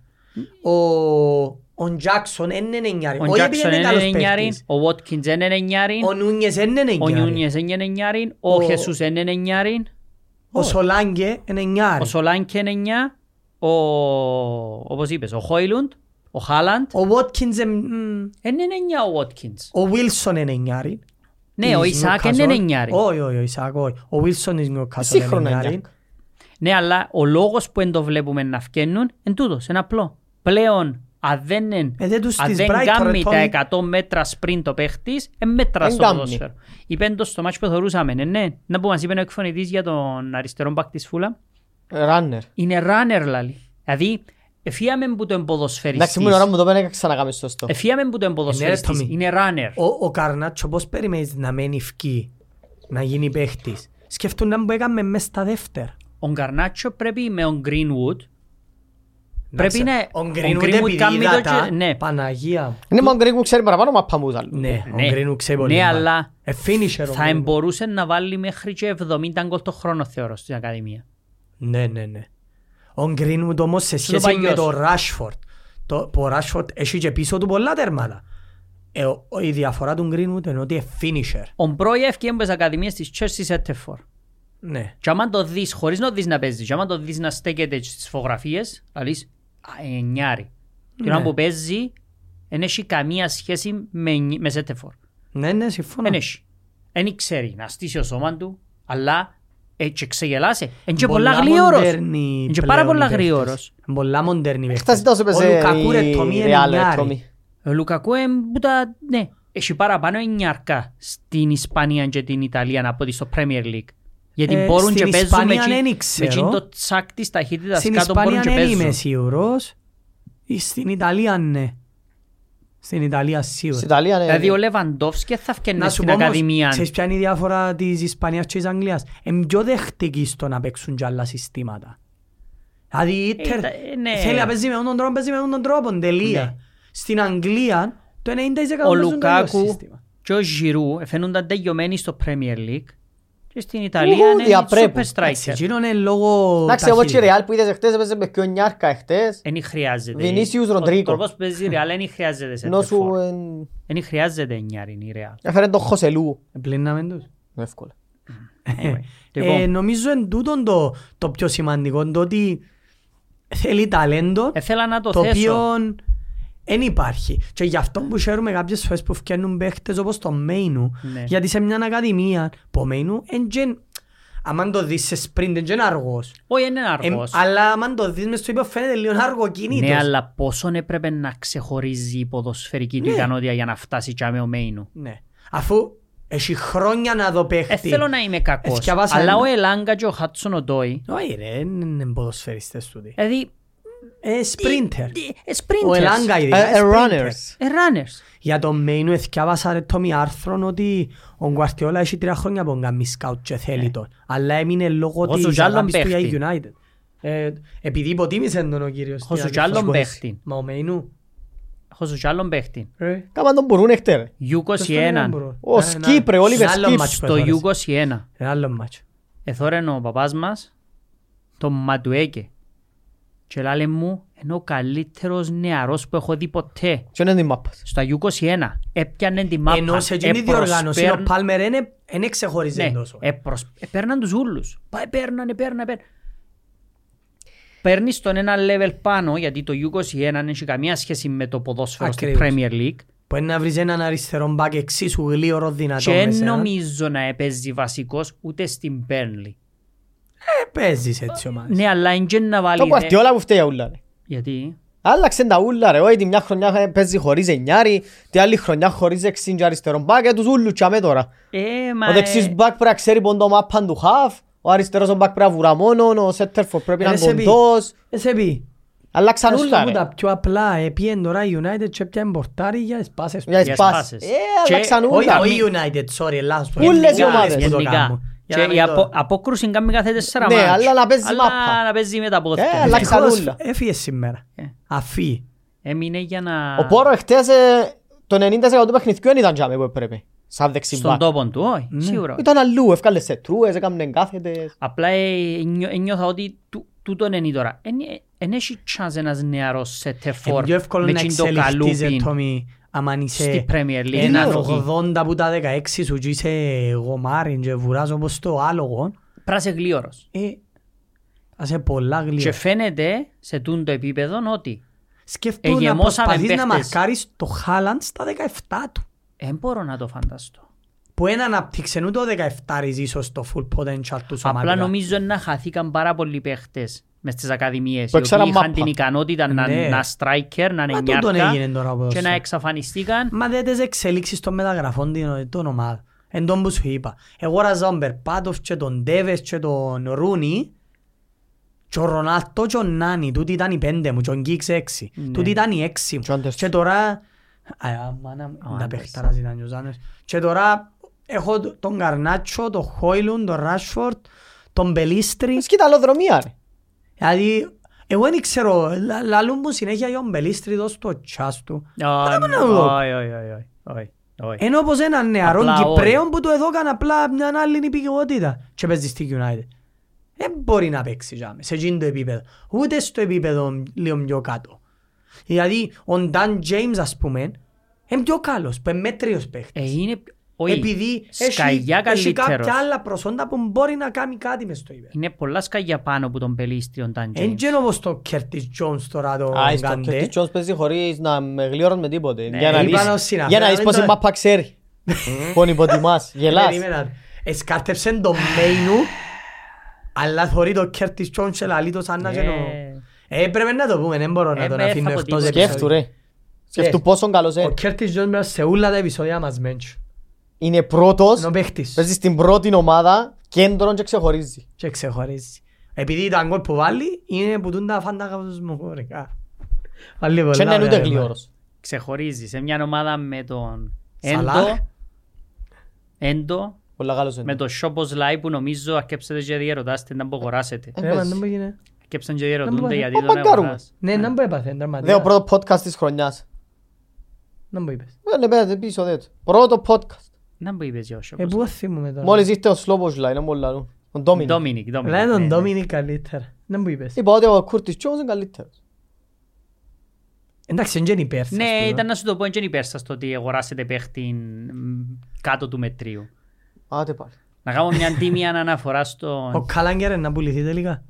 A: Ο, ο Τζάκσον είναι εννιάρι.
B: Ο
A: Όχι επειδή
B: Τζάκσον είναι
A: καλός
B: νενιάρι.
A: παίκτης.
B: Ο Βότκιντς είναι νενιάρι.
A: Ο Νούνιες είναι
B: Ο
A: εννιάρι.
B: Νιούνιες είναι νενιάρι. Ο
A: Ο-
B: Χεσούς είναι νενιάρι.
A: Ο Σολάνγκε είναι εννιάρι.
B: Ο Σολάνκε είναι νιά. Ο... Όπως είπες, ο Χόιλουντ. Ο Χάλαντ. Ε,
A: Ο Βότκινς είναι-
B: Είναι νενιά ο Βότκιντς.
A: ο Βίλσον είναι εννιάρι.
B: Ναι, ο Ισάκ είναι νενιάρι.
A: Όχι, όχι, ο Ισάκ, όχι. Ο Βίλσον της Newcastle είναι
C: Σύγχρονα
A: νιάρι.
C: είναι.
B: Ναι, αλλά ο λόγος που εν το βλέπουμε να φκαίνουν είναι τούτος, είναι απλό. Πλέον, αν δεν, είναι-
A: Ε, δεν τους
B: αν
A: τις
B: δεν
A: βράει,
B: κάνει
A: τώρα,
B: τα
A: Τόνι.
B: 100 μέτρα sprint το παίχτης, ε, μέτρα
C: Δεν
B: στο
C: κάνει.
B: ποδόσφαιρο. Είπε εντός στο μάτς που θεωρούσαμε, ναι, ναι. Να που μας είπε ο εκφωνητής για τον αριστερό μπακ της Φούλα,
C: Ράνερ.
B: είναι runner λαλή. Δηλαδή, εφίαμε που τον ποδοσφαιριστής.
C: Εντάξει μου η ώρα μου το πένε ξανακάμε σωστό.
A: Ε,
B: Εφίαμε που
A: ναι,
B: τον ποδοσφαιριστής.
A: Tommy.
B: Είναι runner.
A: Ο, ο Καρνάτσο πώς περιμένεις να μένει ευκεί, να γίνει παίχτης. Σκεφτούν να μου έκαμε μέσα στα δεύτερα.
B: Ο Γκαρνάτσο πρέπει με τον Greenwood. Πρέπει να...
A: Ο Γκρίνου
B: κάνει το και-
A: Ναι.
B: Ναι,
A: Παναγία μου.
C: Είναι μόνο Γκρίκ που ξέρει παραπάνω μάπα μου ζάλλου.
A: Ναι, ο
B: Ναι.
A: Γκρίνου ξέρει πολύ.
B: Ναι,
A: μπάλα.
B: αλλά
A: Ε, finisher ο
B: θα
A: Γκρίνου.
B: μπορούσε να βάλει μέχρι και 70 γκολ το χρόνο θεωρώ στην Ακαδημία.
A: Ναι, ναι, ναι. Ο Γκρίνου όμως σε σχέση
B: παλιός.
A: με τον Ράσφορτ. Το, που ο Ράσφορτ έχει και πίσω του πολλά τερμάτα. Ε, ο- η διαφορά του Γκρίνου είναι ότι είναι finisher.
B: Ο Μπρόια ευκαιρία από τις Ακαδημίες της Chelsea σε Τεφόρ.
A: Ναι.
B: Και άμα το δεις, χωρίς να το δεις να παίζεις, και άμα το δεις να στέκεται στις φωτογραφίες, θα λες, «Α, ε, νιάρι. Την ώρα
A: Ναι.
B: που παίζει, δεν έχει καμία σχέση με, νι- με Σέτεφόρ.
A: Ναι, ναι, συμφωνώ.
B: Δεν έχει. Δεν ξέρει να στήσει ο σώμα του, αλλά έτσι ξεγελάσε. Είναι και πολλά
A: Πολλά
B: γλυόρος.
A: μοντέρνοι
B: Είναι και
A: πλέον
B: πάρα
A: οι
B: πολλά
A: παίχτες.
B: γλυόρος.
A: Πολλά μοντέρνοι
C: Αυτά
A: παίχτες.
C: ζητάω σε
A: Ο
C: πέσε
A: Λουκακού ρε Τόμι
C: η
A: είναι
C: Ρεάλ ρε
A: εννιάρη.
C: Τόμι.
B: Ο Λουκακού εμ, που τα- ναι, έχει παραπάνω εννιάρκα στην Ισπανία και την Ιταλία από ότι στο Premier League. Γιατί
A: Ε,
B: μπορούν και
A: στην
B: παίζουν με
A: Ισπανία
B: τζιν-
A: δεν
B: με
A: ξέρω.
B: τζιν το τσακ της ταχύτητας
A: Στην
B: κάτω μπορούν
A: Ισπανία
B: και
A: δεν είμαι
B: παίζουν.
A: σίγουρος. Ή Στην Ιταλία ναι. Στην Ιταλία
C: Στην
A: σίγουρα.
C: Ιταλία ναι,
B: Δηλαδή ο
C: είναι...
B: Λεβαντόφσκι θα
A: Να
B: φκαινε
A: σου
B: στην
A: πω όμως,
B: Ακαδημία.
A: ξέρεις ποια είναι η διαφορά της Ισπανίας και της Αγγλίας. Εμ πιο δεχτικοί στο να παίξουν κι άλλα συστήματα. Δηλαδή η Ιντερ
B: τα- ε, ναι.
A: θέλει να παίζει με αυτόν τον τρόπο, παίζει με αυτόν τον τρόπο, τελεία.
B: Ναι.
A: Στην Αγγλία το 90%
B: Ο
A: παίζουν το ίδιο
B: Λουκάκου
A: σύστημα.
B: και ο Ζιρού φαίνονταν τελειωμένοι στο Premier League και στην Ιταλία
C: Ου,
B: είναι
C: διαπρέπουν.
B: super
A: Εντάξει,
B: striker.
A: εκείνο είναι λόγω
C: Εντάξει εγώ και η
A: ταχύτητας.
C: Ρεάλ που είδες χτες έπαιζε με πιο νιάρκα εχθές.
B: Δεν χρειάζεται.
C: Βινίσιους
B: Ο
C: Ροντρίγκο.
B: τρόπος που παίζει η Real δεν χρειάζεται σε
C: Ενώ σου
B: τεφόρ.
C: εν,
B: Δεν χρειάζεται εννιάριν η Real.
C: έφερε τον Χωσελού.
A: Επλύναμε τους.
C: Εύκολα.
B: Anyway,
A: Ε,
B: λοιπόν,
A: νομίζω εν τούτον το, το πιο σημαντικό, το ότι θέλει ταλέντο,
B: Ήθελα να Ε, το
A: το
B: θέσω.
A: οποίο δεν υπάρχει. Και γι' αυτό που χαίρομαι κάποιες φορές που φτιάχνουν παίχτες όπως το Μέινου,
B: Ναι.
A: γιατί σε μια ακαδημία που ο Μέινου, εν τζεν- άμα το δεις σε sprint, εν τζεν αργός.
B: Όχι, είναι
A: Εμ,
B: αργός.
A: αλλά άμα το δεις μες στο ύπο φαίνεται λίγο αργοκίνητος.
B: Ναι, αλλά πόσον έπρεπε να ξεχωρίζει η ποδοσφαιρική του
A: Ναι.
B: ικανότητα για να φτάσει και με ο Μέινου.
A: Ναι. Αφού έχει χρόνια να δω
B: Ε,
A: παίχτη.
B: θέλω να είμαι κακός,
A: Εθιαβάσα
B: αλλά
A: ένα.
B: ο Ελάγκα και ο Χάτσον Οντόι,
A: Όχι ρε, δεν είναι ποδοσφαιριστές τούτοι.
B: δηλαδή,
A: Ε, sprinter.
B: ε,
A: Ο
B: sprinters,
A: Ελάγκα
C: Ε,
A: ειδικά.
C: ε,
A: sprinter.
C: Runners.
B: ε, runners.
A: Για τον Μέινου εθιάβασα ρε Τόμι άρθρον ότι ο Γκουαρτιόλα έχει τρία χρόνια που κάνει σκάουτ και
B: Ε.
A: θέλει τον. Αλλά έμεινε λόγω
B: Όσο
A: της
B: κι άλλον
A: αγάπης του για η
B: παίχτη.
A: United. Ε, επειδή υποτίμησε τον ο κύριος.
B: Όσο
A: στην
B: κι άλλον
A: αρχή.
B: παίχτη.
A: Μα ο Μέινου.
B: Έχω Χώσου κι άλλον παίχτη.
A: Ρε.
C: Κάμαν τον μπορούν έχτερ.
A: Ποιος τον είναι,
B: U21.
A: μπορώ.
C: Ο
A: Ε, ένα-
C: Σκύπρε, ο Όλιβερ
A: Ένα άλλο
C: Σκύπ
A: μάτς που
B: Στο
A: εθώρεσε.
B: U21.
A: Ένα άλλο μάτς.
B: Εθώρεν ο παπάς μας τον Ματουέκε. Και λάλε μου είναι ο καλύτερος νεαρός που έχω δει ποτέ.
C: Ποιο είναι η μάπα.
B: Στα U21 έπιανε τη μάπα.
A: Ενώ σε εκείνη
B: επροσπέρν-
A: διοργάνωση ο Πάλμερ δεν
B: Ναι,
A: ξεχωρίζει τόσο.
B: επροσ... επέρναν τους ούλους. Πάει, επέρναν, επέρναν, επέρναν. Παίρνεις τον ένα level πάνω γιατί το U21 δεν έχει καμία σχέση με το ποδόσφαιρο στη
A: Ακριβώς.
B: Premier League.
A: Που είναι να βρεις έναν αριστερό μπακ εξίσου γλίωρο δυνατό
B: Και
A: με
B: δεν
A: σένα.
B: νομίζω να έπαιζε βασικός ούτε στην Burnley.
A: Ε, παίζεις έτσι ομάδες.
B: Ναι, αλλά είναι και να
C: Το
B: βάλει... δε-
C: κουαρτιόλα που φταίει για ούλα. ρε.
B: Γιατί
C: Άλλαξε τα ούλα ρε, όχι τη μια χρονιά ε, παίζει χωρίς εννιάρι, τη άλλη χρονιά χωρίς εξήν και αριστερό μπακ, ε, τους ούλους τσάμε τώρα.
B: Ε, μα,
C: Ο δεξής
B: ε,
C: μπακ πρέπει να ξέρει πόντο μάπαν του χαφ, ο αριστερός ο μπακ πρέπει να βουρά μόνον, ο σέτερφο πρέπει να
A: Ε,
C: είναι
A: σε πει.
C: κοντός.
A: Ε, σε πει.
C: Αλλάξαν
A: Ας το
C: ούλα
A: πω
C: ρε.
A: τα πιο απλά. Επίεν τώρα η United και έπιαν πορτάρι για τις πάσες.
C: Για τις
B: τις
C: πάσες.
B: πάσες.
C: Ε,
B: Και-
C: αλλάξαν
A: Όχι,
C: ούλα.
A: όχι United, sorry, λάθος.
C: Ούλες οι
A: Γενικά,
C: ομάδες.
A: που το
B: ε, γενικά.
A: κάνουν. Για να
B: Και
A: μην
B: η
A: το-
B: απο- απόκρουση κάνει κάθε τέσσερα
C: Ναι,
B: μάτς.
C: αλλά να παίζεις
B: Αλλά
C: μάπα.
B: να παίζεις με τα πόδια.
C: Ε, αλλά-
A: Ευτυχώς
C: Αλλάξαν ούλα.
A: Έφυγε σήμερα.
B: Ε.
A: Αφή.
B: Έμεινε για να...
C: Ο Πόρο εχθές ε, το 90% του παιχνιδιού ήταν τζάμε που έπρεπε. Σαν δεξί
B: Στον
C: μπακ.
B: τόπο του, όχι, σίγουρα.
C: Ήταν αλλού, έφκαλε σε τρούες, έκαμνε κάθετες.
B: Απλά ε, νιώ- ένιωθα ότι του- τούτο είναι τώρα. Δεν έχει chance ένας νεαρός σε
A: Είναι
B: τεφόρ
A: Ε, πιο εύκολο
B: με
A: να
B: τσιν το
A: εξελιχτείς, ε,
B: καλούπιν
A: Τόμι, άμα είσαι
B: στη Premier League.
A: έναν
B: να φύγει.
A: 80 που τα 16 σου και είσαι γομάριν και βουράς όπως το άλογο.
B: Πράσε γλίωρος.
A: Ε, θα σε πολλά
B: Και
A: γλυκά.
B: φαίνεται σε τούν το επίπεδο ότι
A: Σκεφτούν να
B: εγεμόσαμε
A: προσπαθείς να
B: Ε, παίχτες. μαρκάρεις
A: μαρκάρεις το Χάλαντ στα 17 του.
B: δεν μπορώ να το φανταστώ.
A: Που ένα αναπτύξενου το 17 εις ίσως το full potential του σωματικά.
B: Απλά νομίζω να χαθήκαν πάρα πολλοί παίχτες μες στις ακαδημίες.
C: Που
B: Οι οποίοι
C: έξαραν
B: είχαν
C: μάπα.
B: την ικανότητα να,
A: Ναι.
B: να striker, να είναι
A: Μα τούτον έγινε
B: νιάρκα
A: τώρα από
B: και
A: εδώ.
B: να εξαφανιστήκαν.
A: Μα δεν τις εξελίξεις των μεταγραφών την- των ομάδων. Εν τόν που σου είπα. Εγώ ραζά τον Περπάτοφ και τον Ντέβες και τον Ρούνι και ο Ρονάλτο και ο Νάνι. Τούτοι ήταν οι πέντε μου και ο Γκίξ έξι.
B: Ναι.
A: Τούτοι ήταν οι έξι
C: Και ο
A: μου.
C: Άντερσον.
A: Και τώρα... Α, α, μάνα μου,
B: Ο
A: Τα
B: Άντερσον.
A: παιχταράς ήταν και ο Ζάνερς. Και τώρα έχω τ- τον Καρνάτσο, τον Χόιλουν, τον Ράσφορτ, τον Μπελίστρι.
C: Μες κοιταλοδρομία ρε.
A: Δηλαδή, εγώ δεν ξέρω, λα- λαλούν μου συνέχεια για τον Μπελίστρι εδώ στο τσάς του.
B: Όχι,
A: να δω.
B: όχι, όχι, όχι, όχι, όχι.
A: Ενώ πως έναν νεαρό
B: Ε. Απλά
A: Κυπρέον
B: όλοι.
A: που του έδωκαν απλά μια άλλη υπηκότητα και παίζει στη United. Δεν μπορεί να παίξει τζάμε, σε εκείνο το επίπεδο. Ούτε στο επίπεδο λίγο πιο κάτω. Δηλαδή, ο Dan James ας πούμε, είναι πιο καλός, που είναι μέτριος παίχτης.
B: Ε, είναι... όχι.
A: Επειδή έχει,
B: σκαγιά
A: έχει κάποια
B: καλύτερος.
A: άλλα προσόντα που μπορεί να κάνει κάτι μες στο επίπεδο.
B: Είναι πολλά σκαγιά πάνω από τον Πελίστριον Ταν
A: Εν
B: James.
A: και όπως το Curtis Jones τώρα το
C: Α, στο
A: Γκαντέ. Ναι,
C: Curtis Jones παίζει χωρίς να με γλιώρουν με τίποτε. Για να
A: είπα
C: δεις-
A: να συναφέρα,
C: για να δεις
A: δεν
C: πως η
A: το-
C: μάπα ξέρει. Τον υποτιμάς, γελάς.
A: Περίμενα. Εσκάρτεψε το ναι. Μέινου, αλλά θωρεί το Κέρτις Τζόν και λαλεί το σαν να
B: Ναι.
A: και το... Ε, Πρέπει να το πούμε, δεν μπορώ
B: Ε,
A: να τον
B: με,
A: αφήνω
B: θα πω
A: εκτός
B: τίποτα. ναι.
C: Σκέφτου
A: επεισόδιο.
C: ρε. Σκέφτου πόσο καλός
A: Ο
C: είναι.
A: Κέρτις Τζόν μέσα σε όλα τα επεισόδια μας μέντσου.
C: Είναι πρώτος,
A: Είναι ο παίχτης
C: παίζει στην πρώτη ομάδα, κέντρον και ξεχωρίζει.
A: και ξεχωρίζει. Επειδή το αγκόλ που βάλει είναι που τούν τα φάνταγα τους μου χωρικά. Βάλει πολλά
C: Και είναι
A: ωραία ναι.
C: ούτε
A: πράγματα.
C: γλιώρος.
B: Ξεχωρίζει σε μια ομάδα με τον
A: Σαλάχ.
B: Έντο. Έντο.
C: Πολλά καλός
B: Με
C: είναι.
B: το Shopos Live που νομίζω αρκέψετε και διαρωτάστε να αγοράσετε.
A: Ε, μα, δεν μου έγινε.
B: Αρκέψαν και
A: Να
B: διαρωτούνται
A: μπορεί-
B: γιατί
C: Μα,
B: τον
C: μακάρουμε.
B: αγοράσετε.
A: Ναι, να μου έπαθε, είναι
C: Δε
A: τραυματίας.
C: ο πρώτο podcast της χρονιάς.
A: Να μου είπες.
C: Ε, Ναι, πέρατε πίσω, δε το. Πρώτο podcast.
B: Να μου είπες για ο
A: Ε,
B: Shopos.
A: πού θυμούμαι τώρα.
C: Μόλις ήρθε ο Σλόμπος Λάι, να μου λαλούν. Ο Ντόμινι.
B: Ντόμινικ.
A: Λάει τον
B: ναι, ναι.
A: Dominic καλύτερα. Να μου είπες.
C: Είπα ότι ο Curtis Jones είναι καλύτερος.
A: Εντάξει, δεν είναι υπέρ σας,
B: Ναι,
A: πούμε.
B: ήταν να σου το πω, είναι υπέρσταστο ότι αγοράσετε παίχτη μ, κάτω του μετρίου.
C: Άτε πάλι.
B: Να κάνω μια τίμια αναφορά
A: Ο
B: στο...
A: Καλάγκερ να πουληθεί τελικά.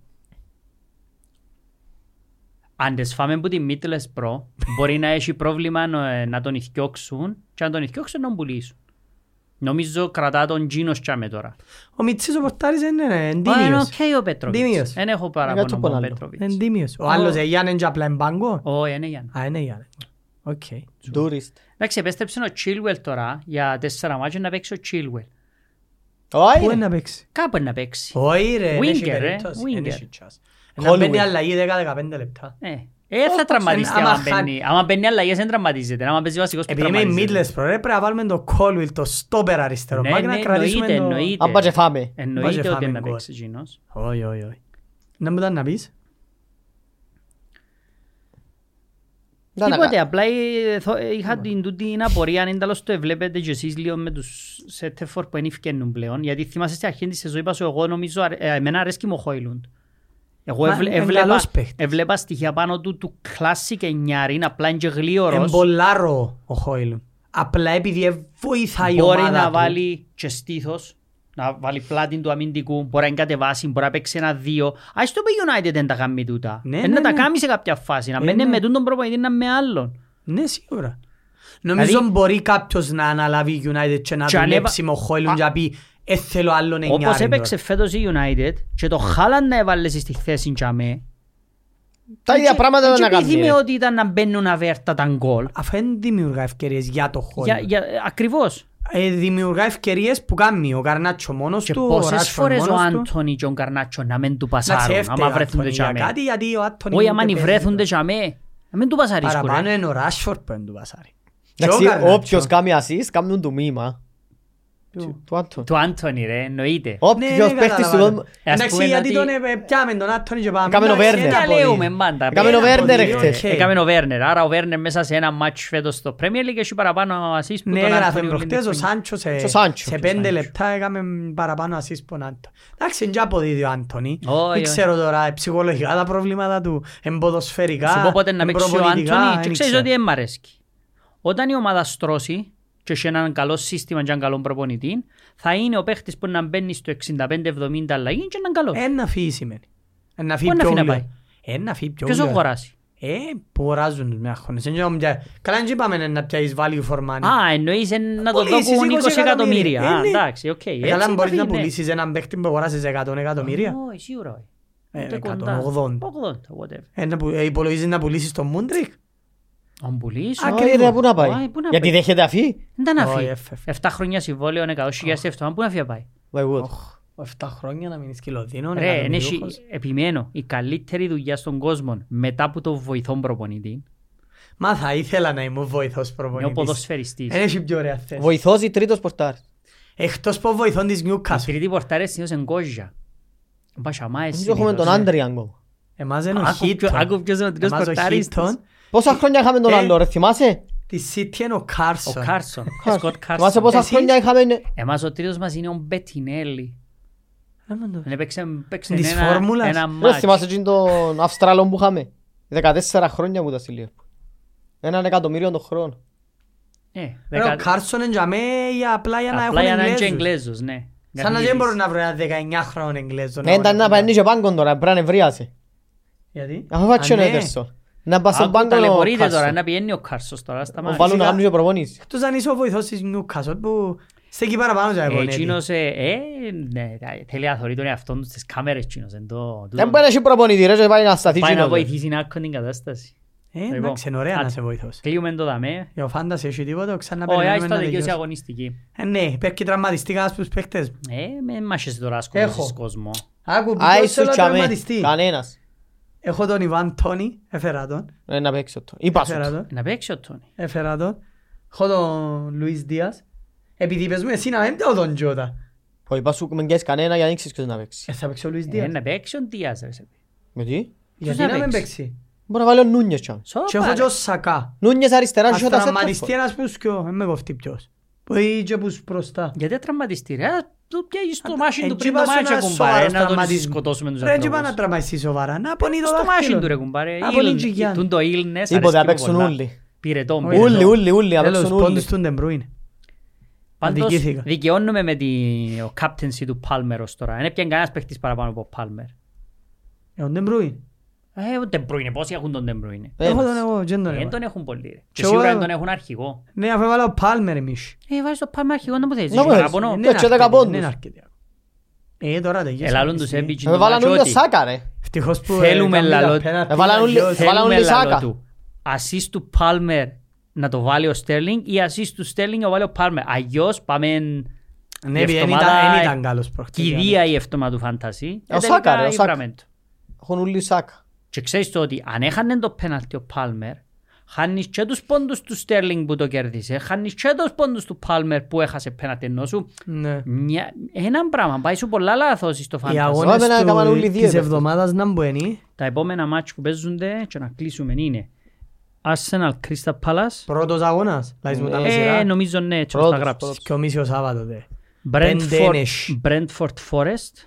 B: Αν τις φάμε που τη Μίτλες Προ, μπορεί να έχει πρόβλημα ε, να τον ηθιώξουν και αν τον ηθιώξουν να τον πουλήσουν. Νομίζω κρατά τον Τζίνος τσάμε τώρα.
A: Ο Μιτσής ο Πορτάρης είναι
B: Α, Είναι
A: εντύμιος.
B: οκ ο Πέτροβιτς.
A: Ντίμιος.
B: Δεν έχω
C: Για το
B: παράπονο με τον
C: πονάλο.
B: Πέτροβιτς. ε,
A: Εντύμιος. Ο άλλος ε, Γιάννη είναι απλά εμπάγκο.
B: Όχι, είναι Γιάννη.
A: Α, είναι Γιάννη. Οκ.
C: Ντούρις.
B: Εντάξει, επέστρεψε ο Chilwell τώρα για τέσσερα μάτια να παίξει ο Chilwell.
A: Πού είναι
C: Άινε.
A: να παίξει.
B: Κάπου είναι να παίξει.
A: Όχι ρε, δεν έχει
B: Winger, ε,
A: περίπτωση. Δεν
B: winger.
A: έχει chance. Να μπαίνει
C: Colwell.
A: αλλαγή 10-15 λεπτά.
B: Ε, ε, θα τραυματιστεί
A: άμα
B: άμα
A: χα-
B: μπαίνει. Άμα μπαίνει αλλαγές δεν τραυματίζεται. Άμα παίζει βασικός που
A: Επειδή είμαι
B: τραυματίζεται.
A: μίτλες προπρέπρεπε ε, να βάλουμε το Colwell, το στόπερ αριστερό.
B: Ναι,
A: μπακ, να
B: ναι,
A: κρατήσουμε
B: εννοείται,
A: το-
B: εννοείται.
C: Αν και φάμε.
B: Εννοείται
A: Βάζε
B: ότι
A: φάμε
B: να
A: γκολ.
B: παίξει Τζίνος.
A: Όχι, όχι, όχι. Να μου ήταν να πεις.
C: Δεν τα
B: Τίποτε,
C: κα-
B: απλά ε, θω- ε, είχα την τούτη απορία αν είναι τέλος το βλέπετε και εσείς λίγο με τους Σέτεφορ που δεν ευκαινούν πλέον γιατί θυμάσαι στην αρχή της σεζόν είπα σου εγώ νομίζω αρε- ε, εμένα αρέσκει μου ο Χόιλουντ. Εγώ
A: Μα
B: εβλε-
A: είναι
B: έβλεπα,
A: καλός παίχτης.
B: έβλεπα στοιχεία πάνω του του κλάσικ εννιάριν απλά είναι και γλίωρος.
A: Εμπολάρο ο Χόιλου. Απλά επειδή βοηθάει η
B: Μπορεί
A: ομάδα
B: να
A: του.
B: βάλει και στήθος, να βάλει πλάτη του αμυντικού, μπορεί να κατεβάσει, μπορεί να παίξει ένα δύο. Ας το πει United δεν τα κάνει τούτα.
A: Ναι,
B: Ε,
A: ναι,
B: να τα
A: ναι.
B: κάνει σε κάποια φάση, να
A: Ναι,
B: μένει
A: ναι.
B: με τούτον προπονητή, να με άλλον.
A: Ναι, σίγουρα. Νομίζω
B: Δηλαδή-
A: μπορεί κάποιος να αναλάβει η United και να
B: Και αν
A: δουλέψει
B: έβα-
A: με ο Χόιλουντ και να πει «Ε, θέλω άλλον εννιάρι».
B: Όπως έπαιξε φέτος η United και το Χάλαν να έβαλες στη θέση τζαμέ.
C: Τα ίδια πράγματα δεν
B: να
C: έκαμε.
B: Επειδή
C: ρε.
B: με ότι ήταν να μπαίνουν αβέρτα τα γκολ.
A: Αφού δεν δημιουργά ευκαιρίες για το
B: Για,
A: Χόιλουντ.
B: για, ακριβώς.
A: Ε, δημιουργά ευκαιρίες που κάνει ο Καρνάτσο μόνος
B: Και
A: του, ο
B: πόσες
A: Ράσφορντ
B: φορές ο
A: μόνος του.
B: Άντωνι και ο Γκαρνάτσο να μην του
A: Να
B: πασάρουν,
A: ξέφτει
B: άμα
A: ο
B: βρέθουν
A: Άντωνη για
B: τζαμέ.
A: κάτι γιατί ο Άντωνη
B: Όχι,
A: ούτε
B: άμα
A: παίζει
B: βρέθουν
A: τώρα.
B: τζαμέ, να μην του πασαρίσκουν. ρε.
A: Παραπάνω είναι ο Ράσφορντ που είναι του Βασάρη. Και ο
C: Εντάξει,
A: Καρνάτσο.
C: όποιος κάνει assist, κάνουν του μήμα. Του Άντων.
B: Του Άντωνι ρε, εννοείται.
A: Ναι,
C: Όποιος
A: ναι,
C: παίχτης του
A: καταλαβαίνω.
C: κόσμου...
B: Ε, ας
A: Εντάξει,
B: πούμε
A: γιατί
B: ότι-
A: τον ε, πιάμε τον Άντωνη και πάμε.
C: Έκαμε ο
A: Εντάξει,
C: Βέρνερ.
A: ένα
B: Τα
A: από δύο.
B: λέουμε μάντα.
C: Έκαμε
B: Ένα
C: ο
B: από
C: Βέρνερ
B: δύο,
C: χτες.
B: ε, Έκαμε ο Βέρνερ, άρα ο Βέρνερ μέσα σε ένα match φέτος στο Premier League έχει παραπάνω assist που
A: Ναι,
B: τον
A: έγραφε
B: Άντωνι.
A: προχτές ο
B: Ολυμπιακός.
A: Σάντσο σε,
C: Στο Σάντσος.
A: σε
C: Στο
A: πέντε
B: Σάντσος.
A: λεπτά έκαμε παραπάνω ασύς που Άντωνη. Εντάξει, είναι και αποδίδει ο Άντωνη.
B: Όχι,
A: Δεν
B: όχι.
A: ξέρω τώρα, ε, ψυχολογικά τα προβλήματα του, εμποδοσφαιρικά,
B: Σου πω πότε να παίξει ο
A: εμπροπονητικά,
B: Άντωνη και
A: δεν
B: ξέρεις
A: ξέρω.
B: ότι δεν μ' αρέσκει. Όταν η ομάδα στρώσει και έχει έναν καλό σύστημα και έναν καλό προπονητή, θα είναι ο παίχτης που να μπαίνει στο 65-70 αλλαγή και έναν καλό.
A: Ε, να φύγει σημαίνει. Ε, να φύγει
B: Πού να
A: πιο
B: φύγει να
A: ούλιο.
B: πάει?
A: Ε, να φύγει πιο
B: Ποιος ο
A: ούλιο.
B: αγοράσει.
A: Ε, που οράζουν τους μια χρόνες. Δεν ξέρω αν πια- Καλά δεν είπαμε να πιάσεις value for money.
B: Α, εννοείς ε, να το
A: Ναι. πουλήσεις
B: δώσουν
A: 20
B: 20 εκατομμύρια.
A: εκατομμύρια.
B: Α,
A: Ε, ναι.
B: Εντάξει, οκ.
A: Ε,
B: έτσι
A: Καλά
B: θα
A: μπορείς
B: φύγει,
A: να
B: ναι.
A: πουλήσεις έναν παίχτη που αγοράζεις 100 εκατομμύρια.
B: Όχι, σίγουρα. όχι.
A: Ε,
B: Ούτε κοντά.
A: 180.
B: 80, whatever.
A: Ε, να που- ε, υπολογίζεις να πουλήσεις τον Μούντρικ.
B: Αν πουλήσω.
A: Α,
C: Α, ρε, ρε, πού να πάει.
B: Α, πού να
C: Γιατί
B: πάει.
C: δέχεται αφή.
B: Δεν τα να
A: Όχι,
B: φύγει.
A: έφευγε.
B: 7 χρόνια συμβόλαιο, 100.000 εύτομα. Πού να φύγει να πάει.
C: My word.
A: Οχ, 7 χρόνια να μείνεις κιλοδίνων,
B: Ρε, εν έχει-
A: εκατομμυριούχος.
B: επιμένω, η καλύτερη δουλειά στον κόσμο μετά που το βοηθών προπονητή
A: Μα θα ήθελα να ήμουν βοηθός
B: είναι ο
A: προπονητής. Ε,
B: ποδοσφαιριστής.
A: Δεν έχει πιο ωραία θέση.
C: Βοηθός ή τρίτος πορτάρ.
A: Εκτός που βοηθών της
B: Η
A: Newcastle.
B: τρίτη πορτάρια συνήθως είναι κόζια. Μπασαμάες
C: Εμείς έχουμε τον
B: συνήθως, ε.
C: Άντρι ακόμα.
A: Εμάς είναι ο
B: Άκου ποιο-
A: Heaton.
B: Άκου ποιος είναι ο τρίτος
A: Εμάς ο
B: πορτάρης
A: Heaton.
B: της.
C: Πόσα χρόνια είχαμε τον
A: Ε.
C: άλλο, ρε, θυμάσαι.
A: Τη City είναι ο
B: Ο
A: Κάρσον.
B: Κάρσον. ο Σκοτ
C: Θυμάσαι
B: Κάρσον.
C: πόσα
A: Εσείς?
C: χρόνια είχαμε...
B: Εμάς ο τρίτος μας είναι ο Μπετινέλη.
A: Να μην το-
B: Δεν έπαιξε- έπαιξε
A: Της
B: ένα-
A: φόρμουλας.
B: ένα
C: Ρε,
B: μάτς.
C: θυμάσαι εκείνον τον Αυστραλόν που είχαμε. 14 χρόνια που ήταν στη Λίβερπουλ. Έναν εκατομμύριο τον χρόνο.
B: Ε,
A: Ρε, Ο
B: δεκα-
A: Κάρσον είναι για μέ για απλά για να
B: Απλά για να είναι
A: έχουν
B: και
A: Εγγλέζους.
B: Εγγλέζος, ναι.
A: Σαν να
B: Γανίδης.
A: δεν μπορούν να βρουν ένα 19χρονο Εγγλέζο.
C: Ναι, ήταν να
A: βρουν.
C: παίρνει και πάγκον τώρα, πρέπει να νευρίασε.
A: Γιατί?
C: Αφού φάτσε
A: Α,
C: ο
A: ναι.
C: Έντερσον. Να πας στον
B: Άκου,
C: πάγκο ο
B: ταλαιπωρείται τώρα,
C: Κάρσον.
B: να πηγαίνει ο Κάρσος τώρα στα
C: Ο
B: μάτια.
C: βάλουν να
A: Φυσικά.
C: κάνουν και προπονήσεις.
A: Εκτός αν είσαι ο βοηθός της Newcastle που σε εκεί παραπάνω για
B: Ε,
A: επονέτη.
B: Εκείνος, ε, ε, ναι, τα- θέλει να θωρεί τον εαυτόν του στις κάμερες εκείνος, εν το-
C: Δεν
B: τούτο.
C: μπορεί να έχει προπονητής ρε, και πάει να σταθεί
B: Πάει να
C: κοινό.
B: βοηθήσει να έρχονται την κατάσταση.
A: Ε,
B: Λοιπόν,
A: εντάξει, είναι ωραία να
B: άντε.
A: είσαι βοηθός.
B: Κλείουμε το δαμέ.
A: Για ο Φάντας έχει τίποτα, ξανά
B: Ο Άις
A: περιμένουμε
B: θα
A: να
B: δικαιώσει
A: τελειώσει.
B: αγωνιστική.
A: Ε, Ναι, πέρκει τραυματιστήκα στους παίχτες.
B: Ε, με μάχεσαι τώρα άσκοπος
A: Έχω.
B: της κόσμο.
A: Άκου,
C: Άι
A: ποιος
C: σου
A: θέλω να
C: τσαμέ,
A: τραυματιστεί.
C: κανένας.
A: Έχω τον Ιβάν Τόνι, έφερα τον.
C: Ε, Να παίξω το. Είπα σου
A: Έφερα
C: το.
A: τον.
B: Να παίξει ο Τόνι.
A: Έφερα τον. Έχω τον Λουίς Δίας. Επειδή πες μου εσύ να μην πιάω τον Τζότα.
C: Πω, Είπα σου μην κάνεις κανένα για να ξέρεις ποιος να παίξει.
A: Ε, θα παίξει ο Λουίς
B: Ε,
A: Δίας.
B: Να παίξει ο Ντίας. ρε, σε-
C: Γιατί?
A: Γιατί
B: να
A: να μην
B: παίξει?
A: παίξει.
C: Μπορεί να βάλει ο Νούνιες τσάμε.
B: Σοπα,
A: Και έχω
B: ρε.
A: και ο Σακά.
C: Νούνιες αριστερά
A: Ας
C: και όταν σε τέσσερα.
A: τραυματιστεί ένας πούς κιό, δεν με κοφτεί ποιος. Που είναι και πούς μπροστά.
B: Γιατί τραυματιστεί ρε, του πιέγεις το μάσιν
A: Ε,
B: του
A: και
B: πριν το
A: είπα σου
B: μάτσο
A: ένας
B: κουμπάρε,
A: σοβαρός
B: να τον
A: τραυματισμός.
B: σκοτώσουμε τους
A: Ρε, και είπα να
B: ανθρώπους.
A: τραυματιστεί σοβαρά. Να πονεί το
B: Στο μάσιν του ρε
A: δάχτυλο.
B: κουμπάρε,
A: Από
B: Ήλ-
A: την Τζιγιά.
B: τούν το illness
C: Τίποτε,
B: αρέσκει
C: να
B: μου
C: παίξουν
B: πολλά.
C: όλοι.
B: Πυρετών,
A: Όλοι,
B: πυρετών.
C: Όλοι, όλοι, όλοι, να
A: Τέλος,
C: παίξουν όλοι.
A: πόντους του Ντεμπρού είναι.
B: Πάντως
A: Αδικήθηκα.
B: δικαιώνουμε με τη ο captaincy του Palmer ως τώρα. Δεν έπιαν κανένας παίχτης παραπάνω από Palmer.
A: Ε, ο Ντεμπρού είναι.
B: Ε, ο De Bruyne, πόσοι έχουν τον De Bruyne.
C: Ένας.
A: Έχω τον εγώ, δεν τον
B: Δεν
A: έχω.
B: τον έχουν πολλοί. ρε. Και
A: εγώ
B: σίγουρα δεν
A: έβα-
B: τον έχουν αρχηγό.
A: Ναι, αφού έβαλα ο Πάλμερ εμείς.
B: Ε, βάζεις τον Palmer αρχηγό να μου θες.
C: Να
B: Είσαι
C: μου θες. Ε,
B: παραπονό.
A: Είναι
C: και
A: αρκετή,
C: δέκα πόντους.
A: δεν είναι αρκετή. Ε, τώρα τελειώσαμε.
B: Ελάλουν τους
A: Ε,
B: έμπιτζι
C: Ε,
B: τον
C: Βάλαν όλοι ο
B: Ματσότη.
C: Σάκα ρε.
A: Ευτυχώς που
B: Θέλουμε
A: έκαμε τα
B: λαλό-
A: πέναλτι,
C: Έβαλαν όλοι-
A: αλλιώς-
C: έβαλαν
B: Θέλουμε
C: όλοι
B: λαλό
C: Σάκα.
B: του. Ασίστ του Palmer να το βάλει ο Sterling ή ασίστ του Sterling να βάλει ο Palmer. Αλλιώς πάμε
A: Ναι,
B: η
A: επειδή δεν
B: εβδομάδα-
A: ήταν- δεν ήταν καλός προχτήρια.
B: κηδεία η εύτομα του Ε, φαντασί.
C: Ο Σάκα, ρε, ο Σάκα. Έχουν όλοι Σάκα.
B: Και ξέρεις το ότι αν έχανε το πέναλτι ο Πάλμερ, χάνεις και τους πόντους του Στέρλινγκ που το κέρδισε, χάνεις και τους πόντους του Πάλμερ που έχασε πέναλτι ενώ σου.
A: Ναι.
B: Μια, ένα πράγμα, πάει σου πολλά λάθος στο
A: Οι
B: φάντασμα.
A: αγώνες
C: Έβαλα να
A: του-
C: έκαναν όλοι δύο,
A: της
C: έπαιξαν.
A: εβδομάδας να μπουν, ε.
B: Τα επόμενα μάτια που παίζονται και να κλείσουμε είναι Arsenal Crystal Palace.
A: Πρώτος αγώνας, λάζεις μου τα με
B: Ε,
A: σειρά.
B: νομίζω ναι, έτσι όπως τα
C: Πρώτος,
B: γράψεις.
C: πρώτος.
A: Και ο Μίσιο Σάββατο, δε.
B: Brentford,
A: Πεντένες.
B: Brentford Forest.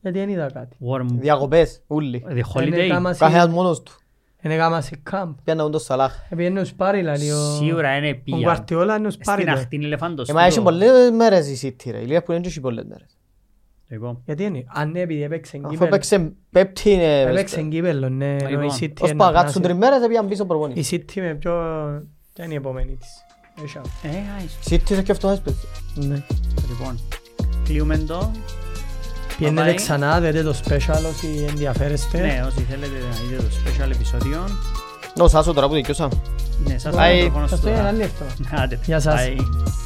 A: γιατί δεν είδα κάτι.
B: Warm.
C: Διακοπές, ούλοι.
B: The
A: Είναι
B: Holiday.
A: κάμαση-
C: Κάθε ένας μόνος του.
A: Είναι κάμαση κάμπ.
C: Πιάνναν τον Σαλάχ.
A: Επίεν νους πάρει, λαλεί ο...
B: Σίγουρα είναι
A: Ο
B: πια.
A: Γκουαρτιόλα νους πάρει.
B: Στην
A: το. Ε,
B: αχτή είναι λεφάντος.
C: Εμά Ε, έχει πολλές μέρες η City ρε. Η Liverpool δεν έχει πολλές μέρες.
B: Λοιπόν,
A: Γιατί είναι, αν ναι, επειδή έπαιξε
C: Αφού
A: κύπελλο.
C: έπαιξε πέπτη είναι...
A: Έπαιξε κύπελλο, ναι. ενώ η
B: Λοιπόν,
A: City
C: Ως
A: είναι
C: παγάτσουν
A: να
C: τρεις μέρες έπιαν πίσω προπονή.
A: Η City με πιο... Ποια είναι η επόμενη της. Έχει άλλο.
B: ε, άις.
C: City είναι και αυτό μας πέφτει.
B: Λοιπόν, κλείουμε το.
A: Πιένετε
B: Bye-bye.
A: ξανά, δείτε το special όσοι ενδιαφέρεστε.
B: Ναι, όσοι θέλετε να δείτε το special επεισόδιο.
C: Νο, Σάσο τώρα που δικαιώσα.
B: Ναι, σας
C: Bye.
B: το προφανώς
A: Σας το είναι
B: τώρα.
A: ένα λεπτό.
B: Άντε,
A: Γεια σας.
B: bye.